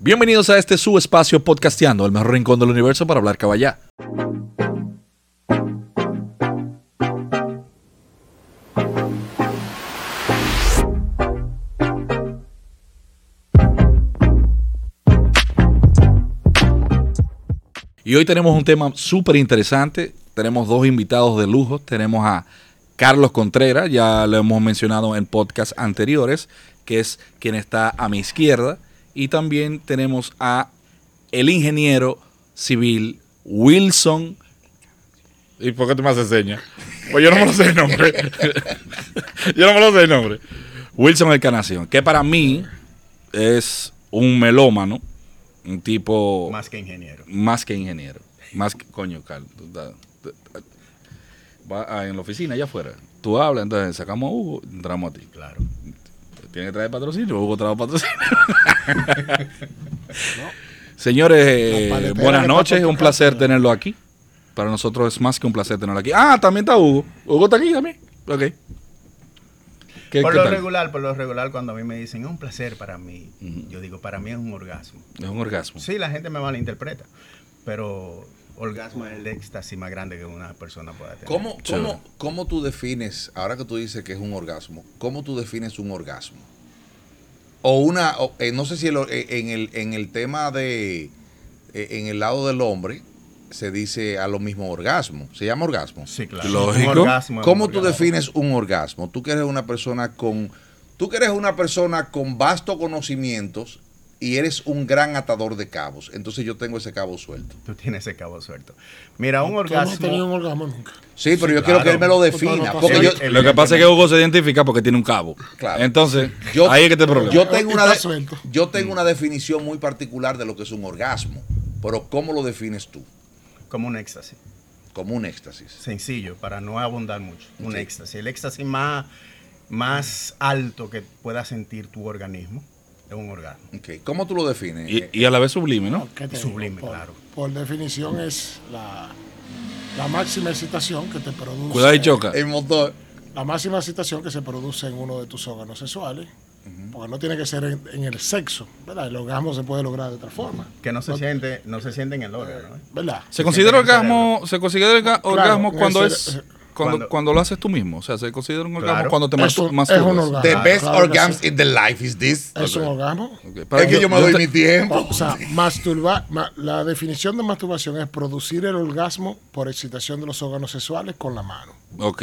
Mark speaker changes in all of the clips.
Speaker 1: Bienvenidos a este su espacio podcasteando, el mejor rincón del universo para hablar caballá. Y hoy tenemos un tema súper interesante. Tenemos dos invitados de lujo. Tenemos a Carlos Contreras, ya lo hemos mencionado en podcasts anteriores, que es quien está a mi izquierda. Y también tenemos a el ingeniero civil Wilson.
Speaker 2: ¿Y por qué tú me haces señas? Pues yo no me lo sé el nombre. yo no me lo sé el nombre.
Speaker 1: Wilson Encarnación, que para mí es un melómano, un tipo
Speaker 3: Más que ingeniero.
Speaker 1: más que ingeniero. Más que, coño, Carlos. tú da- tú- Va a- en la oficina, allá afuera. Tú hablas, entonces sacamos a Hugo, entramos a ti.
Speaker 3: Claro.
Speaker 1: Tiene que traer patrocinio, Hugo trae patrocinio. Señores, eh,
Speaker 4: La paletera
Speaker 1: buenas
Speaker 4: que está
Speaker 1: noches,
Speaker 4: por
Speaker 1: un
Speaker 4: tu
Speaker 1: placer
Speaker 4: casa.
Speaker 1: tenerlo aquí. Para nosotros es más que un placer tenerlo aquí. Ah, también está Hugo. Hugo está aquí también. Ok. ¿Qué- ¿Qué,
Speaker 3: por lo
Speaker 1: tal?
Speaker 3: regular, por lo regular, cuando a mí me dicen es un placer para mí, yo digo, para mí es un orgasmo.
Speaker 1: Es un orgasmo.
Speaker 3: Sí, la gente me malinterpreta, pero orgasmo es el éxtasis más grande que una persona pueda tener.
Speaker 4: ¿Cómo,
Speaker 1: Chévere.
Speaker 4: cómo, ¿Cómo tú defines, ahora que tú dices que es un orgasmo, cómo tú defines un orgasmo? O una, o, eh, no sé si el or- eh, en, el, en el tema de, eh, en el lado del hombre, se dice a lo mismo orgasmo, se llama orgasmo.
Speaker 3: Sí, claro.
Speaker 1: Lógico.
Speaker 3: Un orgasmo es un
Speaker 4: ¿Cómo tú
Speaker 3: orgasmo.
Speaker 4: defines un orgasmo? Tú que eres una persona con, tú que eres una persona con vasto conocimientos y eres un gran atador de cabos, entonces yo tengo ese cabo suelto.
Speaker 3: Tú tienes ese cabo suelto. Mira, un
Speaker 5: Tú no has tenido
Speaker 3: orgasmo.
Speaker 5: un orgasmo nunca.
Speaker 4: Sí, pero
Speaker 3: claro.
Speaker 4: yo quiero que él me lo
Speaker 5: Pues todo
Speaker 4: defina.
Speaker 5: lo
Speaker 4: Porque yo,
Speaker 3: pasa.
Speaker 1: Lo que pasa es que Hugo se identifica porque tiene un cabo.
Speaker 4: Claro.
Speaker 1: Entonces,
Speaker 4: yo,
Speaker 1: ahí es que te problema.
Speaker 4: yo tengo, una
Speaker 5: Está
Speaker 4: de-
Speaker 5: suelto.
Speaker 4: yo
Speaker 3: Mm.
Speaker 4: tengo una definición muy particular de lo que es un orgasmo. Pero ¿cómo lo defines tú?
Speaker 3: Como un éxtasis.
Speaker 4: Como un éxtasis.
Speaker 3: Sencillo, para no abundar mucho. Un
Speaker 4: Sí.
Speaker 3: éxtasis. El éxtasis más, más alto que pueda sentir tu organismo es un orgasmo.
Speaker 4: Ok, ¿Cómo tú lo defines?
Speaker 1: y,
Speaker 4: Eh,
Speaker 1: y a la vez sublime, ¿no?
Speaker 5: ¿Qué te
Speaker 3: Sublime,
Speaker 5: digo? Por-
Speaker 3: claro.
Speaker 5: Por definición es la, la máxima excitación que te produce.
Speaker 1: Cuidado y choca.
Speaker 5: Eh,
Speaker 4: el motor.
Speaker 5: La máxima excitación que se produce en uno de tus órganos sexuales. Porque no tiene que ser en, en el sexo, ¿verdad? El orgasmo se puede lograr de otra forma,
Speaker 3: Que no se siente, no se siente en el órgano. ¿eh?
Speaker 5: ¿verdad?
Speaker 1: ¿Se considera
Speaker 5: eh,
Speaker 3: siente en el
Speaker 1: orgasmo, se considera orga- orgasmo
Speaker 5: en
Speaker 1: cuando
Speaker 5: el
Speaker 1: es
Speaker 5: cerebro.
Speaker 1: cuando,
Speaker 3: Cuando-
Speaker 1: cuando lo haces tú mismo? O sea, se considera un orgasmo
Speaker 3: Claro.
Speaker 1: cuando te
Speaker 5: Es
Speaker 1: mas-
Speaker 5: un-
Speaker 1: masturbas.
Speaker 5: es un orgasmo.
Speaker 4: The
Speaker 5: Ah,
Speaker 4: best
Speaker 5: claro que
Speaker 4: orgasms
Speaker 5: sí.
Speaker 4: in the life is this.
Speaker 5: Es un orgasmo.
Speaker 1: Ok, para-
Speaker 4: Es que yo me doy
Speaker 1: te-
Speaker 4: mi tiempo.
Speaker 5: O sea, masturbar, ma- la definición de masturbación es producir el orgasmo por excitación de los órganos sexuales con la mano.
Speaker 1: Ok.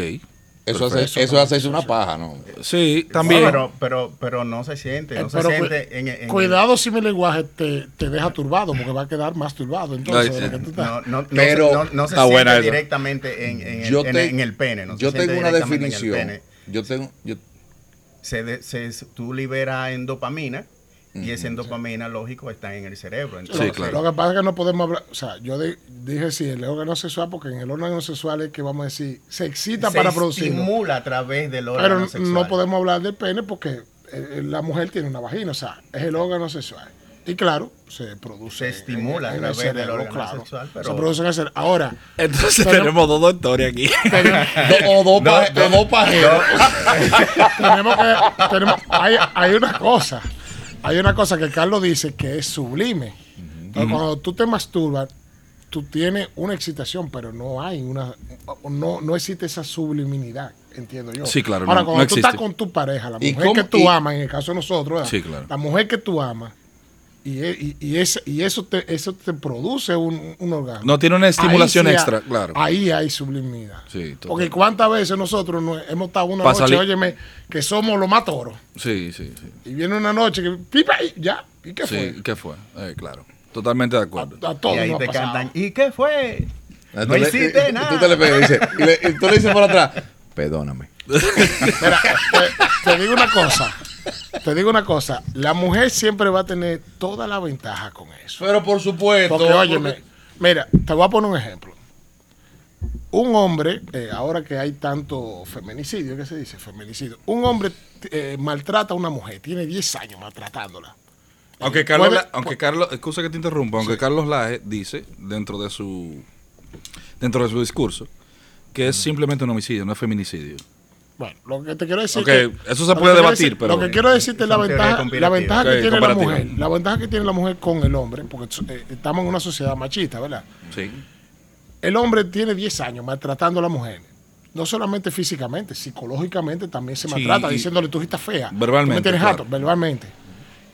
Speaker 4: Eso hace, eso hace una paja, ¿no?
Speaker 1: Sí, también.
Speaker 3: Pero, pero, pero no se siente,
Speaker 5: Eh,
Speaker 3: Este, no se
Speaker 5: pero
Speaker 3: siente
Speaker 5: cu-
Speaker 3: en, en-
Speaker 5: cuidado si mi lenguaje te, te deja turbado, porque va a quedar más turbado. Entonces,
Speaker 1: Ay,
Speaker 5: de lo que tú estás-
Speaker 3: No, no, no
Speaker 4: Pero
Speaker 3: se, no, no se
Speaker 1: está buena
Speaker 3: siente
Speaker 1: esa.
Speaker 3: directamente en, en, el-
Speaker 4: Yo,
Speaker 3: en-
Speaker 4: te-
Speaker 3: en el pene. no se
Speaker 4: yo
Speaker 3: siente
Speaker 4: tengo una
Speaker 3: directamente en el
Speaker 4: definición.
Speaker 3: pene.
Speaker 4: Yo tengo. yo-
Speaker 3: Se de- se- tú liberas endopamina y esa endopamina, lógico, está en el cerebro. Entonces,
Speaker 1: Sí, claro.
Speaker 5: Lo que pasa es que no podemos hablar, o sea, yo de- dije sí, el órgano sexual, porque en el órgano sexual es que vamos a decir, se excita
Speaker 3: se
Speaker 5: para producir.
Speaker 3: estimula a través del órgano
Speaker 5: Pero
Speaker 3: sexual.
Speaker 5: no podemos hablar del pene porque eh, la mujer tiene una vagina, o sea, es el órgano sexual. Y claro, se produce.
Speaker 3: Se
Speaker 5: en-
Speaker 3: estimula a
Speaker 5: en el
Speaker 3: través del
Speaker 5: cerebro,
Speaker 3: órgano sexual, pero-
Speaker 5: Se produce en el cerebro. Ahora,
Speaker 1: Entonces
Speaker 5: Pero-
Speaker 1: tenemos dos doctores aquí.
Speaker 4: Do- o dos paje- o dos pajeros. Ah,
Speaker 5: tenemos que. Tenemos, hay, hay una cosa. Hay una cosa que Carlos dice que es sublime. Entonces, Cuando tú te masturbas, tú tienes una excitación, pero no hay una. No, no existe esa subliminidad, entiendo yo.
Speaker 1: Sí, claro,
Speaker 5: Ahora,
Speaker 1: no-
Speaker 5: cuando
Speaker 1: no
Speaker 5: tú
Speaker 1: existe.
Speaker 5: estás con tu pareja, la
Speaker 4: ¿Y
Speaker 5: mujer
Speaker 4: cómo-
Speaker 5: que tú
Speaker 4: y-
Speaker 5: amas, en el caso de nosotros, ¿verdad?
Speaker 1: Sí, claro.
Speaker 5: la mujer que tú amas. Y, e- y, y es- y eso te eso te produce un, un orgasmo.
Speaker 1: No, tiene una
Speaker 5: Ahí
Speaker 1: estimulación
Speaker 5: sí ha-
Speaker 1: extra, claro.
Speaker 5: Ahí hay sublimidad.
Speaker 1: Sí, total.
Speaker 5: Porque cuántas veces nosotros no hemos estado una
Speaker 1: Pa'
Speaker 5: noche,
Speaker 1: salir.
Speaker 5: óyeme, que somos los más toros.
Speaker 1: Sí, sí, sí.
Speaker 5: Y viene una noche que pipa y ya. ¿Y qué fue? Ah,
Speaker 1: Sí, ¿qué fue? Eh, claro. Totalmente de acuerdo.
Speaker 5: A, a
Speaker 3: Y
Speaker 5: todos
Speaker 3: ahí
Speaker 5: nos ha
Speaker 3: te
Speaker 5: pasado.
Speaker 3: cantan, ¿y qué fue? No,
Speaker 4: Tú le-
Speaker 3: hiciste
Speaker 4: y-
Speaker 3: nada.
Speaker 4: Tú te le pegas y dices- y le- y tú le dices por atrás, perdóname.
Speaker 5: Mira, te, te digo una cosa. Te digo una cosa. La mujer siempre va a tener toda la ventaja con eso.
Speaker 4: Pero por supuesto.
Speaker 5: Porque, óyeme, mira, te voy a poner un ejemplo. Un hombre, eh, ahora que hay tanto feminicidio, ¿qué se dice? Feminicidio. Un hombre eh, maltrata a una mujer, tiene 10 años maltratándola. Eh, pues,
Speaker 1: Aunque Carlos,
Speaker 5: ah, Puede-
Speaker 1: La- aunque Carlos, excusa que te interrumpa, aunque Carlos Laje dice dentro de su dentro de su discurso que es simplemente un homicidio, no es feminicidio.
Speaker 5: Bueno, lo que te quiero decir.
Speaker 1: Ok,
Speaker 5: es
Speaker 1: eso se puede
Speaker 5: lo que quiero
Speaker 1: debatir,
Speaker 5: decir-
Speaker 1: pero-
Speaker 5: Lo que quiero decirte es la
Speaker 3: Son teorías
Speaker 5: ventaja, la
Speaker 3: conspirativas.
Speaker 5: ventaja que
Speaker 1: Ok,
Speaker 5: tiene la mujer.
Speaker 1: comparativa.
Speaker 5: La ventaja que tiene la mujer con el hombre, porque eh, estamos en una sociedad machista, ¿verdad?
Speaker 1: Sí.
Speaker 5: El hombre tiene 10 años maltratando a la mujer. No solamente físicamente, psicológicamente también se
Speaker 1: Sí,
Speaker 5: maltrata,
Speaker 1: y-
Speaker 5: diciéndole tú estás fea.
Speaker 1: Verbalmente,
Speaker 5: Tú me tienes
Speaker 1: claro.
Speaker 5: harto", verbalmente.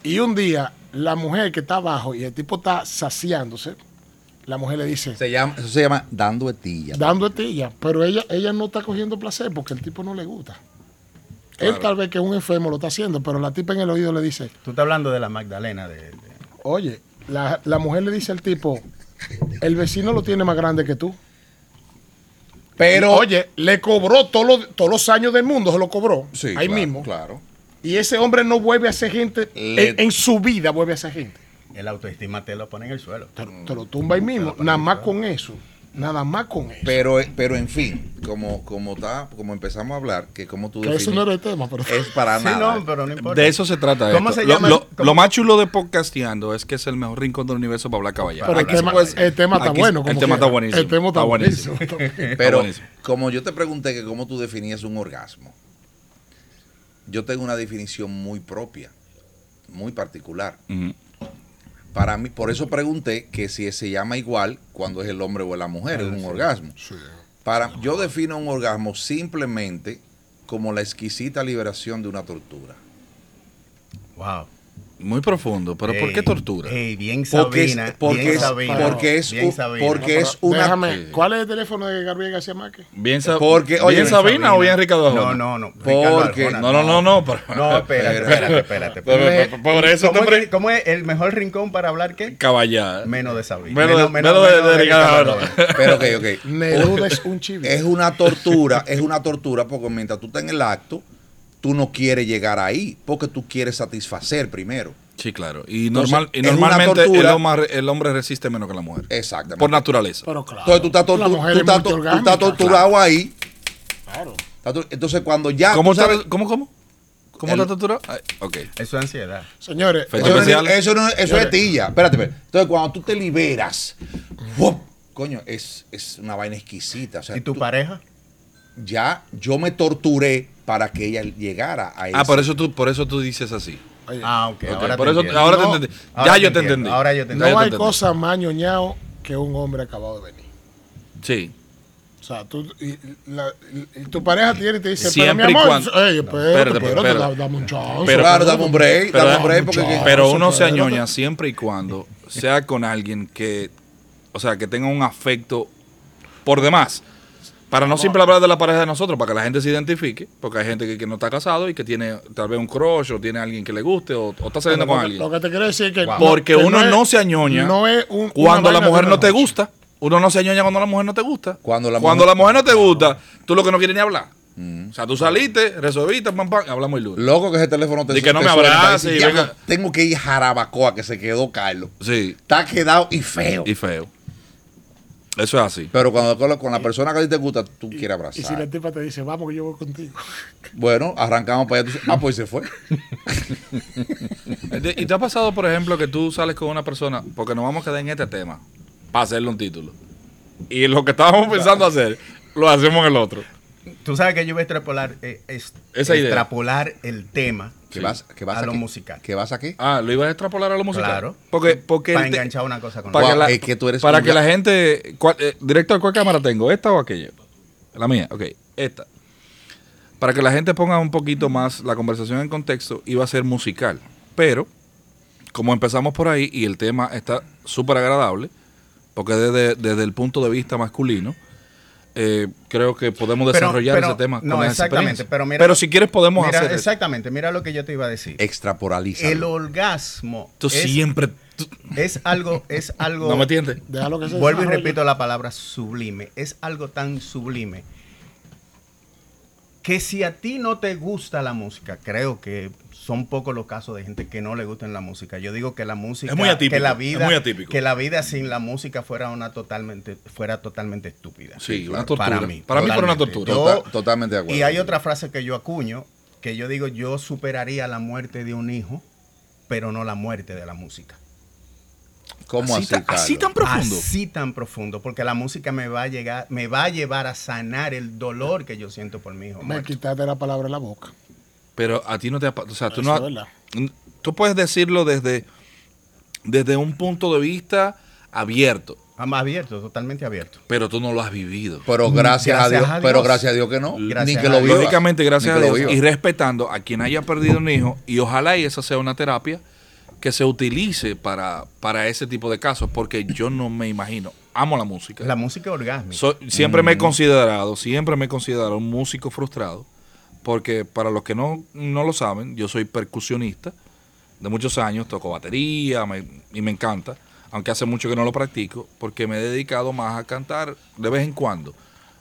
Speaker 5: Y un día, la mujer que está abajo y el tipo está saciándose, la mujer le dice,
Speaker 4: Se llama, eso se llama dando etilla.
Speaker 5: dando estilla, pero ella, ella no está cogiendo placer porque el tipo no le gusta. Él tal vez que es un enfermo lo está haciendo, pero la tipa en el oído le dice,
Speaker 3: Tú estás hablando de la Magdalena. De, de-
Speaker 5: oye, la, la mujer le dice al tipo, el vecino lo tiene más grande que tú.
Speaker 4: Pero.
Speaker 5: Oye, le cobró todos los, todos los años del mundo, se lo cobró.
Speaker 4: Sí,
Speaker 5: ahí
Speaker 4: claro,
Speaker 5: mismo.
Speaker 4: Claro.
Speaker 5: Y ese hombre no vuelve a ser gente,
Speaker 4: Le-
Speaker 5: en, en su vida vuelve a ser gente.
Speaker 3: el autoestima te lo pone en el suelo.
Speaker 5: Te, lo-
Speaker 4: Mm,
Speaker 5: te lo tumba ahí mismo, nada más con eso. Nada más con eso.
Speaker 4: Pero, pero en fin, como, como, está, como empezamos a hablar, que como tú
Speaker 5: que eso
Speaker 4: defines,
Speaker 5: no era el tema, pero...
Speaker 4: es para
Speaker 3: Sí,
Speaker 4: nada.
Speaker 3: no, pero no importa.
Speaker 1: De eso se trata.
Speaker 3: ¿Cómo
Speaker 1: esto.
Speaker 3: se
Speaker 1: Lo-
Speaker 3: llama?
Speaker 1: Lo,
Speaker 3: ¿Cómo?
Speaker 1: lo más chulo de podcasteando es que es el mejor rincón del universo para hablar caballero.
Speaker 5: Pero el
Speaker 1: Aquí se
Speaker 5: tema,
Speaker 1: puede-
Speaker 5: el tema está
Speaker 1: aquí-
Speaker 5: bueno.
Speaker 1: El
Speaker 5: como
Speaker 1: tema
Speaker 5: quiera.
Speaker 1: está buenísimo.
Speaker 5: El tema está, buenísimo.
Speaker 1: Está
Speaker 4: Pero
Speaker 1: buenísimo.
Speaker 4: como yo te pregunté que cómo tú definías un orgasmo, yo tengo una definición muy propia, muy particular.
Speaker 1: Ujú.
Speaker 4: Para mí, por eso pregunté que si se llama igual cuando es el hombre o la mujer,
Speaker 5: Ah,
Speaker 4: es un orgasmo. Para, yo defino un orgasmo simplemente como la exquisita liberación de una tortura.
Speaker 3: Wow.
Speaker 1: Muy profundo. Pero ¿por qué
Speaker 3: Ey,
Speaker 1: tortura?
Speaker 3: ey, bien
Speaker 4: Porque es,
Speaker 3: Sabina.
Speaker 4: porque
Speaker 3: bien
Speaker 4: es,
Speaker 3: Sabina,
Speaker 4: porque es,
Speaker 3: bien
Speaker 4: un-
Speaker 3: Sabina.
Speaker 4: porque es una...
Speaker 5: Déjame, ¿cuál es el teléfono de Gabriel García Márquez?
Speaker 1: Bien, Sa-
Speaker 4: Porque, oye,
Speaker 1: ¿bien Sabina o bien Ricardo Arjona?
Speaker 3: No, no, no.
Speaker 4: Porque-
Speaker 1: No, no, no, no. pero-
Speaker 3: No, espérate, espérate, espérate.
Speaker 2: Por-
Speaker 3: espérate.
Speaker 2: por- por- Por eso,
Speaker 3: ¿Cómo,
Speaker 2: hombre.
Speaker 3: es, cómo es el mejor rincón para hablar qué?
Speaker 1: Caballada.
Speaker 3: Menos de Sabina.
Speaker 1: Menos de- menos de- de Ricardo
Speaker 3: Arjona.
Speaker 4: Pero ok, ok.
Speaker 5: Neruda es un chivo.
Speaker 4: Es una tortura, es una tortura porque mientras tú estás en el acto, tú no quieres llegar ahí porque tú quieres satisfacer primero.
Speaker 1: Sí, claro. Y,
Speaker 4: Entonces,
Speaker 1: normal, y
Speaker 4: es una
Speaker 1: normalmente el
Speaker 4: tortura.
Speaker 1: hombre, el hombre resiste menos que la mujer.
Speaker 4: Exactamente.
Speaker 1: Por naturaleza.
Speaker 5: Pero claro.
Speaker 4: Entonces tú estás, tortu-
Speaker 5: la mujer
Speaker 4: tú
Speaker 5: es
Speaker 4: estás
Speaker 5: muy
Speaker 4: to- tú
Speaker 5: orgánica.
Speaker 4: estás torturado ahí.
Speaker 5: Claro.
Speaker 4: Estás tor- Entonces cuando ya...
Speaker 1: ¿Cómo,
Speaker 4: tú sabes-
Speaker 1: está- ¿Cómo, cómo? ¿Cómo
Speaker 4: pues, El-
Speaker 1: está Ah, torturado? Ay, Ok.
Speaker 3: Eso es ansiedad.
Speaker 5: Señores,
Speaker 1: Fe-
Speaker 4: Eso, no es-
Speaker 1: especial?
Speaker 4: eso no es- eso es tilla. Espérate, espérate. Entonces cuando tú te liberas, ¡wow! coño, es, es una vaina exquisita. O sea,
Speaker 3: ¿Y tu
Speaker 4: tú-
Speaker 3: pareja?
Speaker 4: ya yo me torturé para que ella llegara a
Speaker 1: Ah,
Speaker 4: ese-
Speaker 1: por eso tú, por eso tú dices así.
Speaker 5: oye,
Speaker 3: Ah, ok.
Speaker 1: Ok,
Speaker 3: Ahora,
Speaker 1: por
Speaker 3: te
Speaker 1: eso,
Speaker 3: entiendo.
Speaker 1: ahora te
Speaker 5: No,
Speaker 1: entendí.
Speaker 3: ahora
Speaker 1: ya yo
Speaker 3: te
Speaker 1: te
Speaker 3: entiendo,
Speaker 1: entendí.
Speaker 3: ahora yo te
Speaker 1: Ya
Speaker 3: entiendo.
Speaker 5: no hay
Speaker 1: entendí.
Speaker 5: cosa más ñoñao que un hombre acabado de venir.
Speaker 1: Sí.
Speaker 5: O sea, tú, y- la- y tu pareja tiene y te dice,
Speaker 1: Siempre y
Speaker 5: pero mi amor,
Speaker 1: cuando-
Speaker 5: ey, espérate,
Speaker 1: Espérate,
Speaker 5: espérate,
Speaker 1: espérate.
Speaker 5: da- dame un chance.
Speaker 1: Pero-
Speaker 4: claro, dame un break,
Speaker 1: Pero,
Speaker 4: dame un break porque...
Speaker 5: muchacho.
Speaker 1: pero uno
Speaker 5: eso
Speaker 1: se
Speaker 5: es verdad.
Speaker 1: añoña siempre y cuando sea con alguien que, o sea, que tenga un afecto por demás. Para no siempre hablar de la pareja de nosotros, para que la gente se identifique, porque hay gente que, que no está casado y que tiene tal vez un crush o tiene alguien que le guste o, o está saliendo
Speaker 5: Pero
Speaker 1: con
Speaker 5: lo,
Speaker 1: alguien.
Speaker 5: lo que te quiero decir es que... no-
Speaker 1: Porque
Speaker 5: que
Speaker 1: uno no,
Speaker 5: es-
Speaker 1: se añoña
Speaker 5: No es un, una
Speaker 1: cuando la
Speaker 5: vaina de
Speaker 1: mujer
Speaker 5: una
Speaker 1: no te
Speaker 5: noche.
Speaker 1: gusta. Uno no se añoña cuando la mujer no te gusta.
Speaker 4: Cuando la
Speaker 1: cuando
Speaker 4: mujer-
Speaker 1: la mujer no te gusta, tú lo que no Mm. quieres ni hablar. O sea, tú saliste, resolviste, pam, pam, hablamos el lunes.
Speaker 4: Loco que ese teléfono te
Speaker 1: Y que no
Speaker 4: te
Speaker 1: me
Speaker 4: suena,
Speaker 1: abrace
Speaker 4: dice,
Speaker 1: y
Speaker 4: "Ya,
Speaker 1: venga".
Speaker 4: Tengo que ir a Jarabacoa que se quedó Carlos.
Speaker 1: Sí,
Speaker 4: Está quedado y feo.
Speaker 1: y feo. Eso es así.
Speaker 4: pero cuando con la, con la persona que a ti te gusta, tú quieres
Speaker 5: Y si
Speaker 4: abrazar.
Speaker 5: la tipa te dice, vamos que yo voy contigo.
Speaker 4: Bueno, arrancamos para allá. tú dices, ah, pues se fue.
Speaker 1: De- ¿Y te ha pasado, por ejemplo, que tú sales con una persona, porque nos vamos a quedar en este tema, para hacerle un título? Y lo que estábamos pensando hacer, lo hacemos en el otro.
Speaker 3: Tú sabes que yo voy a extrapolar, eh, es-
Speaker 1: Esa idea.
Speaker 3: extrapolar el tema
Speaker 4: ¿Qué vas, qué vas
Speaker 3: a lo
Speaker 4: qué?
Speaker 3: musical.
Speaker 4: ¿Qué vas aquí?
Speaker 1: Ah, ¿lo ibas a extrapolar a lo musical?
Speaker 3: Claro.
Speaker 1: Porque, porque
Speaker 3: para
Speaker 1: el te-
Speaker 3: enganchar una cosa con
Speaker 1: para
Speaker 4: Wow,
Speaker 1: que la,
Speaker 4: es que tú eres
Speaker 1: para
Speaker 4: un
Speaker 1: que
Speaker 4: ga-
Speaker 1: la gente... ¿cuál- eh, ¿Directo a cuál cámara tengo? ¿Esta o aquella? La mía, ok. Esta. Para que la gente ponga un poquito más la conversación en contexto, iba a ser musical. Pero, como empezamos por ahí y el tema está súper agradable, porque desde, desde el punto de vista masculino, eh, creo que podemos
Speaker 3: Pero-
Speaker 1: desarrollar
Speaker 3: pero-
Speaker 1: ese tema.
Speaker 3: no,
Speaker 1: las
Speaker 3: exactamente,
Speaker 1: experiencias.
Speaker 3: pero mira-
Speaker 1: si quieres podemos
Speaker 3: Mira,
Speaker 1: hacer eso.
Speaker 3: exactamente, mira lo que yo te iba a decir.
Speaker 4: Extraporaliza.
Speaker 3: El orgasmo
Speaker 1: Tú
Speaker 3: es,
Speaker 1: siempre... tú-
Speaker 3: es algo, es algo.
Speaker 1: no me entiendes.
Speaker 5: Déjalo que se
Speaker 3: Vuelvo y
Speaker 5: desarrolle.
Speaker 3: repito la palabra sublime. Es algo tan sublime que si a ti no te gusta la música, creo que son pocos los casos de gente que no le gusta la música. Yo digo que la música
Speaker 1: Es muy atípico,
Speaker 3: que la
Speaker 1: es
Speaker 3: vida
Speaker 1: muy atípico.
Speaker 3: que la vida sin la música fuera una totalmente fuera totalmente estúpida.
Speaker 1: Sí, una
Speaker 3: Claro,
Speaker 1: tortura.
Speaker 3: Para mí,
Speaker 1: Para mí fue una
Speaker 3: totalmente.
Speaker 1: tortura.
Speaker 3: Yo-
Speaker 4: Tota- totalmente de acuerdo.
Speaker 3: y hay otra frase que yo acuño, que yo digo, yo superaría la muerte de un hijo, pero no la muerte de la música.
Speaker 4: ¿Cómo así,
Speaker 1: así, ta- así tan
Speaker 4: Carlos?
Speaker 1: profundo.
Speaker 3: Así tan profundo, porque la música me va a llegar, me va a llevar a sanar el dolor que yo siento por mi hijo.
Speaker 5: Me
Speaker 3: muerto.
Speaker 5: quitaste la palabra en la boca.
Speaker 1: Pero a ti no te... apa- O sea, tú
Speaker 5: Eso
Speaker 1: no...
Speaker 5: es verdad.
Speaker 1: Tú puedes decirlo desde, desde un punto de vista abierto,
Speaker 3: Ah, más abierto, totalmente abierto.
Speaker 1: pero tú no lo has vivido.
Speaker 4: Pero gracias, a,
Speaker 3: Gracias
Speaker 4: Dios,
Speaker 3: a
Speaker 4: pero
Speaker 3: Dios.
Speaker 4: gracias a Dios que no.
Speaker 3: Gracias
Speaker 4: ni que
Speaker 3: a
Speaker 4: lo
Speaker 3: Dios.
Speaker 4: viva.
Speaker 1: Lógicamente, gracias
Speaker 4: Ni
Speaker 1: a
Speaker 4: que lo
Speaker 1: Dios.
Speaker 4: viva.
Speaker 1: Y respetando a quien haya perdido un hijo, y ojalá y esa sea una terapia que se utilice para, para ese tipo de casos, porque yo no me imagino. Amo la música.
Speaker 3: La música orgásmica.
Speaker 1: So- siempre me he considerado, siempre me he considerado un músico frustrado, porque para los que no, no lo saben, yo soy percusionista de muchos años, toco batería me- y me encanta, aunque hace mucho que no lo practico, porque me he dedicado más a cantar de vez en cuando.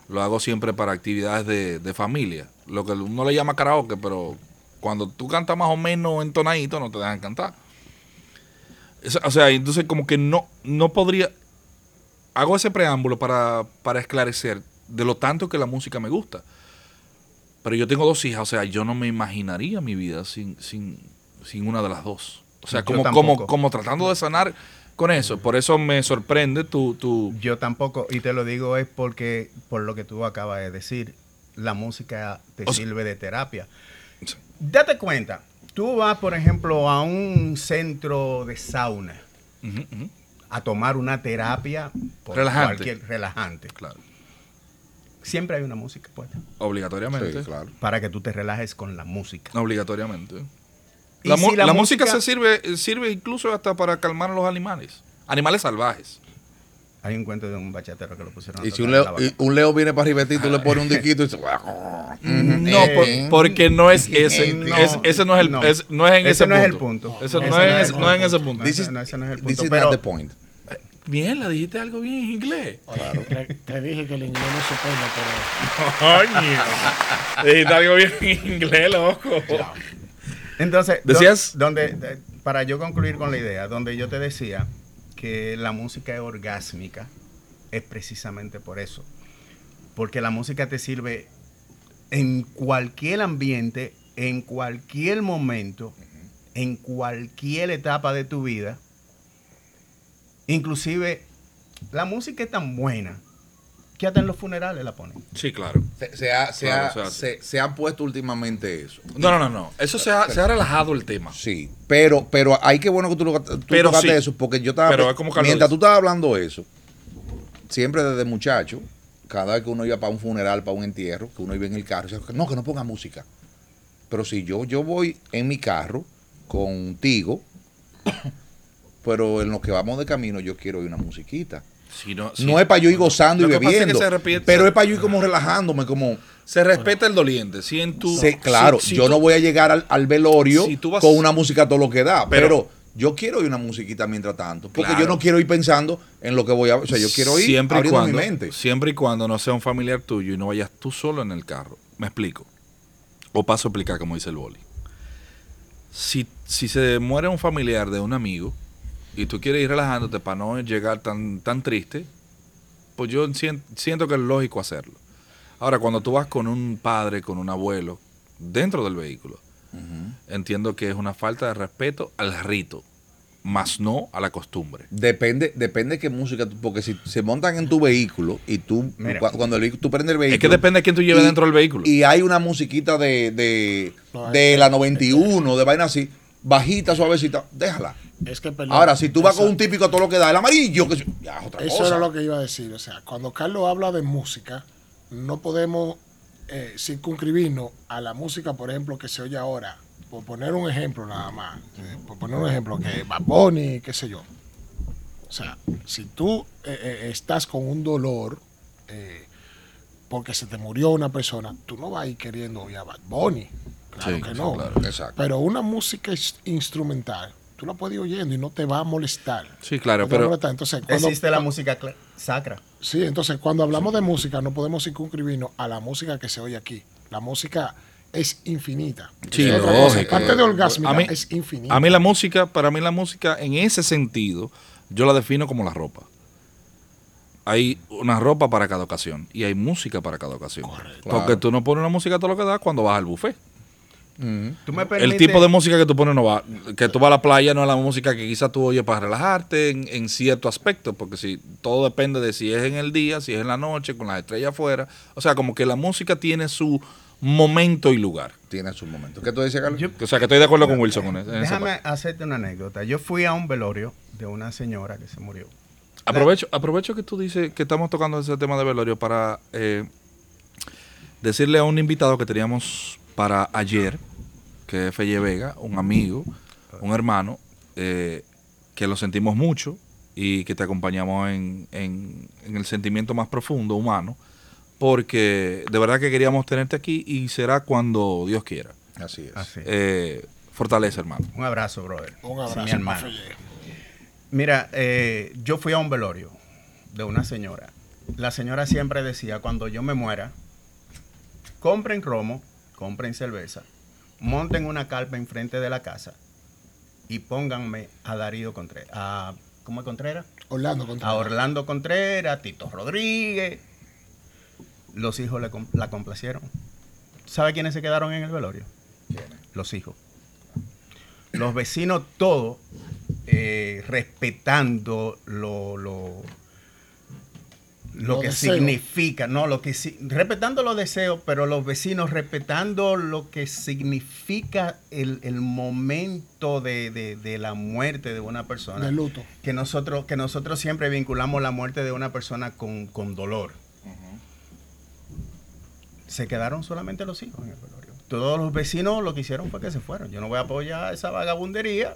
Speaker 1: Lo hago siempre para actividades de, de familia, lo que uno le llama karaoke, pero cuando tú cantas más o menos entonadito no te dejan cantar. Es- O sea, entonces como que no, no podría, hago ese preámbulo para, para esclarecer de lo tanto que la música me gusta. Pero yo tengo dos hijas, o sea, yo no me imaginaría mi vida sin, sin, sin una de las dos. O sea,
Speaker 3: Yo
Speaker 1: como, como,
Speaker 3: tampoco.
Speaker 1: como tratando de sanar con eso. Por eso me sorprende tu... tu
Speaker 3: Yo tampoco, y te lo digo es porque, por lo que tú acabas de decir, la música te
Speaker 1: O sea-
Speaker 3: sirve de terapia. Date cuenta, tú vas, por ejemplo, a un centro de sauna
Speaker 1: Ujú, ujú.
Speaker 3: a tomar una terapia por
Speaker 1: Relajante.
Speaker 3: cualquier relajante.
Speaker 1: Claro,
Speaker 3: Siempre hay una música puesta
Speaker 1: obligatoriamente.
Speaker 4: Sí, claro.
Speaker 3: para que tú te relajes con la música.
Speaker 1: Obligatoriamente.
Speaker 3: Y
Speaker 1: La,
Speaker 3: si
Speaker 1: mu-
Speaker 3: la
Speaker 1: la música,
Speaker 3: música-
Speaker 1: se sirve, sirve incluso hasta para calmar a los animales. Animales salvajes.
Speaker 3: Hay un cuento de un bachatero que lo pusieron. a
Speaker 4: Y si
Speaker 3: tocar
Speaker 4: un
Speaker 3: en la
Speaker 4: leo,
Speaker 3: vaca.
Speaker 4: y un leo viene para arriba de ti, tú le pones un diquito y dices,
Speaker 1: No, por- porque no es ese.
Speaker 3: No,
Speaker 1: es- ese no es el
Speaker 3: no.
Speaker 1: es- no es en
Speaker 3: Ese
Speaker 1: ese,
Speaker 3: no es el punto.
Speaker 1: Ese no,
Speaker 3: Ese
Speaker 1: es, no es en ese punto.
Speaker 4: This is,
Speaker 3: No, ese no es el
Speaker 4: this
Speaker 3: punto,
Speaker 4: is
Speaker 3: pero-
Speaker 4: not the point.
Speaker 1: Mierda, dijiste algo bien en inglés.
Speaker 5: Te, te dije que el inglés no se pone, pero
Speaker 2: Coño. Dijiste algo bien en inglés, loco.
Speaker 3: Entonces, do-
Speaker 1: Decías-
Speaker 3: donde, de- para yo concluir con la idea, donde yo te decía que la música es orgásmica, es precisamente por eso. Porque la música te sirve en cualquier ambiente, en cualquier momento, en cualquier etapa de tu vida. Inclusive, la música es tan buena que hasta en los funerales la ponen.
Speaker 1: Sí, claro.
Speaker 4: Se, se ha- se
Speaker 1: Claro,
Speaker 4: ha-
Speaker 1: se hace.
Speaker 4: se- se han puesto últimamente eso.
Speaker 1: No, no, no, no. Eso se ha, se ha relajado el tema.
Speaker 4: Sí, pero, pero hay que bueno que tú, lo- tú
Speaker 1: Pero
Speaker 4: tocaste
Speaker 1: sí.
Speaker 4: eso, porque yo estaba.
Speaker 1: Pero es como Carlos
Speaker 4: mientras tú
Speaker 1: dice.
Speaker 4: estabas hablando eso, siempre desde muchacho, cada vez que uno iba para un funeral, para un entierro, que uno iba en el carro, decía, no, que no ponga música. Pero si yo, yo voy en mi carro contigo, pero en lo que vamos de camino, yo quiero oír una musiquita.
Speaker 1: Si no,
Speaker 4: No es para yo ir gozando
Speaker 1: Lo
Speaker 4: y
Speaker 1: que pasa es que
Speaker 4: bebiendo,
Speaker 1: se repite-
Speaker 4: pero es para yo ir como relajándome, como.
Speaker 1: Se respeta el doliente. Si en tu.
Speaker 4: Sí, claro,
Speaker 1: si- si
Speaker 4: yo
Speaker 1: tú-
Speaker 4: no voy a llegar al, al velorio
Speaker 1: Si tú vas-
Speaker 4: con una música a todo lo que da, pero,
Speaker 1: Pero-
Speaker 4: yo quiero oír una musiquita mientras tanto, porque
Speaker 1: Claro.
Speaker 4: yo no quiero ir pensando en lo que voy a, o sea, yo quiero ir
Speaker 1: siempre y
Speaker 4: abriendo
Speaker 1: cuando,
Speaker 4: mi mente.
Speaker 1: Siempre y cuando no sea un familiar tuyo y no vayas tú solo en el carro. Me explico. O paso a explicar como dice el boli. Si, si se muere un familiar de un amigo y tú quieres ir relajándote para no llegar tan, tan triste, pues yo sien- siento que es lógico hacerlo. Ahora, cuando tú vas con un padre, con un abuelo, dentro del vehículo, entiendo que es una falta de respeto al rito, más no a la costumbre.
Speaker 4: Depende, depende qué música, tú- porque si se montan en tu vehículo y tú
Speaker 3: Mira.
Speaker 4: cua- cuando el vehi- tú prendes el vehículo,
Speaker 1: Es que depende de quién tú lleves
Speaker 4: y-
Speaker 1: dentro del vehículo.
Speaker 4: y hay una musiquita de de,
Speaker 5: No,
Speaker 4: de la 91, de vaina así, bajita, suavecita, déjala.
Speaker 5: es que perdón.
Speaker 4: Ahora, si tú vas con
Speaker 5: Esa-
Speaker 4: un típico a todo lo que da, el amarillo, que ya es otra
Speaker 5: Eso
Speaker 4: cosa.
Speaker 5: era lo que iba a decir. O sea, cuando Carlos habla de música, no podemos eh, circunscribirnos a la música, por ejemplo, que se oye ahora. Por poner un ejemplo nada más. eh, por poner un ejemplo, que Bad Bunny, qué sé yo. O sea, si tú eh, eh, estás con un dolor eh, porque se te murió una persona, tú no vas a ir queriendo oír a Bad Bunny. Claro
Speaker 1: Sí,
Speaker 5: que
Speaker 1: sí,
Speaker 5: no.
Speaker 1: claro.
Speaker 4: Exacto.
Speaker 5: Pero una música ins- instrumental, tú la puedes ir oyendo y no te va a molestar.
Speaker 1: Sí, claro,
Speaker 5: No te va a
Speaker 1: pero-
Speaker 5: molestar. Entonces, cuando-
Speaker 3: Existe la música cla- sacra.
Speaker 5: Sí, entonces cuando hablamos de música no podemos circunscribirnos a la música que se oye aquí. La música es infinita.
Speaker 1: Sí,
Speaker 5: Es otra
Speaker 1: lógico.
Speaker 5: cosa. Parte de orgasmo
Speaker 1: A mí-
Speaker 5: es infinita.
Speaker 1: A mí la música, para mí la música en ese sentido, yo la defino como la ropa. Hay una ropa para cada ocasión y hay música para cada ocasión. Porque
Speaker 4: Claro.
Speaker 1: tú no pones una música a todo lo que da cuando vas al buffet.
Speaker 3: Tú me
Speaker 1: El
Speaker 3: permites-
Speaker 1: tipo de música que tú pones no va. Que tú vas a la playa no es la música que quizás tú oyes para relajarte en, en cierto aspecto, porque si todo depende de si es en el día, si es en la noche, con las estrellas afuera. O sea, como que la música tiene su momento y lugar.
Speaker 4: Tiene su momento. ¿Qué tú dices, Carlos?
Speaker 3: Yo-
Speaker 1: O sea, que estoy de acuerdo con Wilson con eso. en esa
Speaker 3: Déjame
Speaker 1: parte.
Speaker 3: hacerte una anécdota. Yo fui a un velorio de una señora que se murió.
Speaker 1: Aprovecho, aprovecho que tú dices que estamos tocando ese tema de velorio para eh, decirle a un invitado que teníamos para ayer, que es Felle Vega, un amigo, un hermano, eh, que lo sentimos mucho y que te acompañamos en, en- en el sentimiento más profundo humano, porque de verdad que queríamos tenerte aquí y será cuando Dios quiera.
Speaker 4: Así
Speaker 5: Ah.
Speaker 4: es.
Speaker 3: Así.
Speaker 1: Eh, fortaleza, hermano.
Speaker 3: Un abrazo, brother.
Speaker 5: Un
Speaker 3: Sí,
Speaker 5: abrazo,
Speaker 3: mi hermano.
Speaker 5: pa' Fellé.
Speaker 3: Mira, eh, yo fui a un velorio de una señora. La señora siempre decía, cuando yo me muera, compren cromo, compren cerveza, monten una carpa enfrente de la casa y pónganme a Darío Contreras. A, ¿Cómo es Contreras?
Speaker 5: Orlando contra
Speaker 3: A Orlando Contreras, Tito Rodríguez. Los hijos le com- la complacieron. ¿Sabe quiénes se quedaron en el velorio? Los hijos. Los vecinos, todos eh, respetando lo, lo, lo
Speaker 5: Los
Speaker 3: que
Speaker 5: deseos.
Speaker 3: significa, no, lo que si- respetando los deseos, pero los vecinos respetando lo que significa el, el momento de, de- de la muerte de una persona
Speaker 5: de luto.
Speaker 3: que nosotros, que nosotros siempre vinculamos la muerte de una persona con, con dolor. Se quedaron solamente los hijos en el velorio. Todos los vecinos lo que hicieron fue que se fueron. Yo no voy a apoyar esa vagabundería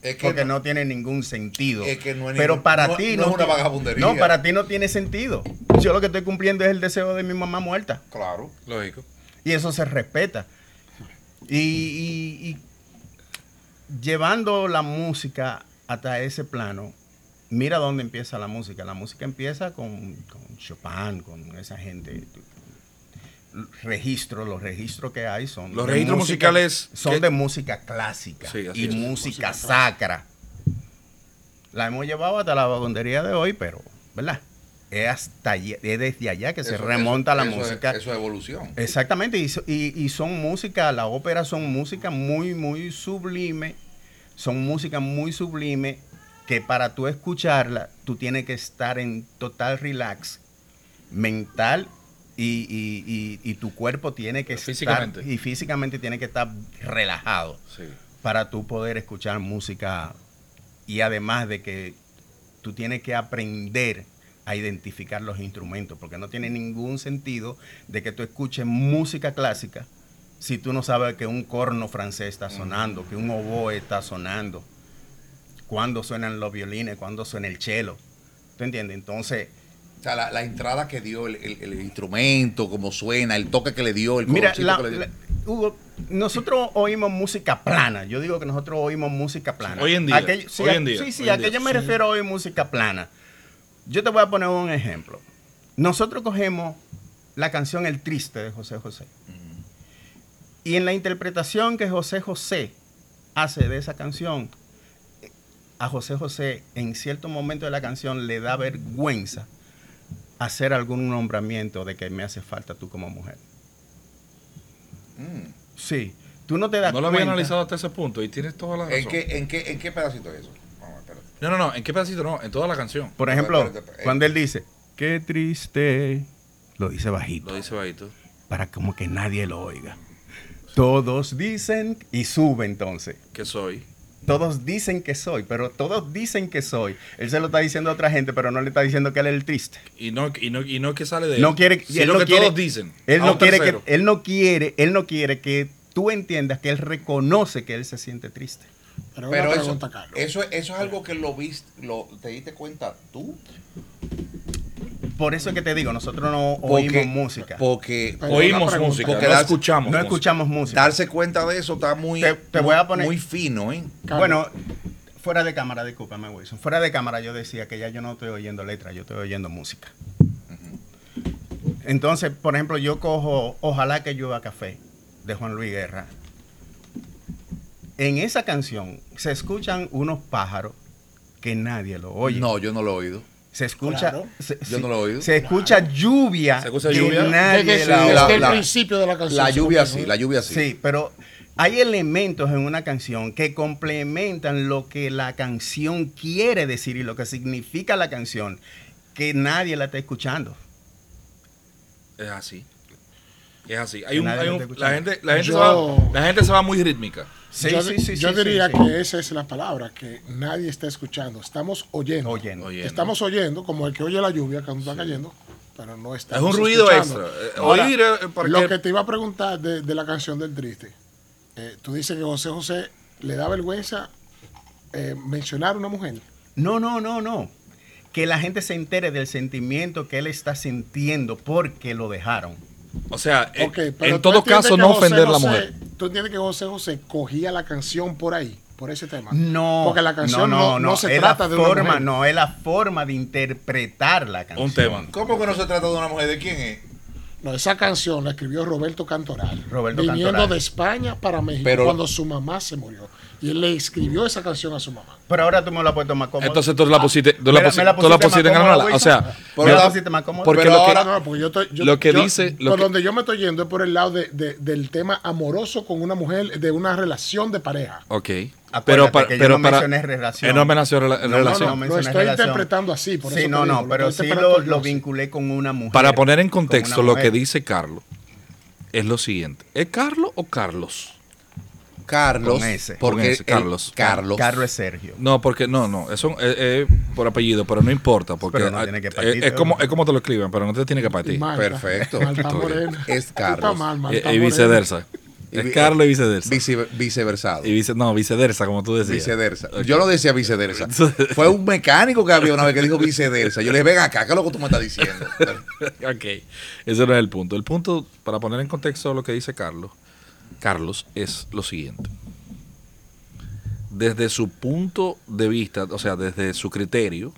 Speaker 4: Es que
Speaker 3: porque
Speaker 4: no-
Speaker 3: no, tiene ningún sentido.
Speaker 4: Es que no es
Speaker 3: Pero
Speaker 4: ningún-
Speaker 3: para
Speaker 4: no-
Speaker 3: ti
Speaker 4: no es una
Speaker 3: tiene-
Speaker 4: vagabundería.
Speaker 3: No, para ti no tiene sentido. Yo lo que estoy cumpliendo es el deseo de mi mamá muerta.
Speaker 4: Claro.
Speaker 1: Lógico.
Speaker 3: Y eso se respeta. Y, y- y llevando la música hasta ese plano, mira dónde empieza la música. La música empieza con, con Chopin, con esa gente. Registros, los registros que hay son.
Speaker 1: Los
Speaker 3: de
Speaker 1: registros
Speaker 3: música-
Speaker 1: musicales
Speaker 3: Son
Speaker 1: que-
Speaker 3: de música clásica
Speaker 1: Sí, así
Speaker 3: y
Speaker 1: es,
Speaker 3: música sacra. La hemos llevado hasta la vagondería de hoy, pero, ¿verdad? Es, hasta allí- es desde allá que se
Speaker 4: Eso-
Speaker 3: remonta
Speaker 4: eso-
Speaker 3: la
Speaker 4: eso es-
Speaker 3: música.
Speaker 4: eso es evolución.
Speaker 3: Exactamente, y, so- y- y son música, la ópera son música muy, muy sublime, son música muy sublime que para tú escucharla, tú tienes que estar en total relax mental y, y- y- y tu cuerpo tiene que
Speaker 2: Físicamente.
Speaker 3: estar, y físicamente tiene que estar relajado
Speaker 4: Sí.
Speaker 3: para tú poder escuchar música y además de que tú tienes que aprender a identificar los instrumentos, porque no tiene ningún sentido de que tú escuches música clásica si tú no sabes que un corno francés está sonando, que un oboe está sonando, cuándo suenan los violines, cuándo suena el cello. ¿Tú entiendes? Entonces,
Speaker 4: O sea, la, la entrada que dio el, el- el instrumento, cómo suena, el toque que le dio, el
Speaker 3: Mira,
Speaker 4: colorcito
Speaker 3: la-
Speaker 4: que le dio.
Speaker 3: la- Hugo, nosotros oímos música plana. Yo digo que nosotros oímos música plana.
Speaker 1: Hoy en día,
Speaker 3: Aquello- sí,
Speaker 1: hoy
Speaker 3: a-
Speaker 1: en día,
Speaker 3: Sí, sí,
Speaker 1: hoy en
Speaker 3: a que
Speaker 1: día.
Speaker 3: yo me refiero a oír música plana. Yo te voy a poner un ejemplo. Nosotros cogemos la canción El Triste de José José. Y en la interpretación que José José hace de esa canción, a José José en cierto momento de la canción le da vergüenza hacer algún nombramiento de que me hace falta tú como mujer. Sí, tú no te das
Speaker 1: Mm. No lo
Speaker 3: cuenta.
Speaker 1: había analizado hasta ese punto y tienes toda la razón.
Speaker 4: ¿En, qué, en, qué, ¿En qué pedacito es eso? Vamos, espérate.
Speaker 1: No, no, no, ¿en qué pedacito no? En toda la canción.
Speaker 3: Por ejemplo,
Speaker 4: Espérate, espérate.
Speaker 3: cuando él dice, qué triste, lo dice bajito,
Speaker 1: Lo dice Baito.
Speaker 3: para como que nadie lo oiga. Todos dicen y sube entonces.
Speaker 1: Que soy.
Speaker 3: Todos dicen que soy, pero todos dicen que soy. Él se lo está diciendo a otra gente, pero no le está diciendo que él es el triste.
Speaker 1: Y no, y no, y no es que sale de él.
Speaker 3: No quiere, y
Speaker 1: sino
Speaker 3: él no
Speaker 1: que
Speaker 3: quiere-
Speaker 1: todos dicen.
Speaker 3: Él
Speaker 1: a
Speaker 3: no
Speaker 1: un
Speaker 3: quiere que,
Speaker 1: tercero.
Speaker 3: él no quiere, él no quiere que tú entiendas que él reconoce que él se siente triste.
Speaker 5: Pero,
Speaker 4: Pero
Speaker 5: una
Speaker 4: eso,
Speaker 5: pregunta, Carlos.
Speaker 4: eso, eso es algo que lo viste, lo, te diste cuenta tú.
Speaker 3: Por eso es que te digo, nosotros no
Speaker 4: Porque-
Speaker 3: oímos música.
Speaker 4: Porque
Speaker 5: Pero una
Speaker 1: Oímos
Speaker 5: pregunta.
Speaker 1: música,
Speaker 4: Porque
Speaker 1: no
Speaker 4: la-
Speaker 1: escuchamos.
Speaker 3: no
Speaker 1: música.
Speaker 3: escuchamos música.
Speaker 4: darse cuenta de eso está muy,
Speaker 3: Te- te voy a poner-
Speaker 4: muy fino, ¿eh?
Speaker 5: Carlos,
Speaker 3: Bueno, fuera de cámara, discúlpame, Wilson. Fuera de cámara yo decía que ya yo no estoy oyendo letras, yo estoy oyendo música. Entonces, por ejemplo, yo cojo Ojalá que llueva café de Juan Luis Guerra. En esa canción se escuchan unos pájaros que nadie lo oye.
Speaker 4: No, yo no lo he oído.
Speaker 3: Se escucha,
Speaker 5: Claro.
Speaker 3: se,
Speaker 4: Yo
Speaker 3: se-
Speaker 4: no lo he oído.
Speaker 3: se escucha lluvia
Speaker 1: Se escucha
Speaker 3: que
Speaker 1: lluvia.
Speaker 3: nadie
Speaker 5: desde,
Speaker 3: la
Speaker 5: desde
Speaker 3: oye.
Speaker 5: el
Speaker 4: la-
Speaker 5: principio de la canción.
Speaker 4: La
Speaker 5: se
Speaker 4: lluvia
Speaker 5: escucha,
Speaker 4: sí,
Speaker 5: ¿no?
Speaker 4: la lluvia sí.
Speaker 3: Sí, pero Hay elementos en una canción que complementan lo que la canción quiere decir y lo que significa la canción, que nadie la está escuchando.
Speaker 1: Es así. Es así. Hay
Speaker 3: Que
Speaker 1: un-
Speaker 3: nadie
Speaker 1: hay
Speaker 3: lo
Speaker 1: un-
Speaker 3: está
Speaker 1: la,
Speaker 3: escuchando.
Speaker 1: gente, la, gente se
Speaker 5: Yo-
Speaker 1: va, la gente se va muy rítmica.
Speaker 3: Sí,
Speaker 5: yo
Speaker 3: sí, sí,
Speaker 5: yo
Speaker 3: sí,
Speaker 5: diría
Speaker 3: sí,
Speaker 5: que
Speaker 3: sí.
Speaker 5: esa es la palabra, que nadie está escuchando. Estamos oyendo.
Speaker 3: Oyendo.
Speaker 1: Oye,
Speaker 5: Estamos oyendo, como el que oye la lluvia cuando está cayendo, pero no está.
Speaker 1: Es un ruido extra. Eh, oír, eh, porque-
Speaker 5: Lo que te iba a preguntar de, de la canción del triste. eh, tú dices que José José le da vergüenza eh, mencionar a una mujer.
Speaker 3: No, no, no, no. Que la gente se entere del sentimiento que él está sintiendo porque lo dejaron.
Speaker 1: O sea, eh,
Speaker 5: Ok, pero
Speaker 1: en
Speaker 5: tú
Speaker 1: todo
Speaker 5: entiendes
Speaker 1: caso,
Speaker 5: que
Speaker 1: no
Speaker 5: José
Speaker 1: ofender a la
Speaker 5: José-
Speaker 1: mujer.
Speaker 5: ¿Tú entiendes que José José cogía la canción por ahí, por ese tema?
Speaker 3: No.
Speaker 5: Porque la canción no, no se
Speaker 3: es la
Speaker 5: trata de una
Speaker 3: forma,
Speaker 5: mujer.
Speaker 3: No, es la forma de interpretar la canción.
Speaker 1: Un tema.
Speaker 4: ¿Cómo que no se trata de una mujer? ¿De quién es?
Speaker 5: No, esa canción la escribió Roberto Cantoral.
Speaker 3: Roberto
Speaker 5: viniendo
Speaker 3: Cantoral.
Speaker 5: de España para México
Speaker 4: Pero-
Speaker 5: cuando su mamá se murió. Y él le escribió esa canción a su mamá.
Speaker 3: Pero ahora tú me la puedes tomar como.
Speaker 1: Entonces tú la pusiste, tú la
Speaker 3: Ah, Me la-
Speaker 1: pusiste,
Speaker 3: me la
Speaker 1: tú la
Speaker 3: pusiste
Speaker 1: pusiste en
Speaker 3: más
Speaker 1: granola.
Speaker 3: cómoda,
Speaker 1: O sea,
Speaker 4: Por
Speaker 1: mira,
Speaker 4: la
Speaker 3: pusiste más cómoda.
Speaker 1: porque
Speaker 4: Pero
Speaker 1: lo que-
Speaker 4: ahora-
Speaker 5: No, no, porque yo estoy- yo-
Speaker 1: Lo que
Speaker 5: yo-
Speaker 1: dice- lo
Speaker 5: por
Speaker 1: que-
Speaker 5: donde yo me estoy yendo es por el lado de- de- del tema amoroso con una mujer, de una relación de pareja.
Speaker 1: Ok.
Speaker 3: Acuérdate
Speaker 1: Pero, para,
Speaker 3: que yo
Speaker 1: pero
Speaker 3: no
Speaker 1: para.
Speaker 3: mencioné relación.
Speaker 1: Eh, no mencioné rela-
Speaker 3: no,
Speaker 1: relación.
Speaker 3: no, me-
Speaker 5: lo
Speaker 3: mencioné
Speaker 5: estoy
Speaker 3: relación.
Speaker 5: interpretando así, por
Speaker 3: sí,
Speaker 5: eso
Speaker 3: no,
Speaker 5: te digo,
Speaker 3: no,
Speaker 5: lo
Speaker 3: pero
Speaker 5: estoy
Speaker 3: sí lo,
Speaker 5: interpretando
Speaker 3: lo
Speaker 5: yo así.
Speaker 3: vinculé con una mujer.
Speaker 1: Para poner en
Speaker 3: con una
Speaker 1: contexto lo que
Speaker 3: mujer.
Speaker 1: dice Carlos, es lo siguiente. ¿Es Carlos o Carlos?
Speaker 4: Carlos.
Speaker 3: Con ese.
Speaker 4: Porque
Speaker 1: Con ese,
Speaker 4: el-
Speaker 1: Carlos.
Speaker 4: Carlos.
Speaker 3: Carlos es Sergio.
Speaker 1: No, porque no, no, eso es por apellido, pero no importa, porque
Speaker 3: Pero no
Speaker 1: ah,
Speaker 3: tiene que
Speaker 1: eh,
Speaker 3: partir,
Speaker 1: es, como,
Speaker 3: ¿no?
Speaker 1: es como te lo escriben, pero no te tiene que
Speaker 5: Y
Speaker 1: partir.
Speaker 5: Marta,
Speaker 4: Perfecto.
Speaker 5: Marta
Speaker 4: Estoy bien.
Speaker 5: Morena.
Speaker 4: Es
Speaker 5: Tú
Speaker 4: Carlos.
Speaker 5: estás mal, Marta
Speaker 1: Y, y
Speaker 5: Morena.
Speaker 1: viceversa.
Speaker 4: Y
Speaker 1: Es
Speaker 4: vi-
Speaker 1: Carlos y viceversa.
Speaker 4: Vice- viceversado.
Speaker 1: Y vice- no, viceversa, como tú decías.
Speaker 4: Viceversa.
Speaker 1: Ok.
Speaker 4: Yo lo decía viceversa. Fue un mecánico que había una vez que dijo viceversa. Yo le dije, ven acá, ¿qué es lo que tú me estás diciendo?
Speaker 1: ok, ese no es el punto. El punto, para poner en contexto lo que dice Carlos, Carlos es lo siguiente. Desde su punto de vista, o sea, desde su criterio,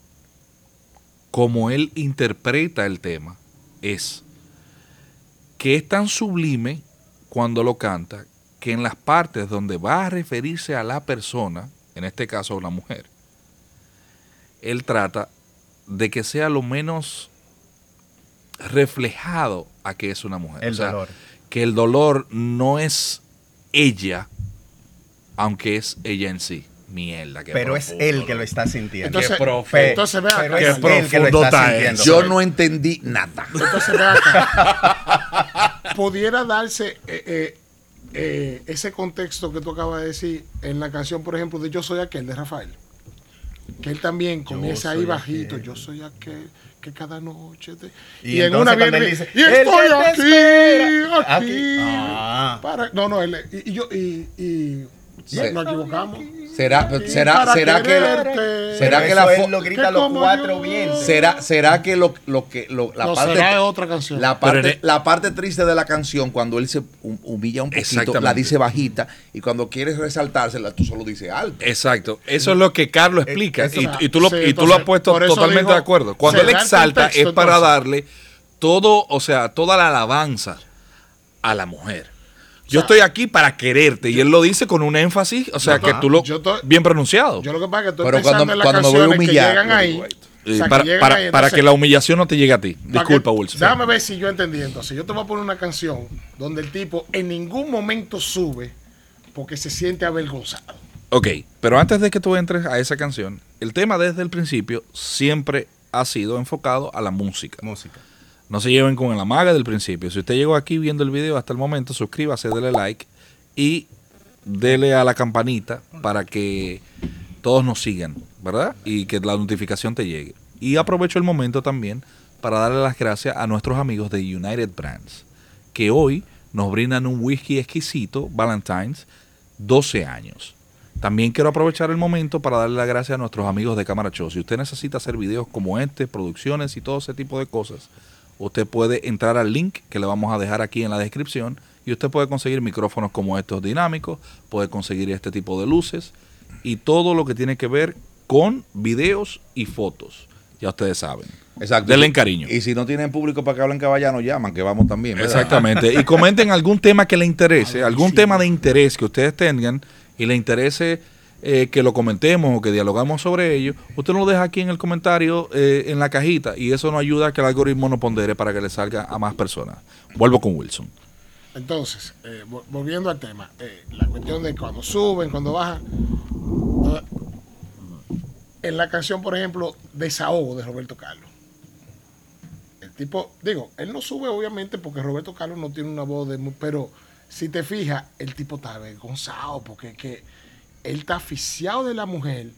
Speaker 1: como él interpreta el tema, es que es tan sublime cuando lo canta que en las partes donde va a referirse a la persona, en este caso a la mujer, él trata de que sea lo menos reflejado a que es una mujer.
Speaker 3: El
Speaker 1: O sea,
Speaker 3: dolor.
Speaker 1: Que el dolor no es ella, aunque es ella en sí. Mierda. qué
Speaker 3: Pero es
Speaker 1: profundo,
Speaker 3: él que
Speaker 1: loco.
Speaker 3: lo está sintiendo.
Speaker 5: Entonces,
Speaker 3: Pe-
Speaker 5: entonces vea
Speaker 3: pero
Speaker 5: acá.
Speaker 3: es
Speaker 1: Qué
Speaker 3: él que lo
Speaker 1: profundo
Speaker 3: está
Speaker 1: está
Speaker 3: sintiendo.
Speaker 4: Yo no entendí nada.
Speaker 5: Entonces, ven acá. Pudiera darse eh, eh, eh, ese contexto que tú acabas de decir en la canción, por ejemplo, de Yo soy aquel de Rafael. Que él también comienza ahí
Speaker 3: soy
Speaker 5: bajito.
Speaker 3: aquel.
Speaker 5: Yo soy aquel que cada noche te.
Speaker 3: Y entonces cuando él
Speaker 5: viene-
Speaker 3: dice,
Speaker 5: y
Speaker 3: "El que
Speaker 5: estoy
Speaker 3: te
Speaker 5: aquí,
Speaker 3: espera".
Speaker 5: aquí.
Speaker 3: Aquí. Ah.
Speaker 5: Para- no, no, él, y, y yo, y, y
Speaker 4: Sí.
Speaker 5: nos equivocamos.
Speaker 4: ¿Será, será,
Speaker 5: Para
Speaker 4: será que,
Speaker 5: quererte.
Speaker 4: será
Speaker 3: Pero
Speaker 4: que la
Speaker 3: eso
Speaker 4: fo-
Speaker 3: él lo grita
Speaker 5: que
Speaker 3: a los
Speaker 5: como yo-
Speaker 3: cuatro vientos.
Speaker 4: será, será que lo, lo que lo- la
Speaker 5: no,
Speaker 4: parte
Speaker 5: será de otra canción.
Speaker 4: la
Speaker 1: Pero
Speaker 4: parte,
Speaker 1: en- e-
Speaker 4: la parte triste de la canción cuando él se hum- humilla un poquito,
Speaker 1: Exactamente.
Speaker 4: la dice bajita y cuando quieres resaltársela tú solo dices alto.
Speaker 1: Exacto, eso es lo que Carlos
Speaker 3: Eh,
Speaker 1: explica
Speaker 5: eso-
Speaker 1: y, y tú lo,
Speaker 5: sí,
Speaker 1: y tú lo has
Speaker 5: entonces,
Speaker 1: puesto
Speaker 5: por eso
Speaker 1: totalmente
Speaker 5: digo,
Speaker 1: de acuerdo. Cuando
Speaker 5: se
Speaker 1: él
Speaker 5: da el
Speaker 1: exalta
Speaker 5: contexto,
Speaker 1: es para
Speaker 5: entonces.
Speaker 1: darle todo, o sea, toda la alabanza a la mujer. Yo
Speaker 5: O sea,
Speaker 1: estoy aquí para quererte y él lo dice con un énfasis, o sea,
Speaker 5: yo
Speaker 1: que
Speaker 5: to-
Speaker 1: tú lo
Speaker 5: yo to-
Speaker 1: bien pronunciado.
Speaker 5: Yo lo que pasa es que estoy
Speaker 4: Pero
Speaker 5: pensando
Speaker 4: cuando-
Speaker 5: en las
Speaker 4: cuando me voy a
Speaker 5: canciones que
Speaker 4: humillar,
Speaker 5: llegan
Speaker 4: yo
Speaker 5: ahí.
Speaker 4: digo,
Speaker 5: o
Speaker 1: Eh,
Speaker 5: sea, que
Speaker 1: para,
Speaker 5: llegan
Speaker 1: para-
Speaker 5: ahí,
Speaker 1: para
Speaker 5: entonces,
Speaker 1: que la humillación no te llegue a ti.
Speaker 5: para que-
Speaker 1: Disculpa, Wilson.
Speaker 5: Déjame ver si yo entendí. Entonces, yo te voy a poner una canción donde el tipo en ningún momento sube porque se siente avergonzado.
Speaker 1: Ok, pero antes de que tú entres a esa canción, el tema desde el principio siempre ha sido enfocado a la música.
Speaker 3: Música.
Speaker 1: No se lleven con la maga del principio. Si usted llegó aquí viendo el video hasta el momento, suscríbase, dele like y dele a la campanita para que todos nos sigan, ¿verdad? Y que la notificación te llegue. Y aprovecho el momento también para darle las gracias a nuestros amigos de United Brands, que hoy nos brindan un whisky exquisito, Valentine's, 12 años. También quiero aprovechar el momento para darle las gracias a nuestros amigos de Cámara Show. Si usted necesita hacer videos como este, producciones y todo ese tipo de cosas, usted puede entrar al link que le vamos a dejar aquí en la descripción y usted puede conseguir micrófonos como estos dinámicos, puede conseguir este tipo de luces y todo lo que tiene que ver con videos y fotos. Ya ustedes saben.
Speaker 4: Exacto.
Speaker 1: Denle cariño.
Speaker 4: Y si no tienen público para que hablen caballano, llaman, que vamos también. ¿verdad?
Speaker 1: Exactamente. Y comenten algún tema que les interese, algún tema de interés que ustedes tengan y le interese eh, que lo comentemos o que dialogamos sobre ello. Usted nos lo deja aquí en el comentario, eh, en la cajita, y eso nos ayuda a que el algoritmo nos pondere para que le salga a más personas. Vuelvo con Wilson.
Speaker 5: Entonces, eh, vol- volviendo al tema, eh, la cuestión de cuando suben, cuando bajan. Entonces, En la canción, por ejemplo, Desahogo de Roberto Carlos. El tipo, digo, él no sube obviamente porque Roberto Carlos no tiene una voz de... mu- Pero si te fijas, el tipo está avergonzado porque es que él está asfixiado de la mujer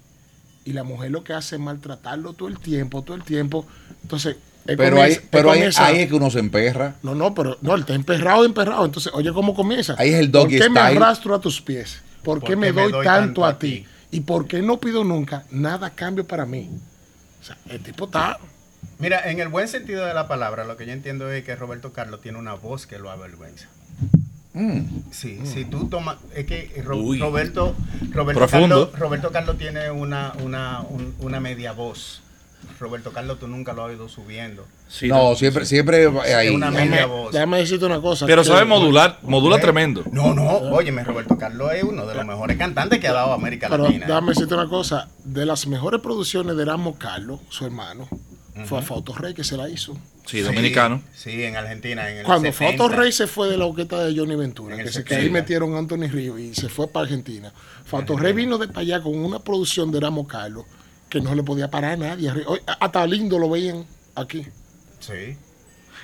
Speaker 5: y la mujer lo que hace es maltratarlo todo el tiempo, todo el tiempo. Entonces, él
Speaker 4: Pero, ahí,
Speaker 5: comienza- él
Speaker 4: pero ahí,
Speaker 5: comienza-
Speaker 4: ahí es que uno se emperra.
Speaker 5: no, no, pero no, él está emperrado, emperrado. Entonces, oye, ¿cómo comienza?
Speaker 4: Ahí es el
Speaker 5: ¿Por
Speaker 4: doggy
Speaker 5: qué me
Speaker 4: style.
Speaker 5: arrastro a tus pies? ¿Por qué me doy, tanto a ti? ¿Y por qué no pido nunca nada a cambio para mí? O sea, el tipo está.
Speaker 3: Mira, en el buen sentido de la palabra, lo que yo entiendo es que Roberto Carlos tiene una voz que lo avergüenza. Sí, si tú tomas, es que Ro-
Speaker 1: Mm. Uy.
Speaker 3: Roberto, Roberto,
Speaker 2: Profundo.
Speaker 3: Carlos, Roberto Carlos tiene una, una, un- una media voz. Roberto Carlos tú nunca lo has oído subiendo.
Speaker 1: Sí,
Speaker 4: no, siempre, siempre ahí.
Speaker 3: una
Speaker 5: Déjame,
Speaker 3: media voz.
Speaker 5: déjame decirte una cosa.
Speaker 1: Pero
Speaker 5: que-
Speaker 1: sabe modular, modula
Speaker 3: ¿Eh?
Speaker 1: tremendo.
Speaker 3: No, no, óyeme, Roberto Carlos es uno de los mejores cantantes que ha dado América
Speaker 5: Pero
Speaker 3: Latina.
Speaker 5: déjame decirte una cosa. De las mejores producciones de Erasmo Carlos, su hermano, fue a Fausto Rey que se la hizo.
Speaker 1: Sí, dominicano.
Speaker 3: Sí, en Argentina. En el
Speaker 5: Cuando
Speaker 3: 70.
Speaker 5: Fausto Rey se fue de la boqueta de Johnny Ventura,
Speaker 3: En el
Speaker 5: que, se, que ahí
Speaker 3: 70.
Speaker 5: metieron a Anthony Río y se fue para Argentina. Fausto Rey vino de para allá con una producción de Ramo Carlos que no le podía parar a nadie. Río- Oye, Hasta lindo lo veían aquí.
Speaker 3: Sí.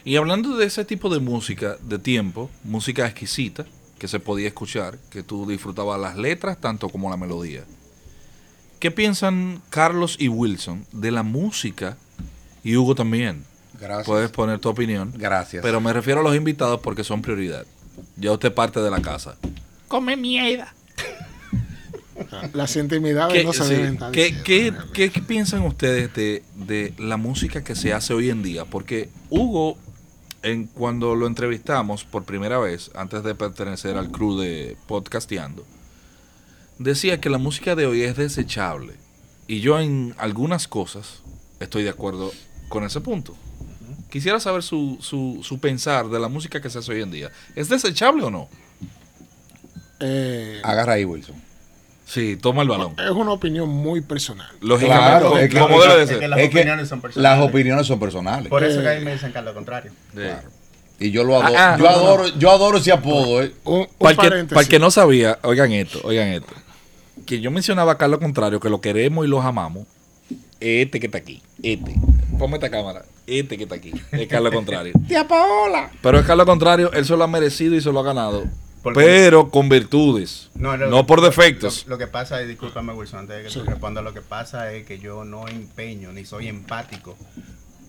Speaker 1: Y hablando de ese tipo de música de tiempo, música exquisita, que se podía escuchar, que tú disfrutabas las letras tanto como la melodía. ¿Qué piensan Carlos y Wilson de la música? Y Hugo también.
Speaker 4: Gracias.
Speaker 1: Puedes poner tu opinión.
Speaker 4: Gracias.
Speaker 1: Pero me refiero a los invitados porque son prioridad. Ya usted parte de la casa.
Speaker 6: Come mierda.
Speaker 5: Las intimidades
Speaker 1: ¿Qué,
Speaker 5: no se
Speaker 1: sí,
Speaker 5: deben estar
Speaker 1: ¿qué,
Speaker 5: diciendo,
Speaker 1: qué-
Speaker 5: realmente.
Speaker 1: qué- qué piensan ustedes de, de la música que se hace hoy en día? Porque Hugo, en, cuando lo entrevistamos por primera vez, antes de pertenecer al crew de Podcasteando, decía que la música de hoy es desechable. Y yo en algunas cosas estoy de acuerdo con ese punto. Quisiera saber su, su, su pensar de la música que se hace hoy en día. ¿Es desechable o no?
Speaker 5: Eh,
Speaker 4: Agarra ahí, Wilson.
Speaker 1: Sí, toma el balón.
Speaker 5: es una opinión muy personal.
Speaker 1: Lógicamente,
Speaker 4: Claro,
Speaker 1: co-
Speaker 4: es que-
Speaker 1: como debe de
Speaker 3: es que
Speaker 1: ser.
Speaker 3: las
Speaker 4: Es que
Speaker 3: opiniones son personales. Pues-
Speaker 4: Las opiniones son personales.
Speaker 3: Por
Speaker 5: Eh,
Speaker 3: eso que a mí me dicen que es lo contrario.
Speaker 1: Claro.
Speaker 4: Y yo lo adoro.
Speaker 1: Ah, ah,
Speaker 4: yo,
Speaker 1: no, no,
Speaker 4: adoro yo adoro ese apodo. ¿eh?
Speaker 5: Un, un
Speaker 1: Para el, que,
Speaker 5: paréntesis.
Speaker 1: para el que no sabía, oigan esto, oigan esto. Que yo mencionaba acá lo contrario, que lo queremos y los amamos. Este que está aquí, este. Ponme esta cámara. Este que está aquí. Es Carlos Contrario. ¡Tía Paola! Pero es Carlos Contrario, él se lo ha merecido y se lo ha ganado.
Speaker 3: Porque-
Speaker 1: Pero con virtudes. No,
Speaker 3: No, lo-
Speaker 1: por
Speaker 3: lo-
Speaker 1: defectos.
Speaker 3: Lo, lo que pasa es, discúlpame Wilson, antes de que
Speaker 5: Sí.
Speaker 3: tú respondas, lo que pasa es que yo no empeño ni soy empático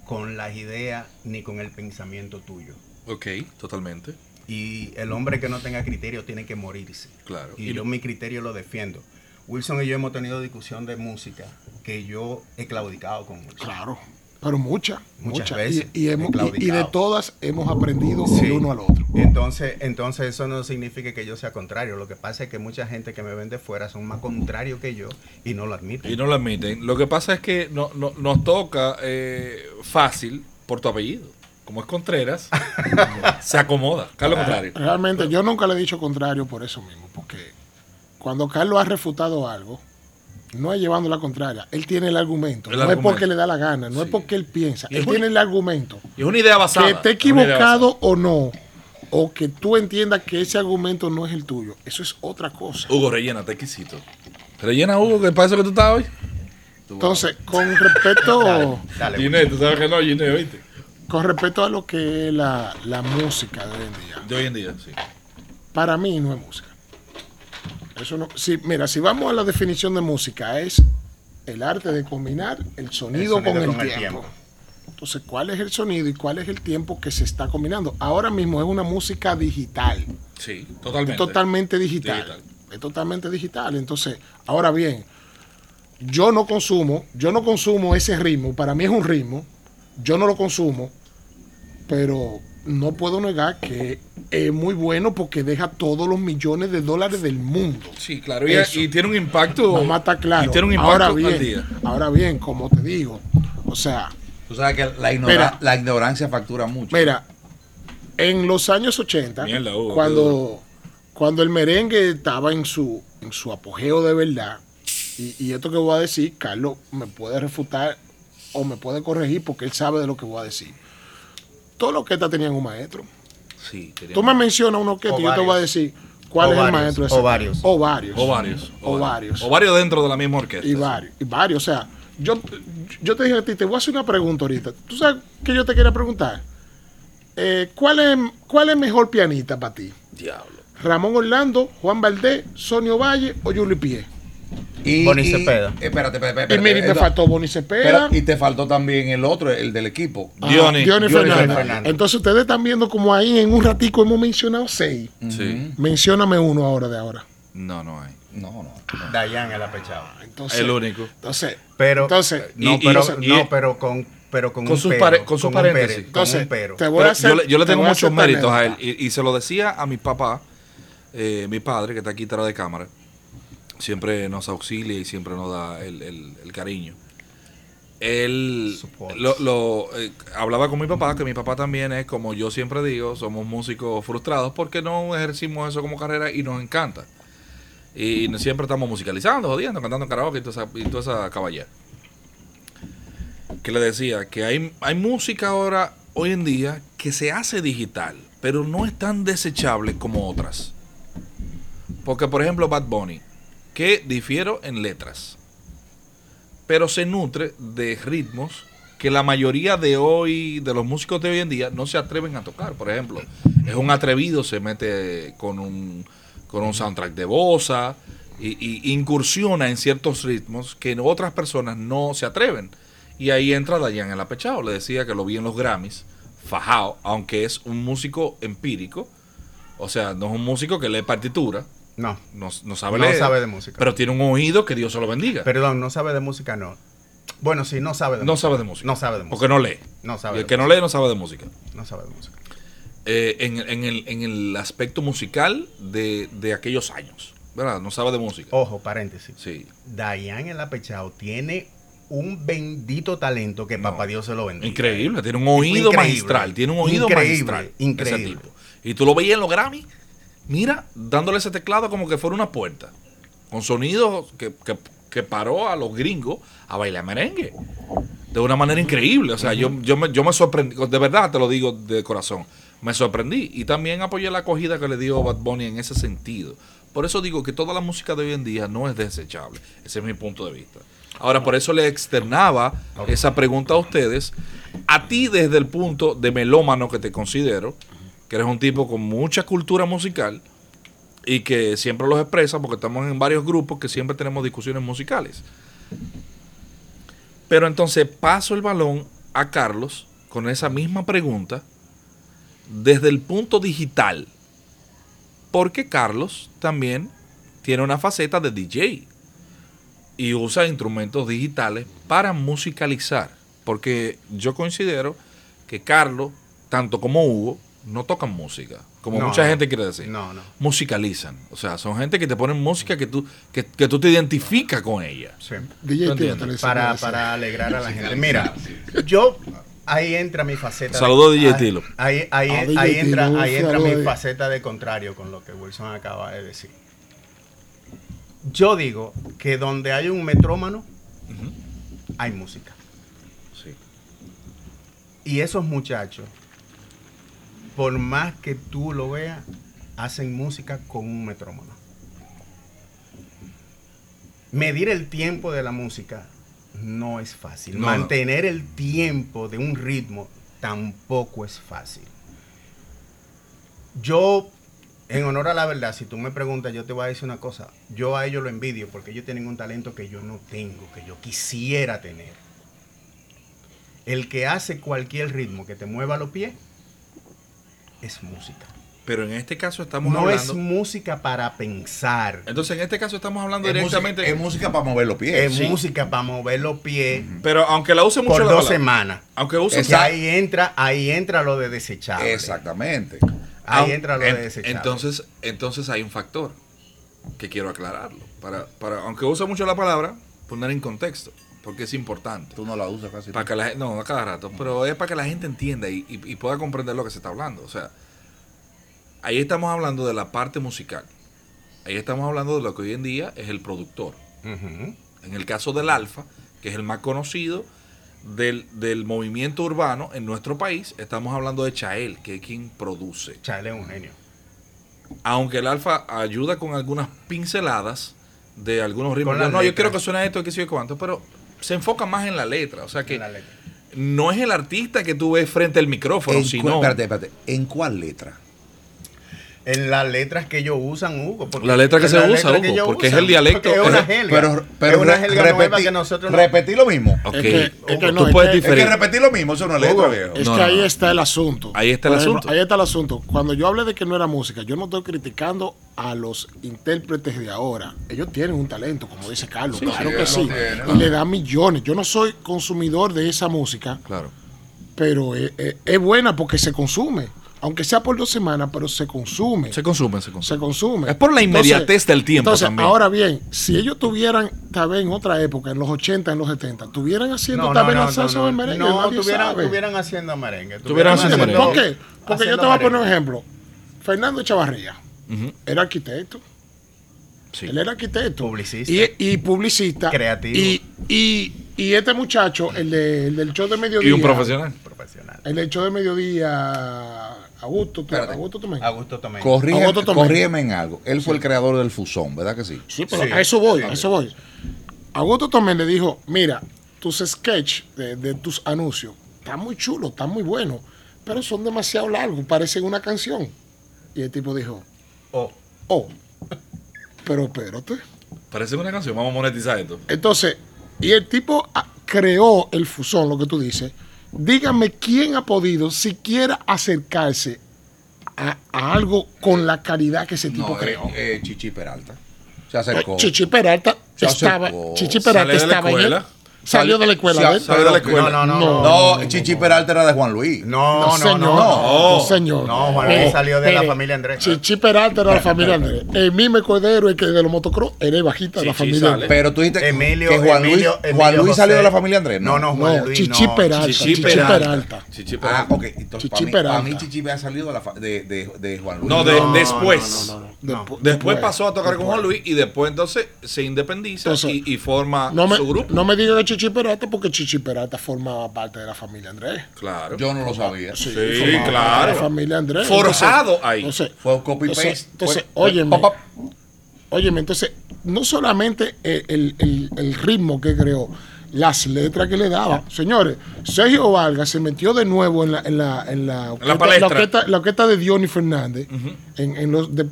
Speaker 3: con las ideas ni con el pensamiento tuyo.
Speaker 1: ok, totalmente.
Speaker 3: Y el hombre que no tenga criterio tiene que morirse.
Speaker 1: Claro.
Speaker 3: Y yo mi criterio lo defiendo. Wilson y yo hemos tenido discusión de música que yo he claudicado con Wilson.
Speaker 5: Claro, pero muchas, muchas,
Speaker 3: Muchas veces.
Speaker 5: Y, y hemos- y- y de
Speaker 3: Claudicado.
Speaker 5: todas hemos aprendido
Speaker 3: Sí.
Speaker 5: el uno al otro.
Speaker 3: Entonces, entonces eso no significa que yo sea contrario. Lo que pasa es que mucha gente que me ven de fuera son más contrarios que yo y no lo admiten.
Speaker 1: Y no lo admiten. Lo que pasa es que no, no- nos toca eh, fácil por tu apellido. Como es Contreras, se acomoda. Carlos Contrario.
Speaker 5: Realmente yo nunca le he dicho contrario por eso mismo, porque cuando Carlos ha refutado algo, no es llevando la contraria, él tiene el argumento,
Speaker 1: El
Speaker 5: no
Speaker 1: argumento.
Speaker 5: es porque le da la gana, no
Speaker 1: Sí.
Speaker 5: es porque él piensa,
Speaker 1: Y
Speaker 5: él
Speaker 1: es muy-
Speaker 5: tiene el argumento.
Speaker 1: Y es una idea basada.
Speaker 5: Que esté
Speaker 1: es una idea
Speaker 5: equivocado o no, o que tú entiendas que ese argumento no es el tuyo, eso es otra cosa.
Speaker 1: basada. Hugo, rellena, te exquisito. Rellena, Hugo, que para eso que tú estás hoy.
Speaker 5: Entonces, con respecto...
Speaker 3: Dale,
Speaker 2: Giné, tú sabes que no, Giné, oíste.
Speaker 5: Con respecto a lo que es la, la música de hoy en día,
Speaker 1: De hoy en día, sí.
Speaker 5: para mí no es música. Eso no, si, mira, si vamos a la definición de música, es el arte de combinar el sonido,
Speaker 3: El sonido
Speaker 5: con, el,
Speaker 3: con el
Speaker 5: tiempo.
Speaker 3: tiempo.
Speaker 5: Entonces, ¿cuál es el sonido y cuál es el tiempo que se está combinando? Ahora mismo es una música digital,
Speaker 1: Sí, totalmente.
Speaker 5: totalmente digital,
Speaker 1: Digital.
Speaker 5: es totalmente digital. Entonces, ahora bien, yo no consumo, yo no consumo ese ritmo, para mí es un ritmo, yo no lo consumo, pero no puedo negar que es muy bueno porque deja todos los millones de dólares del mundo.
Speaker 1: Sí, claro. Y,
Speaker 5: Eso.
Speaker 1: y tiene un impacto.
Speaker 5: Nos mata claro.
Speaker 1: Y tiene un impacto
Speaker 5: ahora bien,
Speaker 1: al día.
Speaker 5: ahora bien, como te digo, o sea,
Speaker 4: Tú sabes que la, ignora-
Speaker 5: Mira.
Speaker 4: la ignorancia factura mucho.
Speaker 5: mira, en los años 80,
Speaker 1: Mierda, Hugo, qué
Speaker 5: cuando, cuando el merengue estaba en su, en su apogeo de verdad, y, y esto que voy a decir, Carlos me puede refutar o me puede corregir porque él sabe de lo que voy a decir. Todos los que tenían un maestro.
Speaker 1: Sí, tenía-
Speaker 5: Tú me mencionas uno que yo te voy a
Speaker 3: Ovarios.
Speaker 5: decir cuál es el
Speaker 3: Ovarios,
Speaker 5: maestro.
Speaker 3: ovarios.
Speaker 5: O varios.
Speaker 1: O varios.
Speaker 5: O varios.
Speaker 1: O varios dentro de la misma orquesta.
Speaker 5: Y varios. Y varios. O sea, yo, yo te dije a ti, te voy a hacer una pregunta ahorita. ¿Tú sabes que yo te quería preguntar? Eh, ¿cuál, es, ¿Cuál es mejor pianista para ti?
Speaker 1: Diablo.
Speaker 5: ¿Ramón Orlando, Juan Valdés, Sonio Valle o Yuli Pie?
Speaker 4: Y,
Speaker 3: Bonnie
Speaker 4: y-
Speaker 3: Cepeda.
Speaker 4: Espérate, espérate, espérate.
Speaker 5: Y mira, y te
Speaker 4: Eduardo,
Speaker 5: faltó Boni Cepeda.
Speaker 4: eh, espera, y te faltó también el otro, el del equipo.
Speaker 5: Ajá,
Speaker 1: Diony.
Speaker 5: Diony
Speaker 3: Diony
Speaker 5: Fernández.
Speaker 3: Fernández.
Speaker 5: Entonces ustedes están viendo como ahí en un ratico hemos mencionado seis.
Speaker 1: Sí.
Speaker 5: Mencióname uno ahora de ahora.
Speaker 1: No, no hay.
Speaker 4: No, no.
Speaker 3: Dayan el apechado.
Speaker 5: Entonces,
Speaker 1: El único.
Speaker 5: Entonces,
Speaker 3: Pero, eh,
Speaker 5: Entonces,
Speaker 3: no,
Speaker 1: y- y-
Speaker 3: pero,
Speaker 1: y-
Speaker 3: no, pero con, pero con,
Speaker 1: Con
Speaker 3: un
Speaker 1: sus
Speaker 3: pero,
Speaker 1: pare- con sus
Speaker 3: un
Speaker 1: paréntesis.
Speaker 3: pero, con
Speaker 5: entonces
Speaker 3: un pero.
Speaker 5: te voy
Speaker 1: Pero
Speaker 5: a hacer.
Speaker 1: yo, le, yo le
Speaker 5: te
Speaker 1: tengo
Speaker 5: voy a
Speaker 1: muchos
Speaker 5: hacer
Speaker 1: méritos a él.
Speaker 5: anécdota.
Speaker 1: Y, y se lo decía a mi papá, eh, mi padre, que está aquí detrás de cámara. Siempre nos auxilia y siempre nos da el, el- el cariño. Él
Speaker 3: Support.
Speaker 1: lo, lo, eh, hablaba con mi papá, que mi papá también es, como yo siempre digo, somos músicos frustrados porque no ejercimos eso como carrera y nos encanta. Y no- siempre estamos musicalizando, jodiendo, cantando en karaoke y toda esa, y toda esa caballera. Que le decía que hay, hay música ahora, hoy en día, que se hace digital, pero no es tan desechable como otras. Porque, por ejemplo, Bad Bunny, que difiero en letras, pero se nutre de ritmos que la mayoría de hoy, de los músicos de hoy en día, no se atreven a tocar. Por ejemplo, es un atrevido, se mete con un, con un soundtrack de bosa y, y incursiona en ciertos ritmos que otras personas no se atreven. Y ahí entra Dayan el apechado. Le decía que lo vi en los Grammys, fajao, aunque es un músico empírico. O sea, no es un músico que lee partitura,
Speaker 3: No,
Speaker 1: no, no sabe
Speaker 3: No
Speaker 1: leer,
Speaker 3: sabe de música.
Speaker 1: Pero tiene un oído que Dios se lo bendiga.
Speaker 3: perdón, no sabe de música, no. Bueno, sí, no sabe de
Speaker 1: no
Speaker 3: música.
Speaker 1: sabe de música.
Speaker 3: No sabe de música.
Speaker 1: Porque no lee.
Speaker 3: No
Speaker 1: Y
Speaker 3: sabe
Speaker 1: el
Speaker 3: de
Speaker 1: que no lee no sabe de música.
Speaker 3: No sabe de música.
Speaker 1: Eh, en, en el, en el aspecto musical de, de aquellos años. ¿Verdad? No sabe de música.
Speaker 3: Ojo, paréntesis.
Speaker 1: Sí.
Speaker 3: Dayan el apechado tiene un bendito talento que papá Dios se lo bendiga.
Speaker 1: Increíble. Tiene un oído
Speaker 3: Increíble.
Speaker 1: magistral. Tiene un oído
Speaker 3: Increíble,
Speaker 1: magistral.
Speaker 3: increíble.
Speaker 1: Ese tipo. Y tú lo veías en los Grammy. Mira, dándole ese teclado como que fuera una puerta. Con sonidos que, que- que paró a los gringos a bailar merengue. de una manera increíble. O sea, yo, yo, me, yo me sorprendí, de verdad te lo digo de corazón, me sorprendí. Y también apoyé la acogida que le dio Bad Bunny en ese sentido. Por eso digo que toda la música de hoy en día no es desechable. Ese es mi punto de vista. Ahora, por eso le externaba esa pregunta a ustedes. A ti desde el punto de melómano que te considero, que eres un tipo con mucha cultura musical, y que siempre los expresa porque estamos en varios grupos que siempre tenemos discusiones musicales. Pero entonces paso el balón a Carlos con esa misma pregunta desde el punto digital. Porque Carlos también tiene una faceta de DJ y usa instrumentos digitales para musicalizar. Porque yo considero que Carlos, tanto como Hugo, no tocan música, como
Speaker 3: No,
Speaker 1: mucha
Speaker 3: no.
Speaker 1: gente quiere decir
Speaker 3: No, no.
Speaker 1: musicalizan. O sea, son gente que te ponen música que tú, que, que tú te identificas con ella.
Speaker 3: Sí.
Speaker 5: DJ
Speaker 1: Tú
Speaker 5: Tino
Speaker 1: entiendes.
Speaker 5: te lo enseñó a
Speaker 3: Para,
Speaker 5: hacer.
Speaker 3: para alegrar a la gente. Mira, yo ahí entra mi faceta. de-
Speaker 1: Saludos, DJ
Speaker 3: ah,
Speaker 1: Tilo.
Speaker 3: Ahí, ahí,
Speaker 5: Ah, DJ
Speaker 3: ahí entra,
Speaker 5: Tilo,
Speaker 3: ahí entra mi
Speaker 5: saludos.
Speaker 3: faceta de contrario con lo que Wilson acaba de decir. Yo digo que donde hay un metrómano, hay música. Y esos muchachos, por más que tú lo veas, hacen música con un metrómano. Medir el tiempo de la música no es fácil.
Speaker 1: No, no.
Speaker 3: Mantener el tiempo de un ritmo tampoco es fácil. Yo, en honor a la verdad, si tú me preguntas, yo te voy a decir una cosa. Yo a ellos lo envidio porque ellos tienen un talento que yo no tengo, que yo quisiera tener. El que hace cualquier ritmo que te mueva los pies es música.
Speaker 1: Pero en este caso estamos
Speaker 3: No es
Speaker 1: hablando.
Speaker 3: música para pensar.
Speaker 1: Entonces, en este caso estamos hablando
Speaker 4: Es
Speaker 1: directamente.
Speaker 4: música, es música para mover los pies.
Speaker 3: Es música para mover los pies
Speaker 1: pero aunque la use mucho
Speaker 3: por
Speaker 1: la
Speaker 3: dos
Speaker 1: palabra,
Speaker 3: semanas.
Speaker 1: Aunque use
Speaker 3: Ya ahí entra, ahí entra lo de desechable.
Speaker 4: Exactamente.
Speaker 3: Ahí
Speaker 1: aun-
Speaker 3: entra lo
Speaker 1: en-
Speaker 3: de desechable.
Speaker 1: entonces, entonces hay un factor que quiero aclararlo. Para, para, aunque use mucho la palabra, poner en contexto, porque es importante.
Speaker 4: Tú no la usas casi.
Speaker 1: Para que la, gen- no, a cada rato, pero es para que la gente entienda y, y- y pueda comprender lo que se está hablando. O sea, ahí estamos hablando de la parte musical. Ahí estamos hablando de lo que hoy en día es el productor.
Speaker 3: Ujú.
Speaker 1: En el caso del Alfa, que es el más conocido, del, del movimiento urbano en nuestro país, estamos hablando de Chael, que es quien produce.
Speaker 3: Chale es un genio.
Speaker 1: Aunque el alfa ayuda con algunas pinceladas de algunos ritmos.
Speaker 3: Con las
Speaker 1: No, yo
Speaker 3: letras.
Speaker 1: quiero que suene esto, que sé yo cuánto, pero se enfoca más en la letra. O sea que
Speaker 3: en la letra.
Speaker 1: no es el artista que tú ves frente al micrófono,
Speaker 4: ¿En cuál-
Speaker 1: sino
Speaker 4: espérate, espérate. ¿En cuál letra?
Speaker 3: En las letras que ellos usan, Hugo. porque-
Speaker 1: La letra que
Speaker 3: en
Speaker 1: se
Speaker 3: la
Speaker 1: usa,
Speaker 3: letra que
Speaker 1: Hugo,
Speaker 3: ellos
Speaker 1: porque es el dialecto. Eh,
Speaker 3: porque Es
Speaker 1: Pero-
Speaker 3: una jerga.
Speaker 4: Pero, pero
Speaker 3: es una
Speaker 4: re-
Speaker 3: jerga nueva
Speaker 4: repetí-
Speaker 3: que nosotros no-
Speaker 4: repetí lo mismo.
Speaker 1: Ok.
Speaker 5: Es que- es que
Speaker 1: Tú
Speaker 5: no, es
Speaker 1: puedes
Speaker 5: que- es
Speaker 4: Es que
Speaker 1: diferir.
Speaker 4: repetí lo mismo, eso no es letra,
Speaker 3: Hugo,
Speaker 4: viejo.
Speaker 5: Es
Speaker 1: No,
Speaker 5: que
Speaker 1: no,
Speaker 5: ahí
Speaker 1: no.
Speaker 5: está el asunto.
Speaker 1: Ahí está el
Speaker 5: Por
Speaker 1: asunto.
Speaker 5: ahí está el asunto. Cuando yo hablé de que no era música, yo no estoy criticando a los intérpretes de ahora. Ellos tienen un talento, como dice Carlos. claro
Speaker 4: sí,
Speaker 5: que
Speaker 4: lo
Speaker 5: sí.
Speaker 4: tienen,
Speaker 5: y le dan millones. Yo no soy consumidor de esa música,
Speaker 1: Claro.
Speaker 5: pero es, es- es buena porque se consume. Aunque sea por dos semanas, pero se consume.
Speaker 1: Se consume, se consume.
Speaker 5: se consume.
Speaker 1: Es por la inmediatez del tiempo
Speaker 5: entonces,
Speaker 1: también.
Speaker 5: Ahora bien, si ellos tuvieran, tal vez en otra época, en los 80, en los 70, tuvieran haciendo
Speaker 3: No,
Speaker 5: tal
Speaker 3: no,
Speaker 5: vez
Speaker 3: no,
Speaker 5: la salsa
Speaker 3: no,
Speaker 5: o el
Speaker 3: no.
Speaker 5: merengue,
Speaker 3: No,
Speaker 5: nadie
Speaker 3: tuvieran,
Speaker 5: sabe.
Speaker 3: tuvieran haciendo merengue.
Speaker 1: Tuvieran haciendo merengue.
Speaker 5: ¿Por qué? Porque yo
Speaker 3: haciendo
Speaker 5: te voy a poner un
Speaker 3: merengue.
Speaker 5: ejemplo. Fernando Echavarría
Speaker 1: Ujú,
Speaker 5: era arquitecto.
Speaker 1: sí.
Speaker 5: Él era arquitecto.
Speaker 3: Publicista.
Speaker 5: Y, y publicista.
Speaker 3: Creativo.
Speaker 5: Y, y, y este muchacho, el, de- el del show de mediodía.
Speaker 1: Y un profesional.
Speaker 3: Profesional.
Speaker 5: El del show de mediodía. Augusto, tú-
Speaker 4: Espérate.
Speaker 5: Augusto Tomé.
Speaker 3: Augusto Tomé.
Speaker 4: Corrígeme,
Speaker 5: Augusto Tomé.
Speaker 4: corrígeme en algo. Él fue el creador del fusón, ¿verdad que sí?
Speaker 5: Sí, pero
Speaker 3: Sí.
Speaker 5: a eso voy, a eso voy. Augusto Tomé le dijo, mira, tus sketch de, de tus anuncios están muy chulos, están muy buenos, pero son demasiado largos, parecen una canción. Y el tipo dijo,
Speaker 3: Oh,
Speaker 5: oh, pero espérate.
Speaker 1: Parece una canción, vamos a monetizar esto.
Speaker 5: Entonces, y el tipo ah, creó el fusón, lo que tú dices. Dígame quién ha podido siquiera acercarse a, a algo con la calidad que ese tipo
Speaker 4: No, eh,
Speaker 5: creó.
Speaker 4: eh, Chichi Peralta. Se acercó.
Speaker 5: Eh, Chichi Peralta
Speaker 4: Se
Speaker 5: estaba.
Speaker 4: acercó.
Speaker 5: Chichi Peralta
Speaker 1: Salió de la
Speaker 5: estaba en el-
Speaker 1: escuela.
Speaker 5: Salió de la escuela.
Speaker 4: eh, Sa-
Speaker 5: ¿ves?
Speaker 1: salió de la
Speaker 4: pero-
Speaker 1: escuela.
Speaker 3: No, no, no.
Speaker 4: No, Chichi Peralta era de Juan Luis.
Speaker 3: No, no, no,
Speaker 5: señor.
Speaker 3: no, no.
Speaker 5: no, señor. Eh,
Speaker 3: No, Juan Luis salió de la familia Andrés.
Speaker 5: Chichi Peralta era de la familia Andrés. El mime Cordero, el que de los motocross, era bajita de la
Speaker 1: Chichi
Speaker 5: familia
Speaker 1: sale.
Speaker 5: Andrés.
Speaker 4: Pero tú dijiste
Speaker 3: Emilio,
Speaker 4: que Juan
Speaker 3: Emilio,
Speaker 4: Luis,
Speaker 3: Emilio
Speaker 4: Juan Luis
Speaker 3: José.
Speaker 4: salió de la familia Andrés.
Speaker 3: No, no, Juan
Speaker 5: No,
Speaker 3: Luis.
Speaker 5: Chichi
Speaker 3: no.
Speaker 5: Peralta.
Speaker 1: Chichi
Speaker 5: Ah, Chichi
Speaker 1: Peralta.
Speaker 5: Peralta.
Speaker 1: Chichi
Speaker 4: Ah,
Speaker 1: Peralta.
Speaker 4: ok. Entonces, para,
Speaker 5: Chichi
Speaker 4: mí, para mí
Speaker 5: Peralta.
Speaker 4: Chichi había salido de, la fa- de, de, de Juan Luis.
Speaker 1: No, de- después.
Speaker 3: no, no, no.
Speaker 5: Despu-
Speaker 1: Después pasó a tocar con Juan Luis y después entonces se independiza
Speaker 5: Entonces,
Speaker 1: y, y forma
Speaker 5: No me,
Speaker 1: Ah, su grupo.
Speaker 5: no me digas que Chichi Peralta, porque Chichi Peralta formaba parte de la familia Andrés.
Speaker 1: Claro.
Speaker 4: Yo no lo sabía.
Speaker 5: Sí,
Speaker 1: Sí,
Speaker 5: La
Speaker 1: claro.
Speaker 5: familia Andrés.
Speaker 1: Forjado ahí.
Speaker 5: Entonces,
Speaker 4: Fue un copy paste.
Speaker 5: entonces, entonces,
Speaker 4: Fue-
Speaker 5: óyeme.
Speaker 4: Pop, pop.
Speaker 5: Óyeme, entonces, no solamente el, el- el- el ritmo que creó, las letras que le daba. Señores, Sergio Vargas se metió de nuevo en la, en la, en la, orquesta,
Speaker 1: palestra.
Speaker 5: orquesta- la orquesta de Diony Fernández. en, en los de-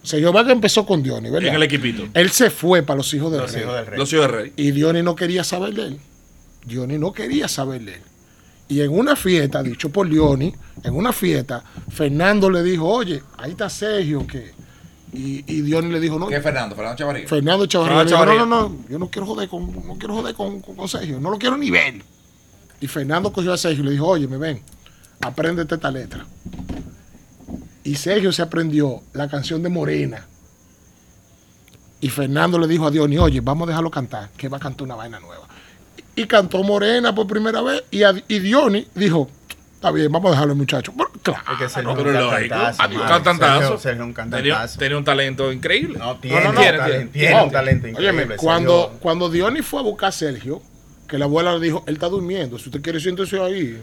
Speaker 5: Sergio Vargas empezó con Diony, ¿verdad?
Speaker 1: En el equipito.
Speaker 5: Él se fue para los hijos del
Speaker 3: Los
Speaker 5: Rey.
Speaker 3: hijos del rey.
Speaker 1: Los hijos de Rey.
Speaker 5: Y Diony no quería saber de él. Diony no quería saber de él. Y en una fiesta, dicho por Diony, en una fiesta, Fernando le dijo, oye, ahí está Sergio, que... Y, y Diony le dijo, no,
Speaker 4: ¿Qué es Fernando? Fernando Chavarría.
Speaker 5: Fernando Chavarría.
Speaker 1: Fernando
Speaker 5: dijo,
Speaker 1: Chavarría.
Speaker 5: No, no, no, yo no quiero joder con, no quiero joder con, con, con Sergio, no lo quiero ni ver. Y Fernando cogió a Sergio y le dijo, oye, me ven, apréndete esta letra. Y Sergio se aprendió la canción de Morena. Y Fernando le dijo a Diony, oye, vamos a dejarlo cantar, que va a cantar una vaina nueva. Y cantó Morena por primera vez y, a- y Diony dijo, está bien, vamos a dejarlo, muchacho. Pero, claro,
Speaker 3: Es que Sergio
Speaker 1: No,
Speaker 3: es
Speaker 1: pero
Speaker 3: un
Speaker 1: lógico.
Speaker 3: cantantazo,
Speaker 1: Ah, Un
Speaker 3: mano.
Speaker 1: cantantazo.
Speaker 3: Sergio- Sergio es
Speaker 1: Tenía,
Speaker 3: un cantantazo.
Speaker 1: tenía un talento increíble.
Speaker 3: No, tiene,
Speaker 1: no,
Speaker 3: un talento, tiene
Speaker 5: No,
Speaker 3: un talento
Speaker 5: óyeme,
Speaker 3: increíble.
Speaker 5: cuando,
Speaker 3: Sergio.
Speaker 5: cuando Diony fue a buscar a Sergio, que la abuela le dijo, él está durmiendo, si usted quiere siéntese ahí.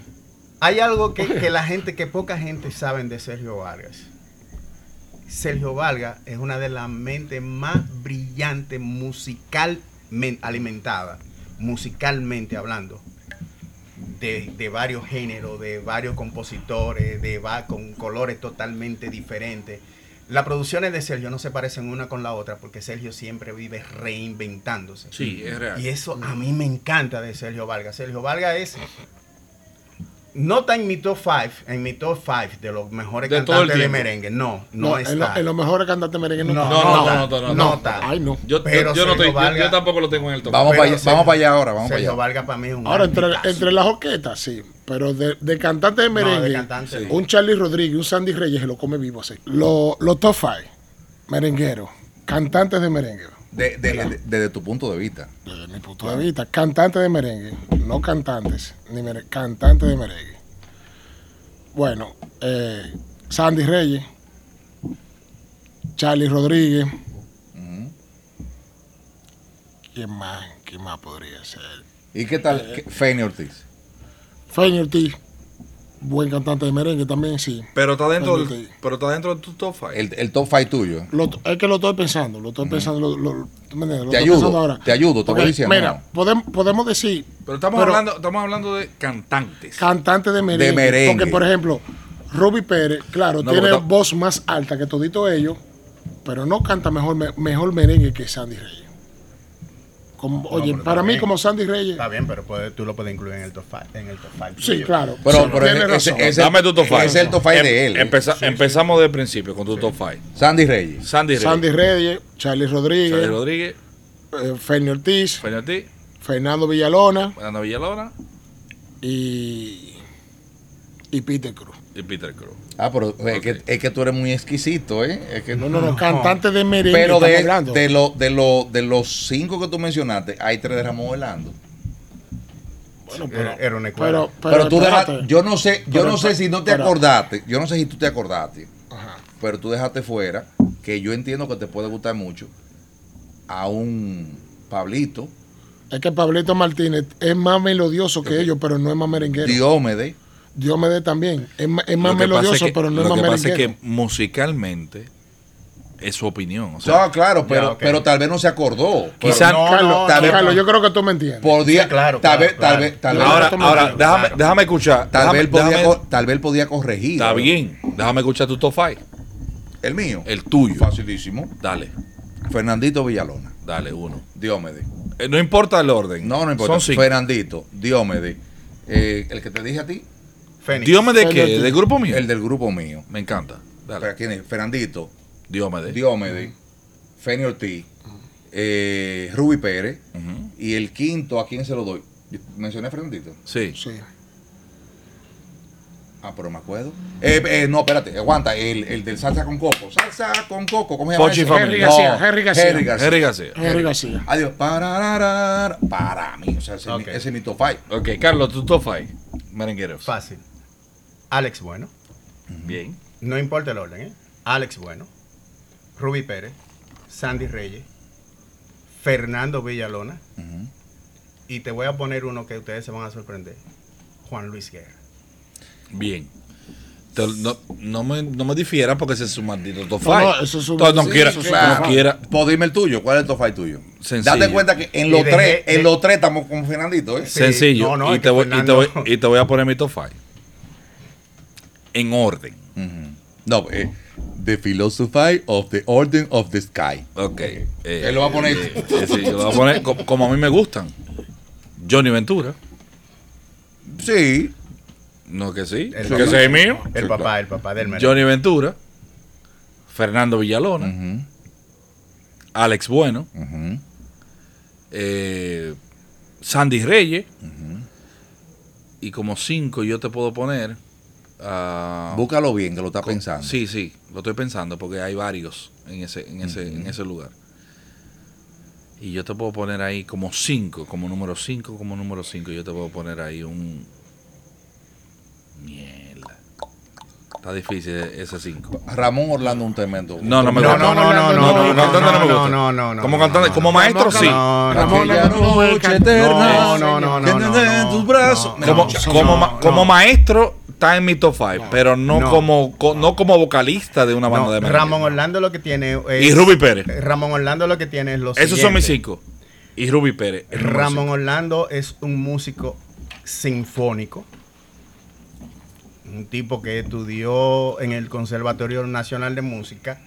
Speaker 3: Hay algo que, que la gente, que poca gente saben de Sergio Vargas. Sergio Vargas es una de las mentes más brillantes musicalmente alimentada, musicalmente hablando, de, de varios géneros, de varios compositores, de va con colores totalmente diferentes. Las producciones de Sergio no se parecen una con la otra porque Sergio siempre vive reinventándose.
Speaker 1: Sí, es real.
Speaker 3: Y eso a mí me encanta de Sergio Vargas. Sergio Vargas es. No está en mi top 5, en mi top 5 de los mejores
Speaker 1: De todo el
Speaker 3: cantantes de
Speaker 1: tiempo.
Speaker 3: merengue. No, no,
Speaker 5: No, en, lo-
Speaker 3: está.
Speaker 5: en los mejores cantantes merengue no,
Speaker 3: No,
Speaker 5: está.
Speaker 1: No, no,
Speaker 3: no,
Speaker 1: no, no, no,
Speaker 3: no
Speaker 1: no.
Speaker 3: está.
Speaker 5: Ay, no.
Speaker 1: Yo,
Speaker 3: Pero
Speaker 1: yo- yo no
Speaker 3: Sergio
Speaker 1: estoy- yo- yo
Speaker 3: Vargas-
Speaker 1: tampoco lo tengo en el top.
Speaker 4: Vamos
Speaker 3: Pero
Speaker 4: para allá,
Speaker 3: Sergio-
Speaker 4: vamos para allá ahora, vamos para allá.
Speaker 3: Sergio Vargas para mí es un.
Speaker 5: Ahora, entre,
Speaker 3: artistazo.
Speaker 5: entre las orquestas, sí. Pero de, de cantantes de
Speaker 3: No, de
Speaker 5: merengue,
Speaker 3: cantantes, sí.
Speaker 5: un Charlie Rodríguez, un Sandy Reyes, se lo come vivo así. Los los top five, merengueros, cantantes de merengue.
Speaker 4: De- de- de- Desde tu punto de vista.
Speaker 5: Desde mi punto de vista, cantantes de merengue, no cantantes, ni mere- cantantes de merengue. Bueno, eh, Sandy Reyes, Charlie Rodríguez, ¿quién más? ¿Quién más podría ser?
Speaker 4: ¿Y qué
Speaker 5: Eh.
Speaker 4: tal que- Fanny Ortiz?
Speaker 5: Fanny Ortiz, buen cantante de merengue también, sí.
Speaker 6: Pero está dentro, del-
Speaker 5: Fanny Ortiz.
Speaker 6: pero está dentro de tu top five.
Speaker 4: El, el top five tuyo.
Speaker 5: Lo- es que lo estoy pensando, lo estoy pensando, lo, lo- ¿tú me entiendes? Lo
Speaker 4: Te
Speaker 5: estoy
Speaker 4: ayudo,
Speaker 5: pensando ahora.
Speaker 4: te ayudo, te voy
Speaker 5: Ok,
Speaker 4: diciendo,
Speaker 5: Mira,
Speaker 4: no.
Speaker 5: podemos, podemos decir
Speaker 6: Pero estamos
Speaker 5: Pero-
Speaker 6: hablando, estamos hablando de cantantes.
Speaker 5: cantante de merengue.
Speaker 4: De merengue.
Speaker 5: Porque, por ejemplo, Ruby Pérez, claro,
Speaker 1: No,
Speaker 5: tiene
Speaker 1: porque está-
Speaker 5: voz más alta que todito ellos, pero no canta mejor, me- mejor merengue que Sandy Reyes. Como- oye,
Speaker 3: pero
Speaker 5: para mí
Speaker 3: también-
Speaker 5: como Sandy Reyes,
Speaker 3: Está bien, pero puede- tú lo puedes incluir en el top five- En el top five
Speaker 5: sí,
Speaker 3: tuyo.
Speaker 5: claro.
Speaker 4: Pero,
Speaker 5: sí,
Speaker 4: pero
Speaker 5: tiene
Speaker 4: ese-
Speaker 5: razón.
Speaker 4: ese-
Speaker 2: Dame tu top five.
Speaker 4: Es el top five
Speaker 2: Em-
Speaker 4: de él.
Speaker 2: empeza- Empezamos del principio con tu top five.
Speaker 4: Sandy Reyes.
Speaker 6: Sandy Reyes,
Speaker 5: Sandy Reyes,
Speaker 6: Charly
Speaker 5: Charlie Rodríguez,
Speaker 6: Rodríguez,
Speaker 5: eh, Fernie Ortiz,
Speaker 6: Fanny Ortiz,
Speaker 5: Fernando Villalona
Speaker 6: Fernando Villalona
Speaker 5: y, y Peter Cruz.
Speaker 6: y Peter Cruz.
Speaker 4: Ah, pero es, que, es que tú eres muy exquisito, ¿eh? Es que-
Speaker 5: No, no, no, cantante de merengue.
Speaker 4: Pero
Speaker 5: estamos
Speaker 4: de,
Speaker 5: hablando.
Speaker 4: de, lo, de, lo, de los cinco que tú mencionaste, hay tres de Ramón Orlando.
Speaker 5: Bueno, pero,
Speaker 3: Era, era una escuela.
Speaker 5: pero,
Speaker 4: Pero, tú
Speaker 5: espérate.
Speaker 4: dejaste, yo no sé, yo
Speaker 5: Pero
Speaker 4: no sé
Speaker 5: espera-
Speaker 4: si no te
Speaker 5: espera.
Speaker 4: acordaste, yo no sé si tú te acordaste,
Speaker 5: Ajá.
Speaker 4: pero tú dejaste fuera, que yo entiendo que te puede gustar mucho, a un Pablito,
Speaker 5: Es que Pablito Martínez es más melodioso que ellos, pero no es más merenguero.
Speaker 4: Diómede,
Speaker 5: Dios me dé también. Es, ma- es
Speaker 1: Lo
Speaker 5: más
Speaker 1: que pasa es
Speaker 5: melodioso,
Speaker 1: que-
Speaker 5: pero no es
Speaker 1: Lo
Speaker 5: más
Speaker 1: que pasa es
Speaker 5: merenguero.
Speaker 1: que musicalmente es su opinión. O sea,
Speaker 4: No, claro, pero,
Speaker 3: ok.
Speaker 4: pero tal vez no se acordó. Pero
Speaker 1: Quizá-
Speaker 3: no,
Speaker 5: Carlos,
Speaker 3: no,
Speaker 4: tal vez-
Speaker 5: Carlos, yo creo que tú me entiendes.
Speaker 4: podía-
Speaker 3: Sí, claro,
Speaker 4: tal
Speaker 3: claro,
Speaker 4: vez,
Speaker 3: claro.
Speaker 4: tal vez, tal vez,
Speaker 1: ahora,
Speaker 5: Claro.
Speaker 1: ahora déjame,
Speaker 3: Claro.
Speaker 1: déjame escuchar.
Speaker 4: tal
Speaker 1: déjame-
Speaker 4: vez podía,
Speaker 1: déjame-
Speaker 4: co- tal vez podía corregir.
Speaker 1: Está bien. Déjame escuchar tu top five.
Speaker 4: El mío.
Speaker 1: El tuyo.
Speaker 4: Facilísimo.
Speaker 1: Dale,
Speaker 4: Fernandito Villalona,
Speaker 1: dale, uno.
Speaker 4: Diómede.
Speaker 1: Eh, no importa el orden.
Speaker 4: No, no importa.
Speaker 1: Son cinco.
Speaker 4: Fernandito, Diómede. Eh, el que te dije a ti,
Speaker 3: Fénix.
Speaker 1: Dios me de qué,
Speaker 5: Fernandito.
Speaker 1: del grupo mío.
Speaker 4: el del grupo mío.
Speaker 1: Me encanta. Dale.
Speaker 4: Espera, ¿quién es? Fernandito,
Speaker 1: Dios me dé.
Speaker 4: Diómede, Feni Ortiz, eh, Ruby Pérez.
Speaker 1: Ujú.
Speaker 4: Y el quinto, ¿a quién se lo doy? Yo Mencioné a Fernandito.
Speaker 1: Sí.
Speaker 5: Sí.
Speaker 4: Ah, pero me acuerdo. Eh, eh, no, espérate, aguanta. El, el del salsa con coco. Salsa con coco, ¿cómo se llama?
Speaker 1: Pochi
Speaker 4: ese?
Speaker 1: Family.
Speaker 5: Henry García, Henry García.
Speaker 4: Henry García.
Speaker 1: Henry García.
Speaker 5: Henry García.
Speaker 4: Adiós. Parararara. Para mí. O sea, ese,
Speaker 3: Ok.
Speaker 4: es, mi, ese es mi top five.
Speaker 1: Ok, Carlos, tu top five. Merengueros.
Speaker 3: Fácil. Alex Bueno.
Speaker 1: Bien.
Speaker 3: No importa el orden, ¿eh? Alex Bueno. Ruby Pérez. Sandy Reyes. Fernando Villalona. Y te voy a poner uno que ustedes se van a sorprender. Juan Luis Guerra.
Speaker 1: Bien. Te- no, no me, no me difieras porque ese es su maldito top
Speaker 5: No,
Speaker 1: five.
Speaker 5: no, eso es un-
Speaker 1: Entonces, no
Speaker 5: sí,
Speaker 1: quiera,
Speaker 5: eso es
Speaker 4: Claro.
Speaker 1: no quiera.
Speaker 4: Pues dime el tuyo. ¿Cuál es el top five tuyo?
Speaker 1: Sencillo.
Speaker 4: Date cuenta que en
Speaker 3: Y
Speaker 4: los
Speaker 3: dejé-
Speaker 4: tres,
Speaker 3: de-
Speaker 4: en los tres estamos con Fernandito, ¿eh?
Speaker 3: Sí,
Speaker 1: Sencillo.
Speaker 3: no, no,
Speaker 1: y,
Speaker 3: es
Speaker 1: te
Speaker 3: que
Speaker 1: voy, y, te voy,
Speaker 3: Fernando-
Speaker 1: y te voy a poner mi top five. En orden.
Speaker 4: No, eh, The Philosophy of the Order of the Sky.
Speaker 1: Ok. eh,
Speaker 4: Él lo va a poner.
Speaker 1: eh, eh, sí, yo lo voy a poner co- como, a mí me gustan. Johnny Ventura.
Speaker 4: Sí.
Speaker 1: No que sí.
Speaker 3: El
Speaker 2: Que
Speaker 3: papá.
Speaker 2: ese es mío.
Speaker 3: El papá, el papá del merengue.
Speaker 1: Johnny Ventura. Fernando Villalona.
Speaker 4: Mm.
Speaker 1: Alex Bueno. eh, Sandy Reyes. Y como cinco yo te puedo poner. ah,
Speaker 4: Búscalo bien, que lo está pensando.
Speaker 1: Sí, sí, lo estoy pensando porque hay varios en ese, en ese, en ese lugar. Y yo te puedo poner ahí como cinco, como número cinco, como número cinco, yo te puedo poner ahí un... Mierda. Está difícil ese cinco.
Speaker 4: Ramón Orlando un tremendo.
Speaker 1: No, no me
Speaker 3: No,
Speaker 1: gusta.
Speaker 3: no, no, no, no,
Speaker 1: No, no,
Speaker 3: no,
Speaker 1: no, no, no me gusta.
Speaker 3: no, no, no,
Speaker 1: Como
Speaker 3: no,
Speaker 1: cantante,
Speaker 3: no,
Speaker 1: como
Speaker 3: no.
Speaker 1: maestro, sí.
Speaker 3: No, no,
Speaker 5: Ramón
Speaker 4: Aquella
Speaker 5: Orlando no es
Speaker 4: noche
Speaker 5: cantante.
Speaker 4: eterna.
Speaker 3: No, no, no, no, no,
Speaker 4: que en
Speaker 3: no,
Speaker 4: tus brazos.
Speaker 3: no,
Speaker 4: No,
Speaker 1: Como,
Speaker 3: no,
Speaker 1: como,
Speaker 3: no,
Speaker 1: ma-
Speaker 3: no.
Speaker 1: como maestro está en mi top five, pero no,
Speaker 3: no.
Speaker 1: como co- no como vocalista de una banda
Speaker 3: No,
Speaker 1: de merengue.
Speaker 3: Ramón Orlando lo que tiene es-
Speaker 1: Y Ruby Pérez.
Speaker 3: Ramón Orlando lo que tiene es lo
Speaker 1: Esos son mis
Speaker 3: siguiente.
Speaker 1: cinco. Y Ruby Pérez. el número
Speaker 3: Ramón
Speaker 1: cinco.
Speaker 3: Orlando es un músico sinfónico, un tipo que estudió en el Conservatorio Nacional de Música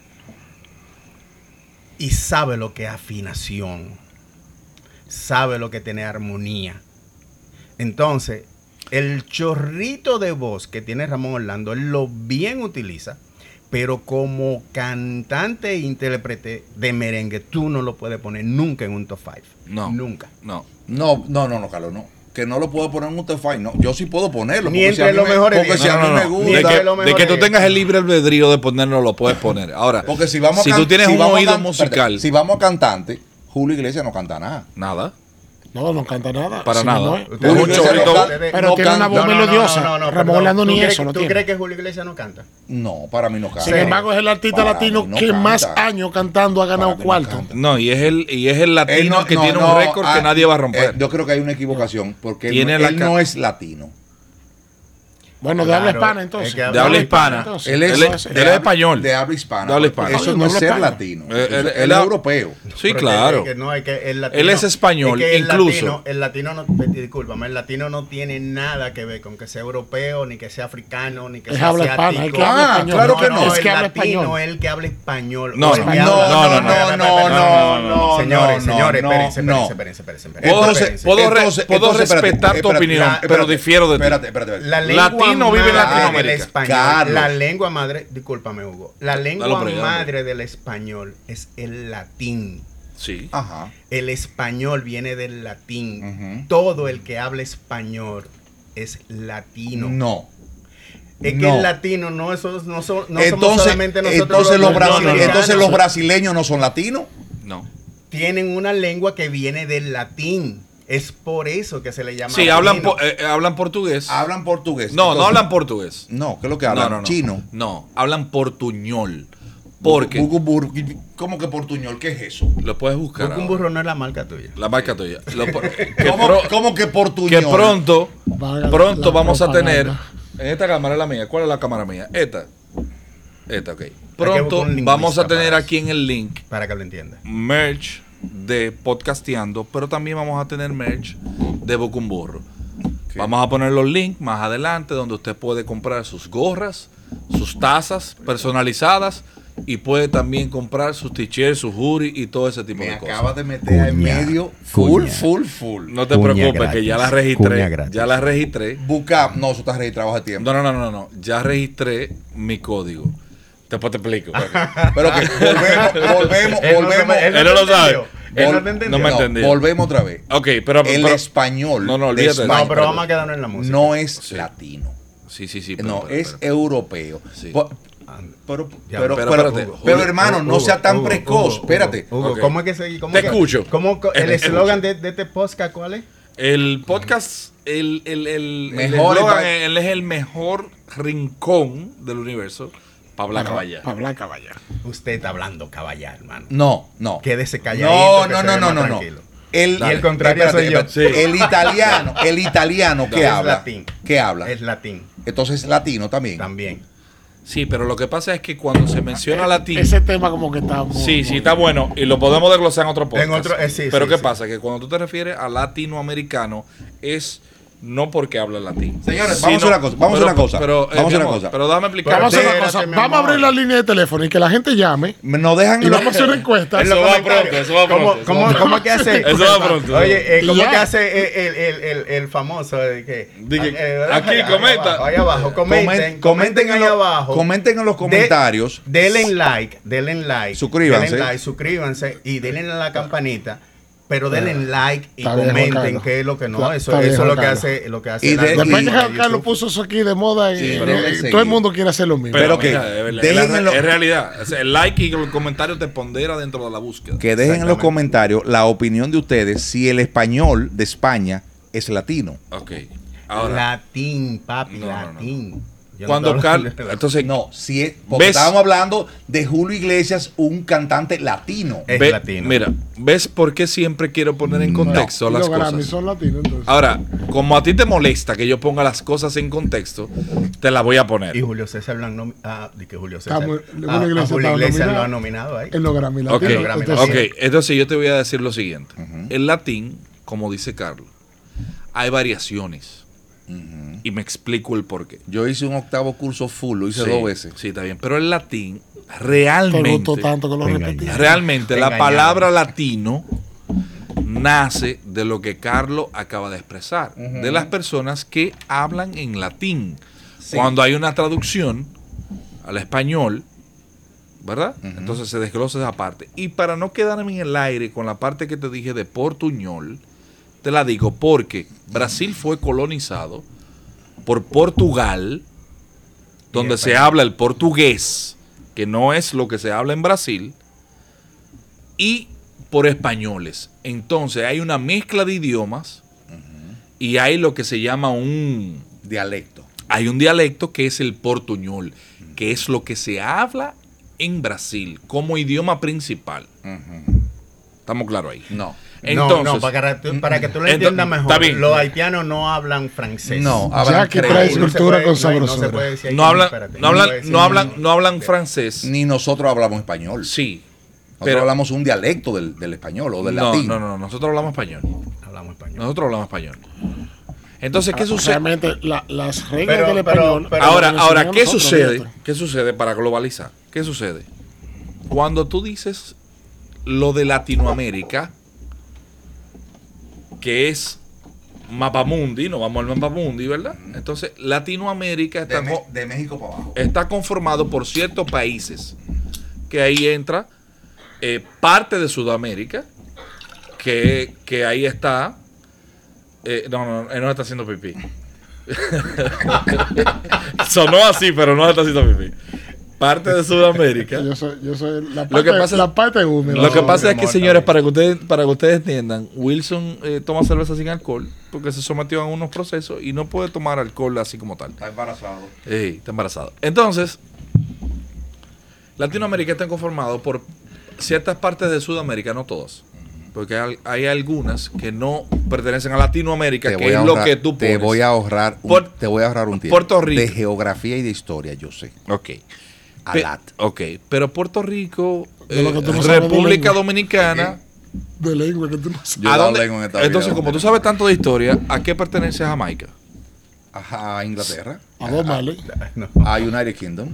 Speaker 3: y sabe lo que es afinación, sabe lo que tiene armonía. Entonces, el chorrito de voz que tiene Ramón Orlando, él lo bien utiliza, pero como cantante e intérprete de merengue, tú no lo puedes poner nunca en un top 5.
Speaker 1: No.
Speaker 3: Nunca.
Speaker 1: No.
Speaker 4: no, no, no, no, Carlos, no. Que no lo puedo poner en un T-Fight. No, yo sí puedo ponerlo.
Speaker 3: Ni
Speaker 4: porque
Speaker 3: entre
Speaker 4: si a mí
Speaker 3: los
Speaker 4: me-
Speaker 3: mejores
Speaker 4: Porque
Speaker 3: diez.
Speaker 4: si a
Speaker 1: No,
Speaker 4: mí
Speaker 1: no,
Speaker 4: me
Speaker 1: no.
Speaker 4: gusta.
Speaker 1: De que,
Speaker 3: de lo mejor
Speaker 1: de que tú
Speaker 3: es.
Speaker 1: tengas el libre albedrío de ponerlo, lo puedes poner. Ahora,
Speaker 4: Porque si vamos a
Speaker 1: si
Speaker 4: can-
Speaker 1: tú tienes un
Speaker 4: vamos a
Speaker 1: oído
Speaker 4: can-
Speaker 1: musical,
Speaker 4: espérate, si vamos a cantante, Julio Iglesias no canta nada.
Speaker 1: nada.
Speaker 5: No, no canta nada.
Speaker 1: Para
Speaker 5: Si
Speaker 1: nada.
Speaker 5: no, no es.
Speaker 3: Ustedes-
Speaker 4: Un
Speaker 3: ustedes-
Speaker 4: chorrito,
Speaker 3: ustedes-
Speaker 5: pero
Speaker 4: no
Speaker 5: tiene una
Speaker 4: canta. No,
Speaker 5: voz melodiosa. Ramón
Speaker 3: perdón.
Speaker 5: Orlando
Speaker 3: ¿Tú
Speaker 5: ni
Speaker 3: crees-
Speaker 5: eso lo
Speaker 3: ¿Tú
Speaker 5: tiene.
Speaker 3: crees que Julio Iglesias no canta?
Speaker 4: No, para mí no canta.
Speaker 5: Sin embargo, es el artista
Speaker 4: Para
Speaker 5: latino
Speaker 4: mí no
Speaker 5: que más
Speaker 4: canta.
Speaker 5: años cantando ha ganado
Speaker 4: Para mí no
Speaker 5: cuarto.
Speaker 4: canta.
Speaker 1: No, y es el, y es el
Speaker 4: Él
Speaker 1: latino
Speaker 4: no-
Speaker 1: que
Speaker 4: no,
Speaker 1: tiene
Speaker 4: no,
Speaker 1: un récord
Speaker 4: ah,
Speaker 1: que nadie va a
Speaker 4: eh,
Speaker 1: romper.
Speaker 4: yo creo que hay una equivocación porque él
Speaker 1: Tiene
Speaker 4: no-
Speaker 1: la
Speaker 4: él
Speaker 1: ca-
Speaker 4: no es latino.
Speaker 5: Bueno, de
Speaker 3: Claro,
Speaker 5: habla hispana
Speaker 3: es
Speaker 5: entonces.
Speaker 3: que habla
Speaker 1: de habla hispana.
Speaker 5: entonces.
Speaker 4: Él es,
Speaker 1: Él es-
Speaker 4: de
Speaker 1: él es
Speaker 4: habla-
Speaker 1: español.
Speaker 4: De habla hispana.
Speaker 1: De habla hispana.
Speaker 4: Eso
Speaker 5: Oye,
Speaker 4: no
Speaker 5: no
Speaker 4: es
Speaker 5: habla
Speaker 4: ser
Speaker 5: hispana.
Speaker 4: latino.
Speaker 1: Eh, él-
Speaker 4: él,
Speaker 1: él
Speaker 4: es
Speaker 1: ha-
Speaker 4: europeo.
Speaker 1: sí,
Speaker 3: Pero que-
Speaker 1: claro.
Speaker 3: que no, es que el
Speaker 1: Él es español,
Speaker 3: que el
Speaker 1: incluso.
Speaker 3: latino- el latino, no, eh, discúlpame, el latino no tiene nada que ver con que sea europeo, ni que sea africano, ni que
Speaker 5: Es
Speaker 3: sea
Speaker 5: habla hispana,
Speaker 3: asiático.
Speaker 5: es que habla
Speaker 4: Ah,
Speaker 5: español.
Speaker 4: claro que no.
Speaker 5: Es
Speaker 3: el
Speaker 5: que habla
Speaker 3: latino
Speaker 5: español.
Speaker 3: es el que habla español.
Speaker 1: No,
Speaker 3: o el
Speaker 1: no,
Speaker 3: que
Speaker 5: no,
Speaker 3: habla-
Speaker 5: no, no,
Speaker 3: espera,
Speaker 4: no,
Speaker 3: espera,
Speaker 4: no,
Speaker 3: espera,
Speaker 4: no,
Speaker 3: Señores,
Speaker 4: no,
Speaker 3: señores,
Speaker 4: no,
Speaker 3: espérense,
Speaker 4: no.
Speaker 3: espérense, espérense, espérense, espérense.
Speaker 1: Puedo
Speaker 4: Entonces-
Speaker 1: re- puedo re-
Speaker 4: entonces-
Speaker 1: puedo
Speaker 4: entonces, espérate,
Speaker 1: respetar tu
Speaker 4: espérate,
Speaker 1: opinión,
Speaker 4: espérate,
Speaker 1: pero difiero de ti.
Speaker 4: Espérate, espérate, espérate.
Speaker 3: La lengua
Speaker 1: Latino vive en
Speaker 3: madre
Speaker 1: Latinoamérica.
Speaker 3: del español,
Speaker 4: Carlos.
Speaker 3: La lengua madre, discúlpame Hugo, la lengua
Speaker 1: hombre, dale.
Speaker 3: madre del español es el latín.
Speaker 1: Sí.
Speaker 4: Ajá.
Speaker 3: El español viene del latín.
Speaker 4: Ujú.
Speaker 3: Todo el que habla español es latino.
Speaker 4: No.
Speaker 3: Es que
Speaker 4: no.
Speaker 3: el latino no, es- no, so- no somos
Speaker 4: entonces,
Speaker 3: solamente nosotros.
Speaker 4: entonces, los
Speaker 3: dominicanos.
Speaker 4: brasile- entonces los brasileños no son latinos.
Speaker 1: No.
Speaker 3: tienen una lengua que viene del latín. Es por eso que se le llama.
Speaker 1: Sí, hablan,
Speaker 3: latino.
Speaker 1: po- eh, eh, hablan portugués.
Speaker 4: Hablan portugués.
Speaker 1: no, no
Speaker 4: Entonces-
Speaker 1: hablan portugués.
Speaker 4: No, ¿qué es lo que hablan?
Speaker 1: no, no, no.
Speaker 4: Chino.
Speaker 1: No, hablan portuñol. Porque
Speaker 4: Bugu- bur- ¿Cómo que portuñol? ¿Qué es eso?
Speaker 1: lo puedes buscar.
Speaker 3: Porque un
Speaker 1: ahora.
Speaker 3: burro no es la marca tuya.
Speaker 1: La marca tuya. Lo po- que,
Speaker 4: ¿Cómo,
Speaker 1: pro-
Speaker 4: cómo que portuñol?
Speaker 1: que pronto,
Speaker 5: Vaga
Speaker 1: pronto
Speaker 5: la
Speaker 1: vamos a
Speaker 5: propaganda.
Speaker 1: tener. En esta cámara es la mía. ¿Cuál es la cámara mía? Esta. Esta, ok.
Speaker 3: buscar
Speaker 1: Pronto
Speaker 3: un lingüista
Speaker 1: vamos a tener
Speaker 3: para eso.
Speaker 1: aquí en el link
Speaker 3: Para que lo entienda.
Speaker 1: merch de podcasteando, pero también vamos a tener merch de Bocumburro. Vamos a poner los links más adelante donde usted puede comprar sus gorras, sus tazas personalizadas y puede también comprar sus t-shirts, sus hoodies y todo ese tipo
Speaker 4: Me
Speaker 1: de
Speaker 4: acabas
Speaker 1: cosas.
Speaker 4: de meter en
Speaker 3: Cuña,
Speaker 4: medio full,
Speaker 3: cuña.
Speaker 4: full, full.
Speaker 1: No te
Speaker 3: Cuña
Speaker 1: preocupes que
Speaker 3: gratis,
Speaker 1: ya las
Speaker 3: cuña
Speaker 1: registré,
Speaker 3: gratis.
Speaker 1: ya las registré.
Speaker 4: Busca, no, eso está registrado hace tiempo.
Speaker 1: No, no, no, no, no, ya registré mi código. Después te explico.
Speaker 4: Pero que volvemos, volvemos,
Speaker 3: Él no se-
Speaker 4: volvemos.
Speaker 3: él
Speaker 1: Él no lo sabe.
Speaker 3: entendió. Él no
Speaker 4: Vol-
Speaker 3: te entendió.
Speaker 1: no me
Speaker 3: No,
Speaker 1: entendió.
Speaker 4: volvemos otra vez.
Speaker 1: ok, pero,
Speaker 4: El
Speaker 1: pero-
Speaker 4: español
Speaker 1: No, no,
Speaker 4: de
Speaker 1: olvídate de eso.
Speaker 4: España
Speaker 3: pero vamos a quedarnos en la música.
Speaker 4: no es latino.
Speaker 1: sí, sí, sí. pero-
Speaker 4: No,
Speaker 1: pero-
Speaker 4: es
Speaker 1: pero-
Speaker 4: europeo.
Speaker 1: Sí.
Speaker 4: Po-
Speaker 3: Anda.
Speaker 4: Pero,
Speaker 3: Ah, Ya,
Speaker 4: pero,
Speaker 1: pero
Speaker 4: pero-
Speaker 1: espérate,
Speaker 4: pero,
Speaker 1: Julio,
Speaker 4: hermano, no
Speaker 3: Hugo,
Speaker 4: sea tan
Speaker 3: Hugo,
Speaker 4: precoz.
Speaker 3: Hugo,
Speaker 4: espérate.
Speaker 3: Hugo,
Speaker 1: Ok.
Speaker 3: ¿cómo es que se, cómo
Speaker 1: Te
Speaker 3: que-
Speaker 1: escucho.
Speaker 3: cómo co- el
Speaker 1: Te escucho.
Speaker 3: eslogan de, de este podcast cuál es?
Speaker 1: El podcast, el, el, el, el
Speaker 4: Mejor
Speaker 1: eslogan,
Speaker 4: espa-
Speaker 1: él es el mejor rincón del universo para hablar caballa.
Speaker 5: Pa' Blanca Valla.
Speaker 3: Usted está hablando caballar, hermano.
Speaker 4: No, no.
Speaker 3: Quédese calladito, que
Speaker 4: No, no,
Speaker 3: se
Speaker 4: no,
Speaker 3: ve
Speaker 4: no,
Speaker 3: más
Speaker 4: no, no.
Speaker 3: tranquilo.
Speaker 4: El,
Speaker 3: Y el contrario soy yo.
Speaker 4: espérate. El italiano, el italiano que
Speaker 3: Es
Speaker 4: habla.
Speaker 3: latín.
Speaker 4: Que habla.
Speaker 3: Es latín
Speaker 4: Entonces latino también.
Speaker 3: también.
Speaker 1: Sí, pero lo que pasa es que cuando se menciona
Speaker 3: Eh,
Speaker 1: latín,
Speaker 5: Ese tema como que está muy,
Speaker 1: sí, sí
Speaker 5: muy-
Speaker 1: está bueno y lo podemos desglosar en otro podcast.
Speaker 3: En otro- eh, sí,
Speaker 1: pero
Speaker 3: sí,
Speaker 1: qué
Speaker 3: sí.
Speaker 1: pasa que cuando tú te refieres a latinoamericano es no porque habla latín.
Speaker 4: Señores, vamos a una cosa, vamos a una cosa,
Speaker 1: Pero, eh,
Speaker 4: vamos a una
Speaker 1: mi amor,
Speaker 4: cosa.
Speaker 1: Pero déjame explicar.
Speaker 5: Vamos a hacer una
Speaker 3: Espérate,
Speaker 5: cosa.
Speaker 3: mi
Speaker 5: Vamos a abrir
Speaker 3: amor.
Speaker 5: la línea de teléfono y que la gente llame
Speaker 4: Nos dejan
Speaker 5: y vamos a hacer una encuesta.
Speaker 3: En los
Speaker 6: Eso va
Speaker 3: comentarios.
Speaker 6: pronto, eso va
Speaker 3: ¿Cómo,
Speaker 6: pronto, eso
Speaker 3: cómo,
Speaker 6: va
Speaker 3: cómo que hace?
Speaker 6: Eso va pronto.
Speaker 3: Oye, eh, ¿cómo
Speaker 5: Ya.
Speaker 3: que hace el, el, el, el, el famoso? De que,
Speaker 6: Di que-
Speaker 3: Ah, eh,
Speaker 6: aquí,
Speaker 3: ahí abajo,
Speaker 6: comenta.
Speaker 3: Ahí abajo, comenten.
Speaker 4: Comen-
Speaker 3: Comenten,
Speaker 4: comenten en
Speaker 3: ahí
Speaker 4: los-
Speaker 3: abajo.
Speaker 4: comenten en los
Speaker 3: De-
Speaker 4: comentarios.
Speaker 3: denle like, denle like.
Speaker 4: Suscríbanse.
Speaker 3: Denle like, suscríbanse y denle a la campanita. Pero denle like y
Speaker 5: Está bien, Juan
Speaker 3: comenten
Speaker 5: Carlos.
Speaker 3: qué es lo que no.
Speaker 5: Está-
Speaker 3: Eso,
Speaker 5: está bien,
Speaker 3: eso es lo
Speaker 5: Juan
Speaker 3: que
Speaker 5: Carlos.
Speaker 3: hace, lo que hace
Speaker 4: Y
Speaker 3: la
Speaker 4: de-
Speaker 5: Después
Speaker 4: y-
Speaker 5: que
Speaker 3: algoritmo de
Speaker 5: Juan Carlos
Speaker 3: YouTube.
Speaker 5: puso eso aquí de moda, y,
Speaker 4: Sí, pero
Speaker 5: eh,
Speaker 4: debe
Speaker 5: todo
Speaker 4: seguir.
Speaker 5: el mundo quiere hacer lo mismo.
Speaker 4: Pero
Speaker 1: Pero
Speaker 4: que
Speaker 1: que es,
Speaker 4: dejen en los-
Speaker 1: realidad. O sea, el like y el comentario te pondera dentro de la búsqueda.
Speaker 4: Que dejen en los
Speaker 3: Exactamente.
Speaker 4: comentarios la opinión de ustedes si el español de España es latino.
Speaker 1: Ok. Ahora.
Speaker 3: latín, papi,
Speaker 1: No, no, no.
Speaker 3: latín. Yo no
Speaker 1: cuando
Speaker 3: te hablo
Speaker 1: Carlos.
Speaker 3: de-
Speaker 1: Entonces,
Speaker 4: No, si es, porque
Speaker 1: ¿Ves?
Speaker 4: estábamos hablando de Julio Iglesias, un cantante latino.
Speaker 3: Es
Speaker 1: Ve-
Speaker 3: latino.
Speaker 1: Mira, ¿ves por qué siempre quiero poner en contexto
Speaker 5: Y
Speaker 1: las
Speaker 5: los Grammy
Speaker 1: cosas? Ah,
Speaker 5: son latinos, entonces.
Speaker 1: Ahora, como a ti te molesta que yo ponga las cosas en contexto, te las voy a poner.
Speaker 3: Y Julio César lo han nominado. Ah, di que Julio César.
Speaker 5: Ah, muy-
Speaker 3: Ah,
Speaker 5: Julio
Speaker 3: a Julio
Speaker 5: Iglesias estaba
Speaker 3: Iglesias lo
Speaker 5: nominado.
Speaker 3: han nominado ahí.
Speaker 5: En los Grammy
Speaker 1: Ok,
Speaker 5: latinos.
Speaker 3: Grammy
Speaker 5: entonces-
Speaker 1: ok, entonces yo te voy a decir lo siguiente. El latín, como dice Carlos, hay variaciones. Y me explico el por qué.
Speaker 4: Yo hice un octavo curso full, lo hice
Speaker 1: Sí,
Speaker 4: dos veces.
Speaker 1: Sí, está bien. Pero el latín,
Speaker 5: Te
Speaker 1: realmente...
Speaker 5: gustó tanto que lo
Speaker 3: Venga,
Speaker 5: repetí.
Speaker 1: Realmente la
Speaker 3: Engañado.
Speaker 1: palabra latino nace de lo que Carlos acaba de expresar, de las personas que hablan en latín. Cuando hay una traducción al español, ¿verdad? Entonces se desglosa esa parte. Y para no quedarme en el aire con la parte que te dije de portuñol, te la digo porque Brasil fue colonizado por Portugal, donde se habla el portugués, que no es lo que se habla en Brasil, y por españoles. Entonces hay una mezcla de idiomas y hay lo que se llama un...
Speaker 4: Dialecto.
Speaker 1: Hay un dialecto que es el portuñol, que es lo que se habla en Brasil como idioma principal. Estamos claros ahí.
Speaker 4: No.
Speaker 1: Entonces,
Speaker 3: no, no, para que, tú- para que tú lo
Speaker 1: Ento-
Speaker 3: entiendas mejor,
Speaker 1: está bien.
Speaker 3: los haitianos no hablan francés.
Speaker 4: No, hablan
Speaker 5: Ya que
Speaker 4: creol.
Speaker 5: traes
Speaker 3: No se
Speaker 5: cultura
Speaker 3: puede-
Speaker 5: con
Speaker 3: no, no se
Speaker 5: sabrosura.
Speaker 3: puede decir
Speaker 1: no
Speaker 3: haitiano,
Speaker 1: hablan,
Speaker 3: espérate,
Speaker 1: no hablan,
Speaker 3: puede decir
Speaker 1: no hablan,
Speaker 3: haitiano.
Speaker 1: no hablan francés.
Speaker 4: Ni nosotros hablamos español.
Speaker 1: Sí.
Speaker 4: Nosotros
Speaker 1: Pero
Speaker 4: hablamos un dialecto del, del español o del
Speaker 1: no,
Speaker 4: latín.
Speaker 1: no, no, nosotros hablamos español.
Speaker 3: Hablamos español.
Speaker 1: Nosotros hablamos español. Entonces,
Speaker 3: Ah,
Speaker 1: ¿qué sucede?
Speaker 5: Realmente la- las reglas
Speaker 3: Pero-
Speaker 5: del
Speaker 3: pero-
Speaker 5: español.
Speaker 3: pero-
Speaker 1: Ahora,
Speaker 5: nos
Speaker 1: ahora,
Speaker 5: enseñan
Speaker 1: ¿qué
Speaker 5: nosotros,
Speaker 1: sucede?
Speaker 5: fíjate.
Speaker 1: ¿Qué sucede para globalizar? ¿Qué sucede? Cuando tú dices lo de Latinoamérica, que es mapamundi, no vamos al mapamundi, ¿verdad? Entonces, Latinoamérica
Speaker 4: De,
Speaker 1: está,
Speaker 4: Me-
Speaker 1: co-
Speaker 4: de México para abajo.
Speaker 1: está conformado por ciertos países, que ahí entra eh, parte de Sudamérica, que, que ahí está... eh, no, no, él no está haciendo pipí.
Speaker 2: Sonó así, pero no está haciendo pipí.
Speaker 1: Parte de Sudamérica.
Speaker 5: Yo soy, yo soy la parte,
Speaker 1: que pasa-
Speaker 5: la parte húmeda.
Speaker 1: Lo que
Speaker 3: No,
Speaker 1: pasa
Speaker 3: mi
Speaker 1: es que,
Speaker 3: amor,
Speaker 1: señores,
Speaker 3: también.
Speaker 1: para que ustedes, para que ustedes entiendan, Wilson eh, toma cerveza sin alcohol porque se sometió a unos procesos y no puede tomar alcohol así como tal.
Speaker 4: Está embarazado.
Speaker 1: Ey, está embarazado. Entonces, Latinoamérica está conformado por ciertas partes de Sudamérica, no todas. Porque hay, hay algunas que no pertenecen a Latinoamérica, que es lo que tú
Speaker 4: te
Speaker 1: pones.
Speaker 4: voy a ahorrar un,
Speaker 1: Por-
Speaker 4: te voy a ahorrar un tiempo.
Speaker 1: Puerto Rico. Eh,
Speaker 4: De geografía y de historia, yo sé.
Speaker 1: Ok. Pe-
Speaker 4: Alat.
Speaker 1: ok, pero Puerto Rico,
Speaker 5: De lo
Speaker 1: eh,
Speaker 5: que tú no sabes de
Speaker 1: República
Speaker 5: lengua.
Speaker 1: Dominicana,
Speaker 5: De lengua que tú no sabes.
Speaker 4: Yo
Speaker 1: ¿A
Speaker 4: he dado
Speaker 1: dónde-
Speaker 4: lengua en esta
Speaker 1: Entonces,
Speaker 4: vida.
Speaker 1: como tú sabes tanto de historia, ¿a qué pertenece Jamaica?
Speaker 4: Ajá, Inglaterra.
Speaker 5: A vos, Marley.
Speaker 3: No,
Speaker 4: A United Kingdom.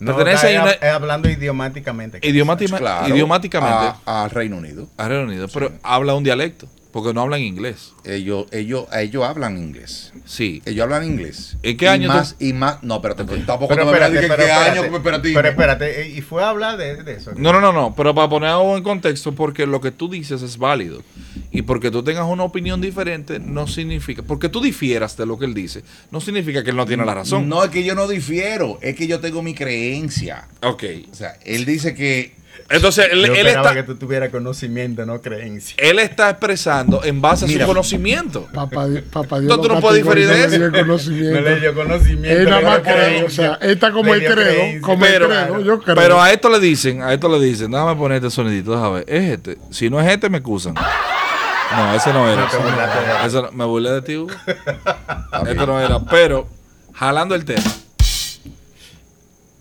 Speaker 3: no,
Speaker 1: Pertenece
Speaker 3: está
Speaker 1: a una-
Speaker 3: hab- hablando idiomáticamente.
Speaker 1: Idiomátima-
Speaker 4: eh, Claro. Ah.
Speaker 1: Idiomáticamente,
Speaker 4: A- Al Reino Unido.
Speaker 1: a Reino Unido, pero habla un dialecto, porque no hablan inglés.
Speaker 4: Ellos, ellos, ellos hablan inglés.
Speaker 1: Sí.
Speaker 4: Ellos hablan inglés.
Speaker 1: ¿En qué
Speaker 4: Y
Speaker 1: año tú-
Speaker 4: Más, y más. No, pero tampoco
Speaker 3: Pero
Speaker 4: te me
Speaker 3: espérate, pero
Speaker 4: digas en qué
Speaker 3: espérate,
Speaker 4: año.
Speaker 1: pues,
Speaker 4: Espérate.
Speaker 3: pero espérate, eh, y fue a hablar de, de eso.
Speaker 1: No, no, no, no, pero para poner algo en contexto, porque lo que tú dices es válido. Y porque tú tengas una opinión diferente, no significa. Porque tú difieras de lo que él dice, no significa que él no tiene la razón.
Speaker 4: No, es que yo no difiero. Es que yo tengo mi creencia.
Speaker 1: Ok.
Speaker 4: O sea, él dice que
Speaker 1: Entonces, él,
Speaker 3: Yo
Speaker 1: él
Speaker 3: esperaba
Speaker 1: está,
Speaker 3: que tú tuvieras conocimiento, no creencia.
Speaker 1: él está expresando en base a
Speaker 4: Mira.
Speaker 1: su conocimiento.
Speaker 5: Papá, Di- papá Dios.
Speaker 1: No,
Speaker 5: lo
Speaker 1: tú no puedes diferir de
Speaker 5: categorizó
Speaker 1: eso.
Speaker 5: en
Speaker 3: No
Speaker 5: conocimiento.
Speaker 3: le dio conocimiento.
Speaker 5: Él nada
Speaker 3: le
Speaker 5: más
Speaker 3: dio
Speaker 5: cree,
Speaker 3: creencia,
Speaker 5: o sea, él está como
Speaker 3: le
Speaker 5: el
Speaker 3: dio
Speaker 5: credo,
Speaker 3: creencia.
Speaker 5: como el
Speaker 1: Pero,
Speaker 5: credo, yo creo.
Speaker 1: pero a esto le dicen, a esto le dicen, déjame poner este sonidito, déjame ver. Es este. Si no es este, me excusan. No, ese no era.
Speaker 3: No te burlaste de él.
Speaker 1: Ese no- me burlé de ti, Hugo. Esto no era. Pero, jalando el tema.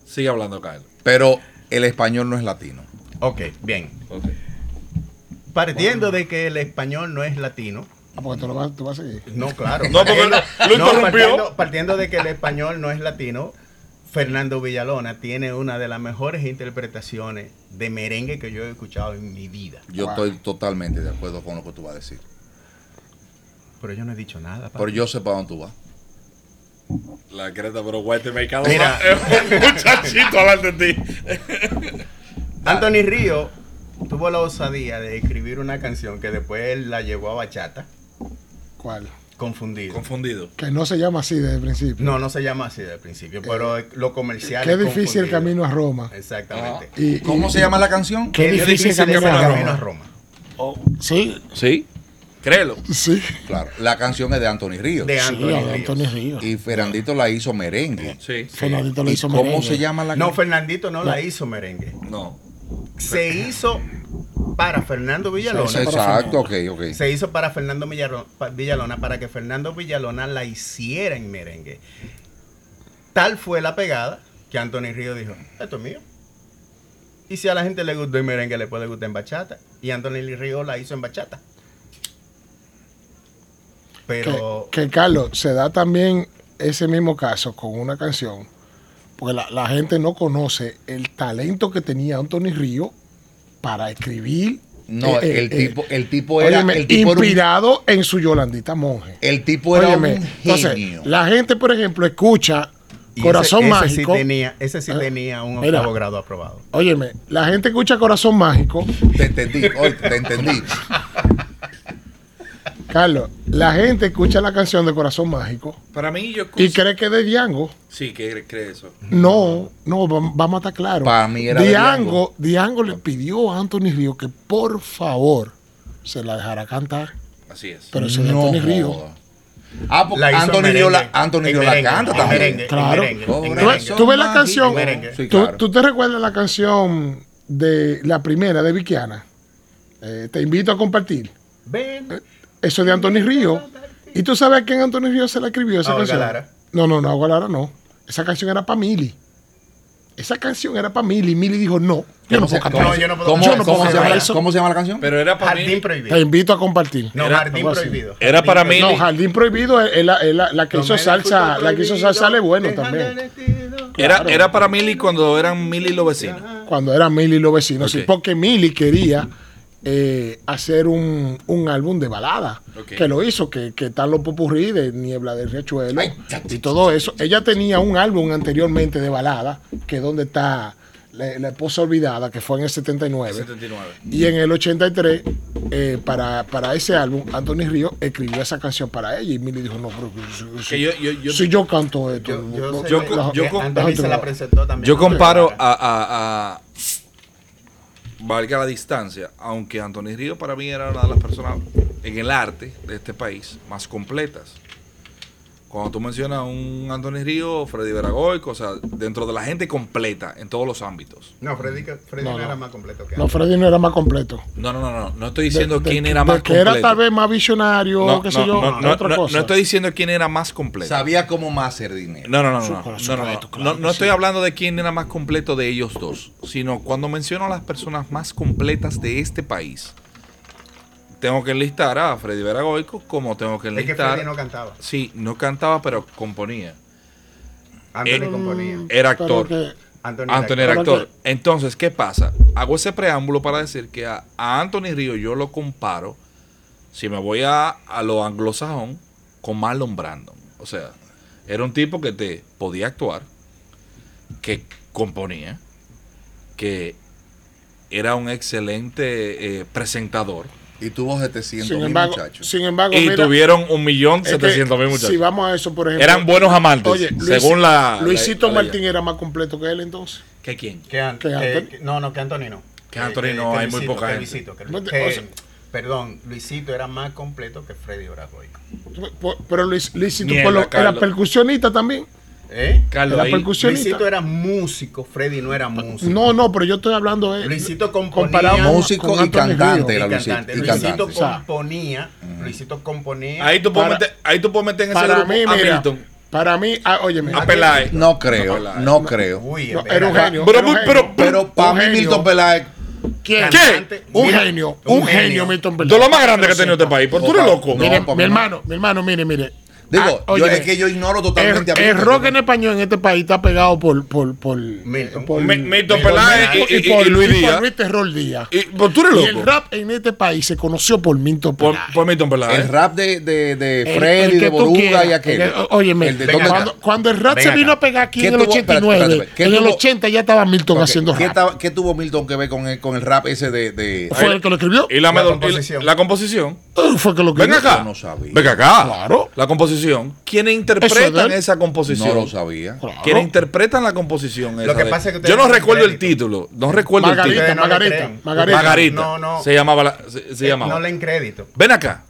Speaker 1: Sigue hablando, Carlos.
Speaker 4: Pero el español no es latino.
Speaker 3: Ok, bien. Partiendo de que el español no es latino.
Speaker 5: Ah, porque tú, lo vas, tú vas a seguir.
Speaker 3: No, claro.
Speaker 2: No, porque
Speaker 3: Partiendo-
Speaker 2: lo- lo
Speaker 3: no,
Speaker 2: interrumpió.
Speaker 3: Partiendo, partiendo de que el español no es latino, Fernando Villalona tiene una de las mejores interpretaciones de merengue que yo he escuchado en mi vida.
Speaker 4: Yo estoy totalmente de acuerdo con lo que tú vas a decir.
Speaker 3: Pero yo no he dicho nada. papi.
Speaker 4: Pero yo sé para dónde tú vas.
Speaker 2: La creta, pero guay, te me cago
Speaker 3: Mira.
Speaker 2: más. Un muchachito delante de ti.
Speaker 3: Ah. Anthony Río tuvo la osadía de escribir una canción que después él la llevó a bachata,
Speaker 5: ¿Cuál?
Speaker 3: confundido.
Speaker 1: Confundido.
Speaker 5: Que no se llama así desde el principio.
Speaker 3: no, no se llama así del
Speaker 2: Eh,
Speaker 3: principio, pero lo comercial.
Speaker 5: Qué
Speaker 3: es
Speaker 5: difícil el
Speaker 3: Confundido.
Speaker 5: camino a Roma.
Speaker 3: Exactamente.
Speaker 2: Ah.
Speaker 5: Y, y-
Speaker 4: ¿Cómo se llama la canción?
Speaker 5: Qué difícil el
Speaker 3: es
Speaker 5: camino a Roma.
Speaker 3: Roma.
Speaker 5: Sí,
Speaker 1: ¿Sí? Créelo.
Speaker 5: sí.
Speaker 4: Claro, la canción es de Anthony Ríos.
Speaker 3: De
Speaker 5: Sí,
Speaker 3: Anthony
Speaker 5: a
Speaker 3: Ríos.
Speaker 5: Antonio Ríos.
Speaker 4: Y Ferandito la hizo merengue.
Speaker 1: Sí.
Speaker 5: Fernandito lo
Speaker 4: ¿Y
Speaker 5: hizo
Speaker 4: ¿Cómo
Speaker 5: merengue.
Speaker 4: se llama la
Speaker 3: No,
Speaker 4: canción?
Speaker 3: Fernandito no la hizo merengue.
Speaker 1: No.
Speaker 3: Se hizo para Fernando Villalona.
Speaker 5: Exacto.
Speaker 4: Exacto, ok, ok.
Speaker 3: Se hizo para Fernando Millaro- pa- Villalona, para que Fernando Villalona la hiciera en merengue. Tal fue la pegada que Anthony Río dijo, esto es mío. Y si a la gente le gusta en merengue, le puede gustar en bachata. Y Anthony Río la hizo en bachata. Pero...
Speaker 5: que, que, Carlos, se da también ese mismo caso con una canción, porque la, la gente no conoce el talento que tenía Anthony Río para escribir.
Speaker 4: No,
Speaker 5: eh,
Speaker 4: el
Speaker 5: eh,
Speaker 4: tipo,
Speaker 5: eh,
Speaker 4: el tipo era,
Speaker 5: óyeme,
Speaker 4: el tipo era un-
Speaker 5: inspirado en su Yolandita Monje.
Speaker 4: el tipo era
Speaker 5: Óyeme,
Speaker 4: un
Speaker 5: entonces,
Speaker 4: genio.
Speaker 5: la gente, por ejemplo, escucha
Speaker 3: y ese-
Speaker 5: Corazón
Speaker 3: ese,
Speaker 5: Mágico.
Speaker 3: Sí tenía, ese sí
Speaker 5: Ah,
Speaker 3: tenía un
Speaker 5: mira.
Speaker 3: octavo grado aprobado.
Speaker 5: Óyeme, la gente escucha Corazón Mágico
Speaker 4: Te entendí, oye, te entendí.
Speaker 5: Carlos, la gente escucha la canción de Corazón Mágico
Speaker 1: Para mí, yo.
Speaker 5: y cree que es de Diango.
Speaker 1: Sí, que cree eso.
Speaker 5: No, no, vam- vamos a estar claros.
Speaker 4: Para mí era de
Speaker 5: Diango, Diango le pidió a Anthony Río que por favor se la dejara cantar.
Speaker 1: Así es.
Speaker 5: Pero eso es de Anthony Río.
Speaker 4: joda. Ah, porque
Speaker 3: La hizo
Speaker 4: Anthony
Speaker 3: merengue,
Speaker 4: Río la, Anthony
Speaker 3: en
Speaker 4: Río la
Speaker 3: merengue,
Speaker 4: canta
Speaker 3: en
Speaker 4: también.
Speaker 3: merengue, en
Speaker 5: Claro.
Speaker 3: merengue, en
Speaker 4: Pobre.
Speaker 5: Tú,
Speaker 3: merengue.
Speaker 5: ves- tú ves la canción.
Speaker 3: merengue.
Speaker 4: Sí,
Speaker 5: ¿tú,
Speaker 4: claro.
Speaker 5: tú te recuerdas la canción de la primera de Vikiana? Eh, te invito a compartir.
Speaker 3: Ven.
Speaker 5: Eso es de Anthony Río. ¿Y tú sabes a quién Anthony Río se la escribió esa
Speaker 3: A Olga
Speaker 5: canción?
Speaker 3: Lara.
Speaker 5: No, no, no, a Olga Lara no. Esa canción era para Mili. Esa canción era para Mili. Mili dijo, no, yo
Speaker 4: ¿Cómo
Speaker 5: no
Speaker 4: se-
Speaker 5: puedo cantar
Speaker 3: No,
Speaker 5: eso.
Speaker 3: yo no puedo
Speaker 4: cómo-
Speaker 3: cantar
Speaker 4: cómo
Speaker 3: eso.
Speaker 4: se llama la-
Speaker 5: Eso-
Speaker 4: ¿Cómo se llama la canción?
Speaker 1: Pero era para mí.
Speaker 3: Jardín
Speaker 5: Te
Speaker 3: prohibido.
Speaker 5: invito a compartir.
Speaker 3: No,
Speaker 1: Era-
Speaker 3: jardín
Speaker 5: algo así.
Speaker 3: prohibido.
Speaker 1: Era para mí.
Speaker 5: No, Jardín Prohibido es es la, es la- la que hizo salsa, la que hizo salsa le bueno también.
Speaker 1: Era, era para Mili cuando eran Mili los vecinos.
Speaker 5: Cuando era Milly y los vecinos, sí,
Speaker 1: Ok.
Speaker 5: porque Milly quería eh, hacer un, un álbum de balada,
Speaker 1: Ok.
Speaker 5: que lo hizo, que, que están los popurrí de Niebla del Riachuelo y todo eso. Ella tenía un álbum anteriormente de balada, que es donde está la, la esposa olvidada, que fue en el 79.
Speaker 1: 79.
Speaker 5: Y en el 83, eh, para, para ese álbum, Anthony Río escribió esa canción para ella. Y Milly dijo: No, pero si- si,
Speaker 1: Que yo- yo- yo-
Speaker 5: si yo canto esto,
Speaker 3: Yo, yo,
Speaker 5: no-
Speaker 3: sé
Speaker 1: yo-
Speaker 3: que-
Speaker 1: yo-
Speaker 3: que
Speaker 1: yo-
Speaker 3: Anthony se la presentó también.
Speaker 1: Yo comparo a, a- a- Valga la distancia, aunque Anthony Río para mí era una de las personas en el arte de este país más completas. Cuando tú mencionas un Anthony Río, Freddy Veragoy, cosas dentro de la gente completa en todos los ámbitos.
Speaker 3: No, Freddy, que- Freddy
Speaker 5: No,
Speaker 3: no,
Speaker 5: no.
Speaker 3: era más completo que
Speaker 5: no,
Speaker 3: Anthony.
Speaker 5: Freddy no era más completo.
Speaker 1: No, no, no, no. No estoy
Speaker 5: De-
Speaker 1: diciendo
Speaker 5: de-
Speaker 1: quién
Speaker 5: de
Speaker 1: era más
Speaker 5: que
Speaker 1: completo.
Speaker 5: era tal vez más visionario,
Speaker 1: no,
Speaker 5: qué
Speaker 1: no,
Speaker 5: sé yo,
Speaker 1: no, no,
Speaker 5: otra
Speaker 1: no,
Speaker 5: cosa.
Speaker 1: no estoy diciendo quién era más completo.
Speaker 4: Sabía cómo más hacer dinero.
Speaker 1: No, no, no, no, no.
Speaker 5: Supongo,
Speaker 1: No, no, no.
Speaker 5: supongo, claro
Speaker 1: No,
Speaker 5: que
Speaker 1: no
Speaker 5: sí.
Speaker 1: estoy hablando de quién era más completo de ellos dos, sino cuando menciono a las personas más completas de este país, tengo que enlistar a Freddy Veragoico como tengo que
Speaker 3: Es que
Speaker 1: enlistar.
Speaker 3: Freddy no cantaba.
Speaker 1: sí, no cantaba, pero componía.
Speaker 3: Anthony
Speaker 1: Eh,
Speaker 3: componía.
Speaker 1: Era
Speaker 5: Pero
Speaker 1: actor.
Speaker 5: que-
Speaker 3: Anthony, era
Speaker 1: Anthony
Speaker 3: actor.
Speaker 1: era
Speaker 5: Pero
Speaker 1: actor. Entonces, ¿qué pasa? Hago ese preámbulo para decir que a, a Anthony Río yo lo comparo, si me voy a, a lo anglosajón, con Marlon Brandon. O sea, era un tipo que te podía actuar, que componía, que era un excelente eh, presentador.
Speaker 4: Y tuvo 700
Speaker 5: sin
Speaker 4: mil
Speaker 5: embargo,
Speaker 4: muchachos.
Speaker 5: sin embargo,
Speaker 1: y
Speaker 5: Ah, mira,
Speaker 1: tuvieron un millón
Speaker 5: es que
Speaker 1: setecientos mil muchachos.
Speaker 5: Si vamos a eso, por ejemplo,
Speaker 1: Eran buenos amantes,
Speaker 5: Oye, Luis-
Speaker 1: según la...
Speaker 5: Luisito
Speaker 1: la- la
Speaker 5: Martín
Speaker 1: leyenda.
Speaker 5: era más completo que él entonces.
Speaker 1: ¿Que quién?
Speaker 3: Que An-
Speaker 5: Que
Speaker 3: que-
Speaker 5: Anthony.
Speaker 3: que- no, no, que Anthony no.
Speaker 1: Que Anthony no, hay muy poca
Speaker 3: que
Speaker 1: gente.
Speaker 3: Luisito, que-
Speaker 5: No te-
Speaker 3: que-
Speaker 5: o sea-
Speaker 3: perdón, Luisito era más completo que Freddy Oragoico.
Speaker 5: Por- Pero Luis, Luisito
Speaker 1: Mierda,
Speaker 5: por lo- era
Speaker 1: Carlos.
Speaker 5: percusionista también.
Speaker 3: ¿Eh?
Speaker 1: Carlos,
Speaker 5: Era
Speaker 1: ahí-
Speaker 5: percusionista.
Speaker 3: Luisito era músico, Freddy no era músico.
Speaker 5: No, no, pero yo estoy hablando de
Speaker 3: Luisito componía-
Speaker 5: con-
Speaker 4: Músico
Speaker 5: con
Speaker 4: y
Speaker 5: Anthony Río.
Speaker 4: cantante.
Speaker 3: Y
Speaker 4: era
Speaker 3: cantante.
Speaker 4: Luisito, y
Speaker 3: Luisito
Speaker 4: cantante.
Speaker 3: componía,
Speaker 5: Mm.
Speaker 3: Luisito componía.
Speaker 1: ahí tú puedes
Speaker 5: Para-
Speaker 1: meter, ahí tú puedes meter en ese
Speaker 5: Para
Speaker 1: grupo
Speaker 5: mí,
Speaker 1: a
Speaker 5: mira,
Speaker 1: Milton.
Speaker 5: para mí, ah, óyeme,
Speaker 1: A Peláez.
Speaker 4: No creo, no creo.
Speaker 3: Uy,
Speaker 5: no,
Speaker 3: espera.
Speaker 5: era un genio.
Speaker 1: Pero-
Speaker 5: era un
Speaker 1: pero-
Speaker 5: genio.
Speaker 4: Pero para mí
Speaker 5: genio.
Speaker 4: Milton Peláez...
Speaker 5: ¿Quién?
Speaker 3: Cantante.
Speaker 5: Un
Speaker 3: Mira,
Speaker 5: genio, un genio, Milton Peláez.
Speaker 1: De lo más grande que ha tenido este país. Por tú eres loco.
Speaker 4: No,
Speaker 5: Mire,
Speaker 4: pa' mí
Speaker 5: mi
Speaker 4: no.
Speaker 5: hermano, mi hermano, mire, mire.
Speaker 4: Digo,
Speaker 5: Ah, er-
Speaker 4: yo,
Speaker 5: óyeme,
Speaker 4: es que yo ignoro totalmente
Speaker 5: el,
Speaker 4: a
Speaker 5: el
Speaker 4: Milton.
Speaker 5: rock en español en este país está pegado por por por
Speaker 3: Milton.
Speaker 5: por-
Speaker 1: Mi- Milton
Speaker 3: Milton
Speaker 1: Peláez
Speaker 5: y,
Speaker 1: y- y,
Speaker 5: Ah, por
Speaker 1: y Luis
Speaker 5: y por
Speaker 1: Díaz.
Speaker 5: Luis Terror Díaz.
Speaker 1: Y, por tú eres
Speaker 5: Y el
Speaker 1: loco.
Speaker 5: rap en este país se conoció por Milton
Speaker 1: Por,
Speaker 5: Peláez.
Speaker 1: por Milton Peláez.
Speaker 4: El rap de, de, de
Speaker 5: El-
Speaker 4: Freddy,
Speaker 5: el que
Speaker 4: de
Speaker 5: tú
Speaker 4: Boruga
Speaker 5: quieras.
Speaker 4: y aquel.
Speaker 5: El- o- óyeme,
Speaker 4: El de
Speaker 3: Ven
Speaker 4: ¿Dónde
Speaker 3: acá.
Speaker 4: está?
Speaker 5: cuando, cuando el rap
Speaker 3: Ven
Speaker 5: se
Speaker 3: acá.
Speaker 5: vino a pegar aquí
Speaker 4: ¿Qué
Speaker 5: en el
Speaker 4: tuvo-
Speaker 5: 89,
Speaker 4: espérate, espérate, ¿qué
Speaker 5: en el
Speaker 4: tuvo-
Speaker 5: 80 ya estaba Milton haciendo
Speaker 4: ¿Qué,
Speaker 5: rap.
Speaker 4: estaba- qué tuvo Milton que ver con el, con el rap ese de... de-
Speaker 5: Fue el que lo escribió.
Speaker 1: y la,
Speaker 3: La
Speaker 1: medo- y la-
Speaker 3: composición.
Speaker 1: la composición.
Speaker 5: Él Fue el que lo escribió.
Speaker 1: Ven acá.
Speaker 4: Yo no sabía.
Speaker 1: Ven acá.
Speaker 5: Claro.
Speaker 1: La composición. ¿Quiénes
Speaker 5: Eso es
Speaker 1: interpretan
Speaker 5: de él.
Speaker 1: esa composición?
Speaker 4: No lo sabía.
Speaker 5: Claro.
Speaker 1: ¿Quiénes interpretan la composición? esa
Speaker 3: que
Speaker 1: de-
Speaker 3: pasa es que
Speaker 1: Yo
Speaker 3: ustedes
Speaker 1: no
Speaker 3: no
Speaker 1: recuerdo
Speaker 3: tienen
Speaker 1: el
Speaker 3: crédito.
Speaker 1: título. No recuerdo
Speaker 5: Margarita,
Speaker 1: el
Speaker 3: Ustedes
Speaker 1: título.
Speaker 3: no lo
Speaker 5: Margarita,
Speaker 3: creen.
Speaker 5: Margarita.
Speaker 1: Margarita.
Speaker 3: No, no.
Speaker 1: Se llamaba. la- se, se
Speaker 3: Eh,
Speaker 1: llamaba.
Speaker 3: No le crédito.
Speaker 1: Ven acá.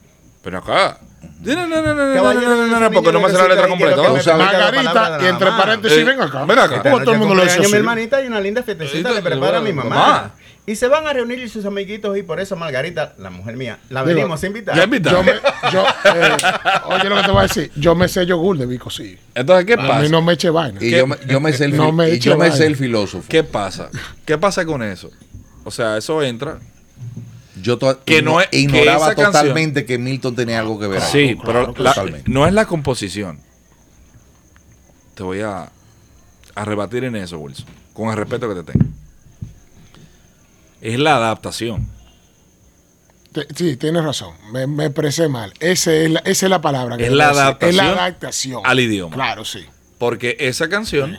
Speaker 1: Ven acá. No, no, no, no, no, no,
Speaker 3: Caballero,
Speaker 1: no, no, no,
Speaker 3: ese
Speaker 1: porque no me
Speaker 3: niño
Speaker 1: hace la
Speaker 3: que
Speaker 1: letra
Speaker 3: recita y quiero
Speaker 1: completa.
Speaker 3: que
Speaker 1: O
Speaker 3: me
Speaker 1: sea,
Speaker 3: repita la palabra
Speaker 5: Margarita,
Speaker 3: de
Speaker 5: y
Speaker 3: la
Speaker 5: entre
Speaker 3: mamá.
Speaker 5: paréntesis,
Speaker 1: Eh,
Speaker 5: ven acá.
Speaker 1: ven acá.
Speaker 5: ¿Cómo todo el mundo lo
Speaker 3: Esta
Speaker 5: dice
Speaker 3: noche Mi
Speaker 5: así?
Speaker 3: hermanita y una linda
Speaker 1: Ahorita
Speaker 3: fiestecita que
Speaker 1: te lo
Speaker 3: prepara
Speaker 1: voy
Speaker 3: mi
Speaker 1: a-
Speaker 3: mamá.
Speaker 1: mamá.
Speaker 3: Y se van a reunir sus amiguitos y por eso Margarita, la mujer mía, la
Speaker 5: Digo,
Speaker 3: venimos a invitar.
Speaker 1: ya invita.
Speaker 5: Yo me, yo, eh, oye lo que te voy a decir, yo me sé yogur de Vico, sí.
Speaker 1: Entonces, ¿qué
Speaker 5: A
Speaker 1: pasa?
Speaker 5: mí no me eche vaina.
Speaker 4: Y yo me, yo me sé el,
Speaker 5: No
Speaker 4: fil-
Speaker 5: me
Speaker 4: y
Speaker 5: eche
Speaker 4: yo me
Speaker 5: vaina.
Speaker 4: sé el filósofo.
Speaker 1: ¿Qué pasa? ¿Qué pasa con eso? O sea, eso entra.
Speaker 4: Yo to-
Speaker 1: Que no
Speaker 4: igno-
Speaker 1: es- que
Speaker 4: ignoraba
Speaker 1: esa canción-
Speaker 4: totalmente que Milton tenía algo que ver. ahí.
Speaker 1: sí,
Speaker 5: claro,
Speaker 1: pero la-
Speaker 4: totalmente.
Speaker 1: no es la composición. Te voy a, a rebatir en eso, Wilson, con el respeto que te tengo. Es la adaptación.
Speaker 5: Te- sí, tienes razón. Me, me expresé mal. Ese es la, esa es la palabra. que
Speaker 1: Es
Speaker 5: yo
Speaker 1: la
Speaker 5: voy a decir. Es la
Speaker 1: adaptación
Speaker 5: adaptación.
Speaker 1: al idioma.
Speaker 5: Claro, sí.
Speaker 1: Porque esa canción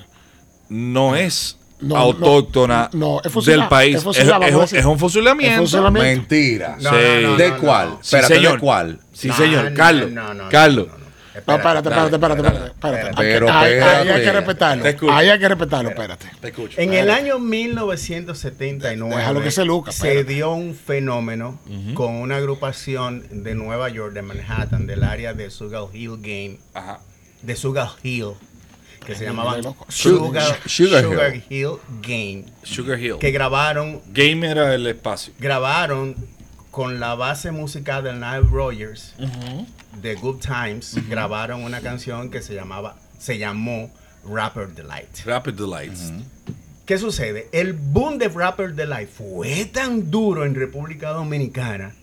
Speaker 1: no es
Speaker 5: No,
Speaker 1: autóctona
Speaker 5: no, es fusilar,
Speaker 1: del país.
Speaker 5: es
Speaker 1: Es,
Speaker 5: fusilar,
Speaker 1: es-
Speaker 5: vamos a decir.
Speaker 1: es un fusilamiento.
Speaker 5: Es fusilamiento.
Speaker 4: Mentira.
Speaker 3: No,
Speaker 1: Sí.
Speaker 3: no, no,
Speaker 4: ¿De
Speaker 3: no,
Speaker 4: cuál?
Speaker 3: no.
Speaker 1: Sí,
Speaker 4: Espérate,
Speaker 1: señor.
Speaker 4: ¿de cuál?
Speaker 1: Sí,
Speaker 3: No,
Speaker 1: señor.
Speaker 3: no,
Speaker 1: Carlos.
Speaker 3: no, no, no,
Speaker 1: Carlos.
Speaker 3: no, no, no. Espérate,
Speaker 5: No, espérate, espérate, espérate, espérate. espérate.
Speaker 4: Pero
Speaker 5: Ahí- ahí hay
Speaker 4: espérate.
Speaker 5: que respetarlo.
Speaker 1: Te escucho.
Speaker 5: Ahí hay que respetarlo, espérate.
Speaker 1: Te escucho.
Speaker 3: En el año 1979
Speaker 5: Déjalo que se luzca,
Speaker 3: se
Speaker 5: espérate.
Speaker 3: dio un fenómeno con una agrupación de Nueva York, de Manhattan, del área de Sugar Hill Game,
Speaker 1: Ajá.
Speaker 3: de Sugar Hill, que se llamaban
Speaker 5: loco.
Speaker 3: Sugar,
Speaker 4: Sugar
Speaker 3: Sugar,
Speaker 4: Hill.
Speaker 3: Hill Game,
Speaker 1: Sugar Hill.
Speaker 3: que grabaron
Speaker 1: Game era el espacio.
Speaker 3: grabaron con la base musical de Nile Rogers de Good Times grabaron una canción que se llamaba se llamó Rapper Delight.
Speaker 1: Rapid Delights.
Speaker 3: ¿Qué sucede? El boom de Rapper Delight fue tan duro en República Dominicana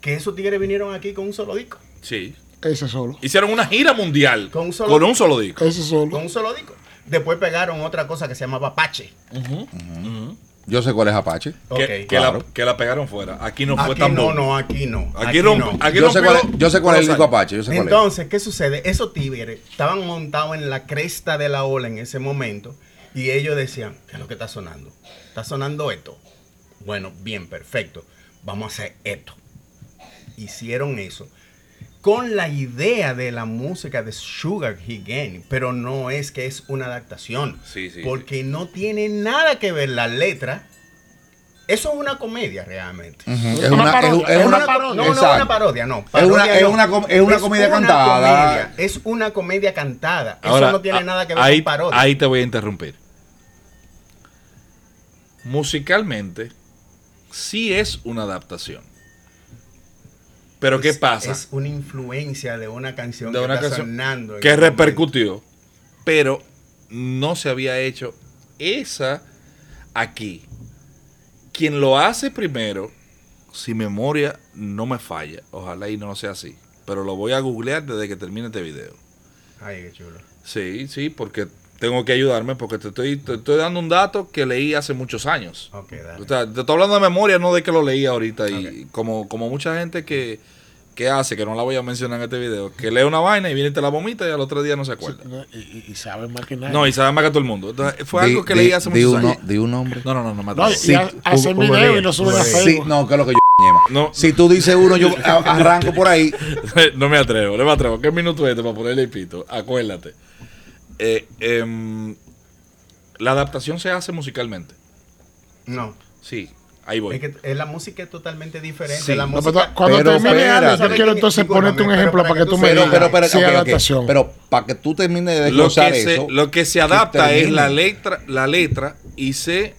Speaker 3: que esos tigres vinieron aquí con un solo disco,
Speaker 1: Sí.
Speaker 5: Ese solo.
Speaker 1: Hicieron una gira mundial
Speaker 3: Con
Speaker 1: con
Speaker 3: un
Speaker 1: un
Speaker 3: solo-
Speaker 1: solo, disco.
Speaker 5: Ese solo.
Speaker 3: con un solo disco. Después pegaron otra cosa que se llamaba Apache.
Speaker 4: Yo sé cuál es Apache.
Speaker 1: Que,
Speaker 3: Ok.
Speaker 1: que la-
Speaker 4: claro.
Speaker 1: que la pegaron fuera. Aquí no fue
Speaker 3: Aquí
Speaker 1: tan
Speaker 3: no,
Speaker 1: bueno.
Speaker 3: no, aquí no.
Speaker 1: Aquí, rompe- aquí
Speaker 4: Yo sé,
Speaker 1: rompió
Speaker 4: cuál es, yo sé cuál es el
Speaker 1: dos
Speaker 4: disco
Speaker 1: años.
Speaker 4: Apache. Yo sé cuál es.
Speaker 3: Entonces, ¿qué sucede? Esos tigres estaban montados en la cresta de la ola en ese momento y ellos decían, ¿qué es lo que está sonando? ¿Está sonando esto? Bueno, bien, perfecto. Vamos a hacer esto. Hicieron eso con la idea de la música de Sugar Hill Gang, pero no es que es una adaptación,
Speaker 1: Sí, sí,
Speaker 3: porque no tiene nada que ver la letra. Eso es una comedia realmente.
Speaker 4: Ujú.
Speaker 5: Es una parodia,
Speaker 4: es
Speaker 5: es
Speaker 4: una-
Speaker 5: una parodia.
Speaker 3: No, no,
Speaker 4: Exacto.
Speaker 3: una parodia, no.
Speaker 4: Es una-
Speaker 3: Parodia
Speaker 4: es
Speaker 3: no.
Speaker 4: una com- es una comedia cantada.
Speaker 3: comedia, es una comedia cantada. Eso
Speaker 1: Ahora,
Speaker 3: no tiene
Speaker 1: a-
Speaker 3: nada que ver
Speaker 1: ahí,
Speaker 3: con parodia.
Speaker 1: Ahí te voy a interrumpir. Musicalmente, sí es una adaptación. Pero ¿qué
Speaker 3: Es-
Speaker 1: pasa?
Speaker 3: Es una influencia de una canción
Speaker 1: de
Speaker 3: que
Speaker 1: una
Speaker 3: está
Speaker 1: canción
Speaker 3: sonando. en
Speaker 1: que
Speaker 3: ese momento.
Speaker 1: repercutió, pero no se había hecho esa aquí. Quien lo hace primero, si memoria no me falla, ojalá y no sea así, pero lo voy a googlear desde que termine este video.
Speaker 3: Ay, qué chulo.
Speaker 1: Sí, sí, porque tengo que ayudarme, porque te estoy, te estoy dando un dato que leí hace muchos años.
Speaker 3: Ok, dale.
Speaker 1: O sea, te estoy hablando de memoria, no de que lo leí ahorita. Y como, como mucha gente que, que hace, que no la voy a mencionar en este video, que lee una vaina y viene y te la vomita y al otro día no se acuerda.
Speaker 5: Y, y- y sabe más que nadie.
Speaker 1: No, y sabe más que todo el mundo. Entonces, fue
Speaker 4: Di-
Speaker 1: algo que
Speaker 4: di-
Speaker 1: leí hace
Speaker 4: di
Speaker 1: muchos
Speaker 4: uno-
Speaker 1: años.
Speaker 4: Di un nombre.
Speaker 1: No, no, no, no me
Speaker 5: No, y
Speaker 1: atrevas.
Speaker 5: y ha- hacen video y lo suben a
Speaker 4: Sí,
Speaker 5: Facebook.
Speaker 4: no, que es lo que yo
Speaker 1: No.
Speaker 4: Si tú dices uno, yo a- arranco por ahí.
Speaker 1: no me atrevo, no me atrevo. ¿Qué minuto es este para ponerle el pito? Acuérdate. Eh, em, la adaptación se hace musicalmente.
Speaker 3: No.
Speaker 1: Sí, ahí voy.
Speaker 3: Es que eh, la música es totalmente diferente.
Speaker 1: Sí.
Speaker 3: La
Speaker 5: No,
Speaker 3: música,
Speaker 5: pero cuando
Speaker 4: Pero
Speaker 5: termine
Speaker 4: espérate.
Speaker 5: algo, yo
Speaker 3: ¿Sabe
Speaker 5: quiero
Speaker 3: quién-
Speaker 5: entonces
Speaker 3: discúlpame,
Speaker 5: ponerte un
Speaker 3: pero
Speaker 5: ejemplo
Speaker 3: para
Speaker 5: para
Speaker 3: que
Speaker 5: que tú
Speaker 3: tú
Speaker 5: me
Speaker 4: Pero,
Speaker 5: digas
Speaker 3: sepas.
Speaker 4: pero, pero,
Speaker 5: si
Speaker 4: ok,
Speaker 5: es
Speaker 4: ok.
Speaker 5: adaptación.
Speaker 4: Pero para que tú termines de
Speaker 1: lo
Speaker 4: desglosar
Speaker 1: que, se,
Speaker 4: eso.
Speaker 1: lo que se
Speaker 4: que
Speaker 1: adapta es la
Speaker 4: termine.
Speaker 1: letra, la letra y se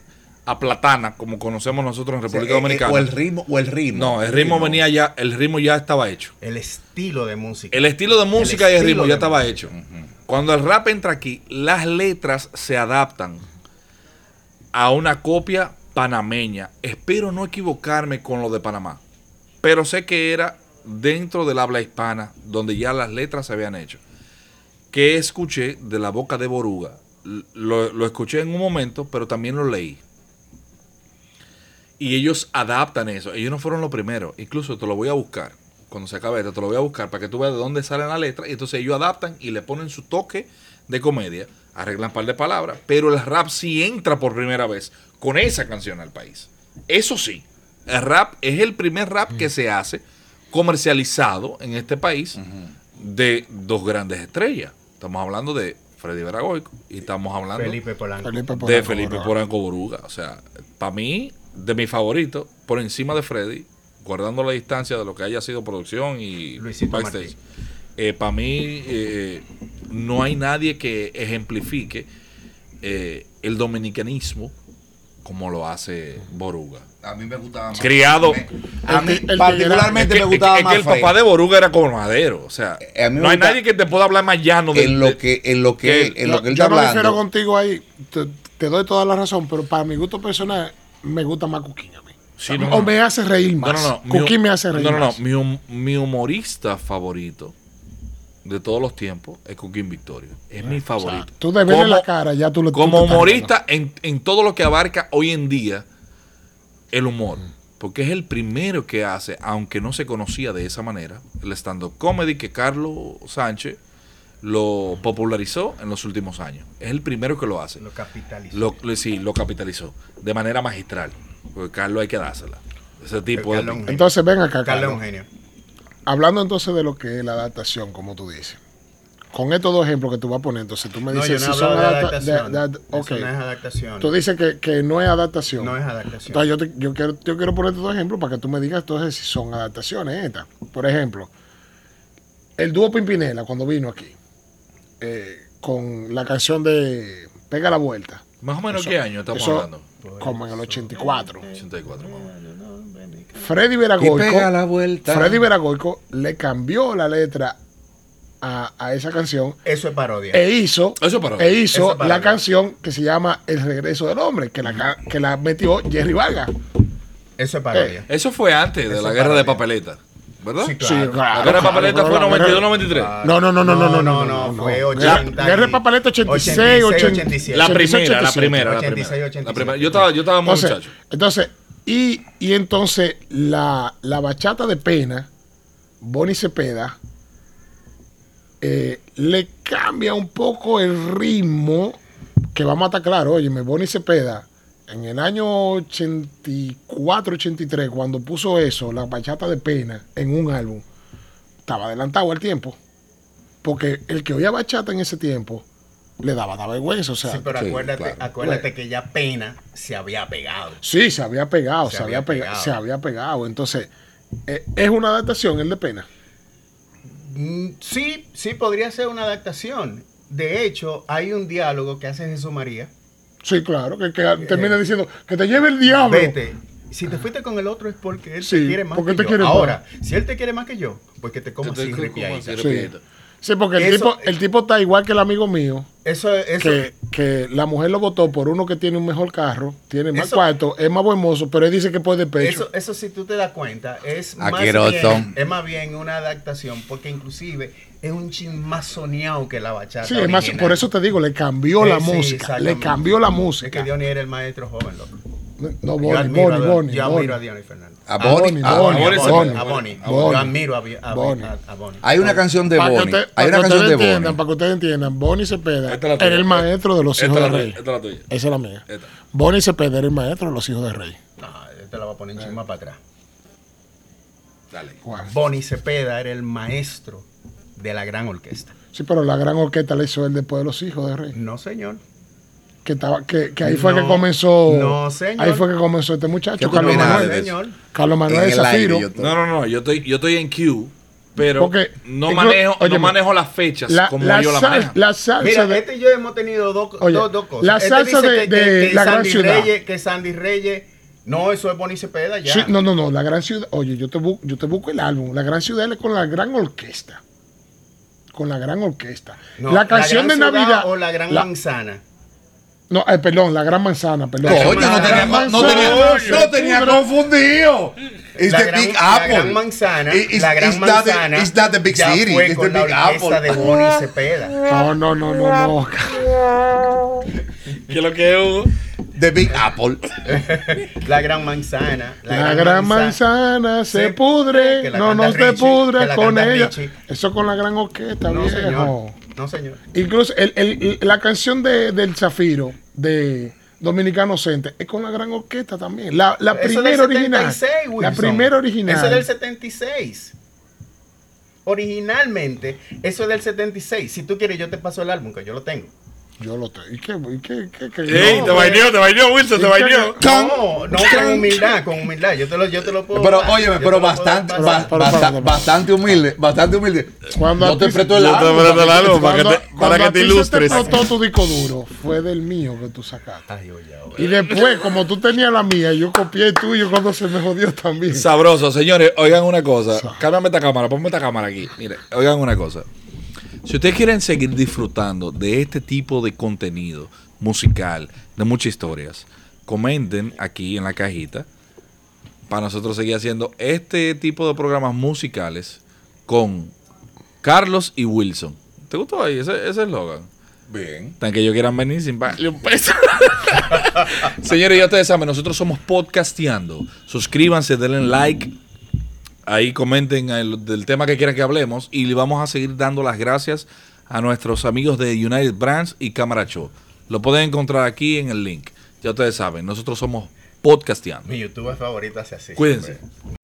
Speaker 1: aplatana, como conocemos nosotros en
Speaker 4: O sea,
Speaker 1: República
Speaker 4: eh, eh,
Speaker 1: Dominicana.
Speaker 4: O el ritmo. O el ritmo.
Speaker 1: no, el ritmo venía ya, el ritmo ya estaba hecho.
Speaker 3: El estilo de música.
Speaker 1: El estilo de música y el
Speaker 3: estilo
Speaker 1: ritmo
Speaker 3: de
Speaker 1: ya estaba hecho. Cuando el rap entra aquí, las letras se adaptan a una copia panameña. Espero no equivocarme con lo de Panamá, pero sé que era dentro del habla hispana, donde ya las letras se habían hecho. Que escuché de la boca de Boruga. L- Lo, lo escuché en un momento, pero también lo leí. Y ellos adaptan eso. Ellos no fueron los primeros. Incluso te lo voy a buscar. Cuando se acabe esto, te lo voy a buscar para que tú veas de dónde sale la letra. Y entonces ellos adaptan y le ponen su toque de comedia. Arreglan un par de palabras. Pero el rap sí entra por primera vez con esa canción al país. Eso sí. El rap es el primer rap que se hace comercializado en este país de dos grandes estrellas. Estamos hablando de Freddy Veragoico y estamos hablando
Speaker 3: Felipe Polanco.
Speaker 5: Felipe
Speaker 1: de
Speaker 5: Polanco,
Speaker 1: Felipe
Speaker 5: bro.
Speaker 1: Poranco Boruga. O sea, para mí, de mi favorito, por encima de Freddy, guardando la distancia de lo que haya sido producción y
Speaker 3: Luisito
Speaker 1: backstage. para mí, eh, no hay nadie que ejemplifique eh, el dominicanismo como lo hace Boruga.
Speaker 4: A mí me gustaba más.
Speaker 1: Criado.
Speaker 4: Me- a
Speaker 5: El
Speaker 4: mí
Speaker 5: que- el que
Speaker 4: particularmente me gustaba
Speaker 1: es que
Speaker 4: más.
Speaker 1: el papá
Speaker 4: Fred.
Speaker 1: de Boruga era como madero. O sea,
Speaker 4: Eh, a mí me
Speaker 1: no hay
Speaker 4: gusta-
Speaker 1: nadie que te pueda hablar más llano de,
Speaker 4: En
Speaker 1: de-
Speaker 4: lo que, en lo que,
Speaker 1: que-
Speaker 4: en lo que él
Speaker 5: yo
Speaker 4: está
Speaker 5: no difiero
Speaker 4: hablando.
Speaker 5: contigo ahí, te, te doy toda la razón, pero para mi gusto personal me gusta más Cuquín a mí.
Speaker 1: Sí,
Speaker 5: o
Speaker 1: no,
Speaker 5: o
Speaker 1: no.
Speaker 5: me hace reír más.
Speaker 1: mi hu-
Speaker 5: Cuquín me hace reír
Speaker 1: No, no, no.
Speaker 5: más.
Speaker 1: Mi, hum- mi humorista favorito de todos los tiempos es Cooking Victorio. Es mi
Speaker 5: O sea,
Speaker 1: favorito.
Speaker 5: tú de verle
Speaker 1: Como-
Speaker 5: la cara, ya tú lo tú
Speaker 1: Como
Speaker 5: te estás
Speaker 1: humorista en, en todo lo que abarca hoy en día el humor.
Speaker 5: Mm.
Speaker 1: Porque es el primero que hace, aunque no se conocía de esa manera, el stand-up comedy que Carlos Sánchez
Speaker 6: lo popularizó en los últimos años. Es el primero que lo hace.
Speaker 3: Lo capitalizó.
Speaker 6: Lo, lo- sí, lo capitalizó de manera magistral. Porque Carlos hay que dársela. Ese tipo de.
Speaker 3: Carlos es un genio.
Speaker 5: Entonces, ven acá,
Speaker 3: Carlos es
Speaker 5: Carlos.
Speaker 3: un genio.
Speaker 5: Hablando entonces de lo que es la adaptación, como tú dices. Con estos dos ejemplos que tú vas a poner, entonces tú me
Speaker 3: No, yo
Speaker 5: dices
Speaker 3: no
Speaker 5: si
Speaker 3: hablo
Speaker 5: son
Speaker 3: de
Speaker 5: adapta-
Speaker 3: adaptación.
Speaker 5: de- de- ok.
Speaker 3: Eso no es adaptación.
Speaker 5: Tú dices que, que no es adaptación.
Speaker 3: No es adaptación.
Speaker 5: Entonces, yo, te- yo quiero, yo quiero ponerte dos ejemplos para que tú me digas entonces si son adaptaciones estas. Por ejemplo, el dúo Pimpinela cuando vino aquí, eh, con la canción de Pega la Vuelta,
Speaker 6: Más o menos
Speaker 5: Eso-
Speaker 6: qué año estamos
Speaker 5: eso-
Speaker 6: hablando.
Speaker 5: como en el 84.
Speaker 6: 84, más o menos.
Speaker 5: Freddy
Speaker 4: Y pega la
Speaker 5: Veragoico,
Speaker 4: vuelta.
Speaker 5: Freddy Veragoico le cambió la letra a, a esa canción
Speaker 3: Eso es parodia.
Speaker 5: e hizo,
Speaker 6: Eso para.
Speaker 5: e hizo
Speaker 3: Eso para
Speaker 5: la
Speaker 3: mí.
Speaker 5: canción que se llama El Regreso del Hombre, que la, ca- que la metió Jerry Vargas.
Speaker 3: Eso es parodia.
Speaker 6: Eso fue antes de
Speaker 3: Eso
Speaker 6: la guerra
Speaker 3: para
Speaker 6: de
Speaker 3: mí.
Speaker 6: papeleta. ¿Verdad?
Speaker 3: Sí,
Speaker 5: Sí,
Speaker 6: la
Speaker 3: claro.
Speaker 5: claro,
Speaker 6: guerra de
Speaker 5: claro,
Speaker 6: papeleta
Speaker 5: pero
Speaker 6: fue
Speaker 5: la guerra-
Speaker 6: 92,
Speaker 5: Ah,
Speaker 6: 93.
Speaker 5: No, no, no, no, no, no, no,
Speaker 3: no,
Speaker 5: no, no.
Speaker 3: fue
Speaker 5: La-
Speaker 3: 80.
Speaker 5: Guerra de Papeleta 86,
Speaker 3: 86,
Speaker 6: La
Speaker 5: 86,
Speaker 6: primera, la
Speaker 5: 87.
Speaker 6: primera, la
Speaker 3: 86,
Speaker 6: primera.
Speaker 3: 87.
Speaker 6: La primera. Yo estaba, yo estaba muy
Speaker 5: Entonces,
Speaker 6: muchacho.
Speaker 5: entonces y, y entonces la, la bachata de pena, Bonnie Cepeda, eh, le cambia un poco el ritmo que vamos a estar claro. Óyeme, Bonnie Cepeda, en el año 84, 83, cuando puso eso, la bachata de pena, en un álbum, estaba adelantado al tiempo. Porque el que oía bachata en ese tiempo le daba la vergüenza. O sea,
Speaker 3: Sí, pero
Speaker 4: Sí,
Speaker 3: acuérdate,
Speaker 4: claro.
Speaker 3: acuérdate que ya pena se había pegado.
Speaker 5: Sí, se había pegado, se,
Speaker 3: Se
Speaker 5: había,
Speaker 3: había
Speaker 5: pega-
Speaker 3: pegado.
Speaker 5: se había pegado. Entonces, eh, es una adaptación el de pena.
Speaker 3: Mm, Sí, sí podría ser una adaptación. De hecho, hay un diálogo que hace Jesús María.
Speaker 5: Sí, claro, que, que termina diciendo que te lleve el diablo.
Speaker 3: Eh, Vete. Si te fuiste con el otro es porque él
Speaker 5: Sí,
Speaker 3: te quiere más
Speaker 5: porque
Speaker 3: que
Speaker 5: te
Speaker 3: yo.
Speaker 5: quiere más.
Speaker 3: Ahora, si él te quiere más que yo, pues que te comas
Speaker 6: Entonces,
Speaker 3: así,
Speaker 6: ¿cómo
Speaker 3: ripiadita.
Speaker 6: así,
Speaker 5: Sí.
Speaker 6: repito?
Speaker 5: Sí, porque el,
Speaker 3: Eso-
Speaker 5: tipo, el tipo está igual que el amigo mío,
Speaker 3: Eso, eso,
Speaker 5: que, que la mujer lo votó por uno que tiene un mejor carro, tiene más
Speaker 3: Eso-
Speaker 5: cuarto, es más buen mozo, pero él dice que puede de pecho.
Speaker 3: Eso, eso si tú te das cuenta, es más,
Speaker 4: Aqueroso.
Speaker 3: bien, es más bien una adaptación, porque inclusive es un chin más soneado que la bachata.
Speaker 5: sí, es más,
Speaker 3: original.
Speaker 5: por eso te digo, le cambió la
Speaker 3: Eh, sí,
Speaker 5: música, le
Speaker 3: exactamente.
Speaker 5: cambió la
Speaker 3: Es
Speaker 5: música.
Speaker 3: que Diony era el maestro joven, loco.
Speaker 5: no,
Speaker 3: yo
Speaker 5: Bonnie,
Speaker 3: admiro,
Speaker 5: Bonnie,
Speaker 3: a,
Speaker 5: Bonnie,
Speaker 3: yo
Speaker 5: Bonnie.
Speaker 3: admiro a Diony Fernández.
Speaker 4: A Bonnie.
Speaker 5: A
Speaker 4: A
Speaker 5: Bonnie,
Speaker 4: Bonnie.
Speaker 5: a Bonnie,
Speaker 3: a Bonnie.
Speaker 5: a Bonnie.
Speaker 3: Yo admiro a, a- a-
Speaker 5: Bonnie.
Speaker 3: a- a Bonnie.
Speaker 4: Hay una canción de
Speaker 5: Para que
Speaker 4: Bonnie.
Speaker 5: usted- para
Speaker 4: Hay
Speaker 5: que
Speaker 4: una canción
Speaker 5: ustedes
Speaker 4: de
Speaker 5: entiendan,
Speaker 4: Bonnie.
Speaker 5: Para que ustedes entiendan, Bonnie Cepeda
Speaker 6: Esta es la
Speaker 5: era
Speaker 6: tuya.
Speaker 5: el maestro de los
Speaker 6: Esta
Speaker 5: hijos
Speaker 6: es
Speaker 5: de
Speaker 6: la tuya,
Speaker 5: rey.
Speaker 6: esta es la tuya.
Speaker 5: Esa es la mía.
Speaker 6: Esta.
Speaker 5: Bonnie Cepeda era el maestro de los hijos de rey.
Speaker 3: No, yo te la voy a poner un chin más para atrás.
Speaker 6: Dale.
Speaker 5: Ah.
Speaker 3: Bonnie Cepeda era el maestro de la gran orquesta.
Speaker 5: Sí, pero la gran orquesta la hizo él después de los hijos de rey.
Speaker 3: No, señor.
Speaker 5: Que, estaba, que, que ahí fue
Speaker 3: No,
Speaker 5: que comenzó.
Speaker 3: no, señor.
Speaker 5: Ahí fue que comenzó este
Speaker 4: ¿Qué
Speaker 5: muchacho,
Speaker 4: tú
Speaker 5: Carlos
Speaker 4: opinas
Speaker 5: Manuel.
Speaker 4: de eso?
Speaker 3: señor.
Speaker 5: Carlos
Speaker 4: En
Speaker 5: Manuel de
Speaker 4: el aire,
Speaker 5: Zafiro.
Speaker 4: yo estoy-
Speaker 6: No, no, no, yo estoy, yo estoy en Q, pero
Speaker 5: Porque
Speaker 6: no,
Speaker 5: inclu-
Speaker 6: manejo,
Speaker 5: óyeme,
Speaker 6: no manejo las fechas
Speaker 5: La,
Speaker 6: como
Speaker 5: la
Speaker 6: yo las
Speaker 5: sal-
Speaker 6: manejo.
Speaker 5: la salsa
Speaker 3: Mira,
Speaker 5: de-
Speaker 3: este y yo hemos tenido dos,
Speaker 5: Oye,
Speaker 3: dos, dos cosas.
Speaker 5: la
Speaker 3: Este
Speaker 5: salsa
Speaker 3: dice
Speaker 5: de- de la gran
Speaker 3: Sandy
Speaker 5: ciudad.
Speaker 3: Reyes, que Sandy Reyes, no, eso es Bonnie Cepeda ya.
Speaker 5: Sí, no, no, no. La gran ciudad. Oye, yo te, bu- yo te busco el álbum. La gran ciudad es con la gran orquesta. Con la gran orquesta.
Speaker 3: No,
Speaker 5: la canción
Speaker 3: gran
Speaker 5: de
Speaker 3: ciudad
Speaker 5: Navidad.
Speaker 3: O la gran
Speaker 5: la-
Speaker 3: manzana.
Speaker 5: No, eh, perdón, la gran manzana, perdón.
Speaker 4: Coño, no
Speaker 3: La
Speaker 4: tenía,
Speaker 5: Gran
Speaker 4: no,
Speaker 5: Manzana.
Speaker 4: tenía, no tenía confundido. It's
Speaker 3: La
Speaker 4: the
Speaker 3: gran,
Speaker 4: Big
Speaker 3: la
Speaker 4: Apple.
Speaker 3: gran manzana.
Speaker 4: It- it's-
Speaker 3: la gran
Speaker 4: it's not the-
Speaker 3: manzana.
Speaker 4: it's not the Big
Speaker 3: ya
Speaker 4: City.
Speaker 3: Fue
Speaker 4: It's
Speaker 3: con
Speaker 4: the
Speaker 3: la
Speaker 4: Big
Speaker 3: orquesta
Speaker 4: Apple.
Speaker 3: de Bonnie Cepeda.
Speaker 5: No, no, no, no, no.
Speaker 6: ¿Qué es lo que es, Hugo?
Speaker 4: The Big Apple.
Speaker 3: La gran manzana.
Speaker 5: La, gran manzana se
Speaker 3: Sí,
Speaker 5: pudre,
Speaker 3: que la
Speaker 5: no
Speaker 3: canta
Speaker 5: nos se
Speaker 3: Richie, que
Speaker 5: pudra
Speaker 3: la
Speaker 5: con
Speaker 3: canta
Speaker 5: ella.
Speaker 3: Richie.
Speaker 5: Eso con la gran orquesta,
Speaker 3: No,
Speaker 5: viejo.
Speaker 3: señor. No, señor.
Speaker 5: Incluso el- el- la canción de, del Zafiro, de Dominicano Cente, es con la gran orquesta también. La, la
Speaker 3: Eso
Speaker 5: primera
Speaker 3: del
Speaker 5: original.
Speaker 3: 76,
Speaker 5: la
Speaker 3: Wilson.
Speaker 5: primera original.
Speaker 3: Eso es del 76. Originalmente, eso es del 76. Si tú quieres, yo te paso el álbum, que yo lo tengo.
Speaker 5: Yo lo tengo. ¿Y qué? ¿Y qué? qué, qué-
Speaker 6: Ey,
Speaker 5: no,
Speaker 6: te bañó, te bañó, Wilson, te
Speaker 5: Sí,
Speaker 6: bañó.
Speaker 3: No, no, con humildad, con humildad. Yo te lo, yo te lo puedo.
Speaker 4: Pero,
Speaker 3: dar, yo
Speaker 4: óyeme,
Speaker 3: te
Speaker 4: pero
Speaker 3: lo puedo
Speaker 4: bastante,
Speaker 3: dar.
Speaker 4: ba-
Speaker 5: Pero, pero,
Speaker 4: basta-
Speaker 5: pero,
Speaker 4: bastante humilde, bastante humilde.
Speaker 5: Cuando
Speaker 4: Yo te
Speaker 5: artista-
Speaker 4: presto el
Speaker 2: Yo te
Speaker 4: álbum.
Speaker 2: presto el álbum. para que
Speaker 5: Cuando,
Speaker 2: te- para
Speaker 5: cuando
Speaker 2: que
Speaker 5: a
Speaker 2: te
Speaker 5: ti se
Speaker 2: ilustres.
Speaker 5: explotó tu disco duro, fue del mío que tú sacaste. y después, como tú tenías la mía, yo copié el tuyo cuando se me jodió también.
Speaker 6: Sabroso, señores, oigan una cosa. Cámbiame esta cámara, ponme esta cámara aquí.
Speaker 1: Mire, oigan una cosa. Si ustedes quieren seguir disfrutando de este tipo de contenido musical, de muchas historias, comenten aquí en la cajita para nosotros seguir haciendo este tipo de programas musicales con Carlos y Wilson. ¿Te gustó ahí ese ese eslogan?
Speaker 4: Bien.
Speaker 1: Tan que ellos quieran venir sin pagarle un peso. Señores, ya ustedes saben, nosotros somos podcasteando. Suscríbanse, denle like. Ahí comenten el- del tema que quieran que hablemos. Y le vamos a seguir dando las gracias a nuestros amigos de United Brands y Cámara Show. Lo pueden encontrar aquí en el link. Ya ustedes saben, nosotros somos podcasteando.
Speaker 3: Mi youtuber favorito hace así.
Speaker 1: Cuídense.
Speaker 3: siempre.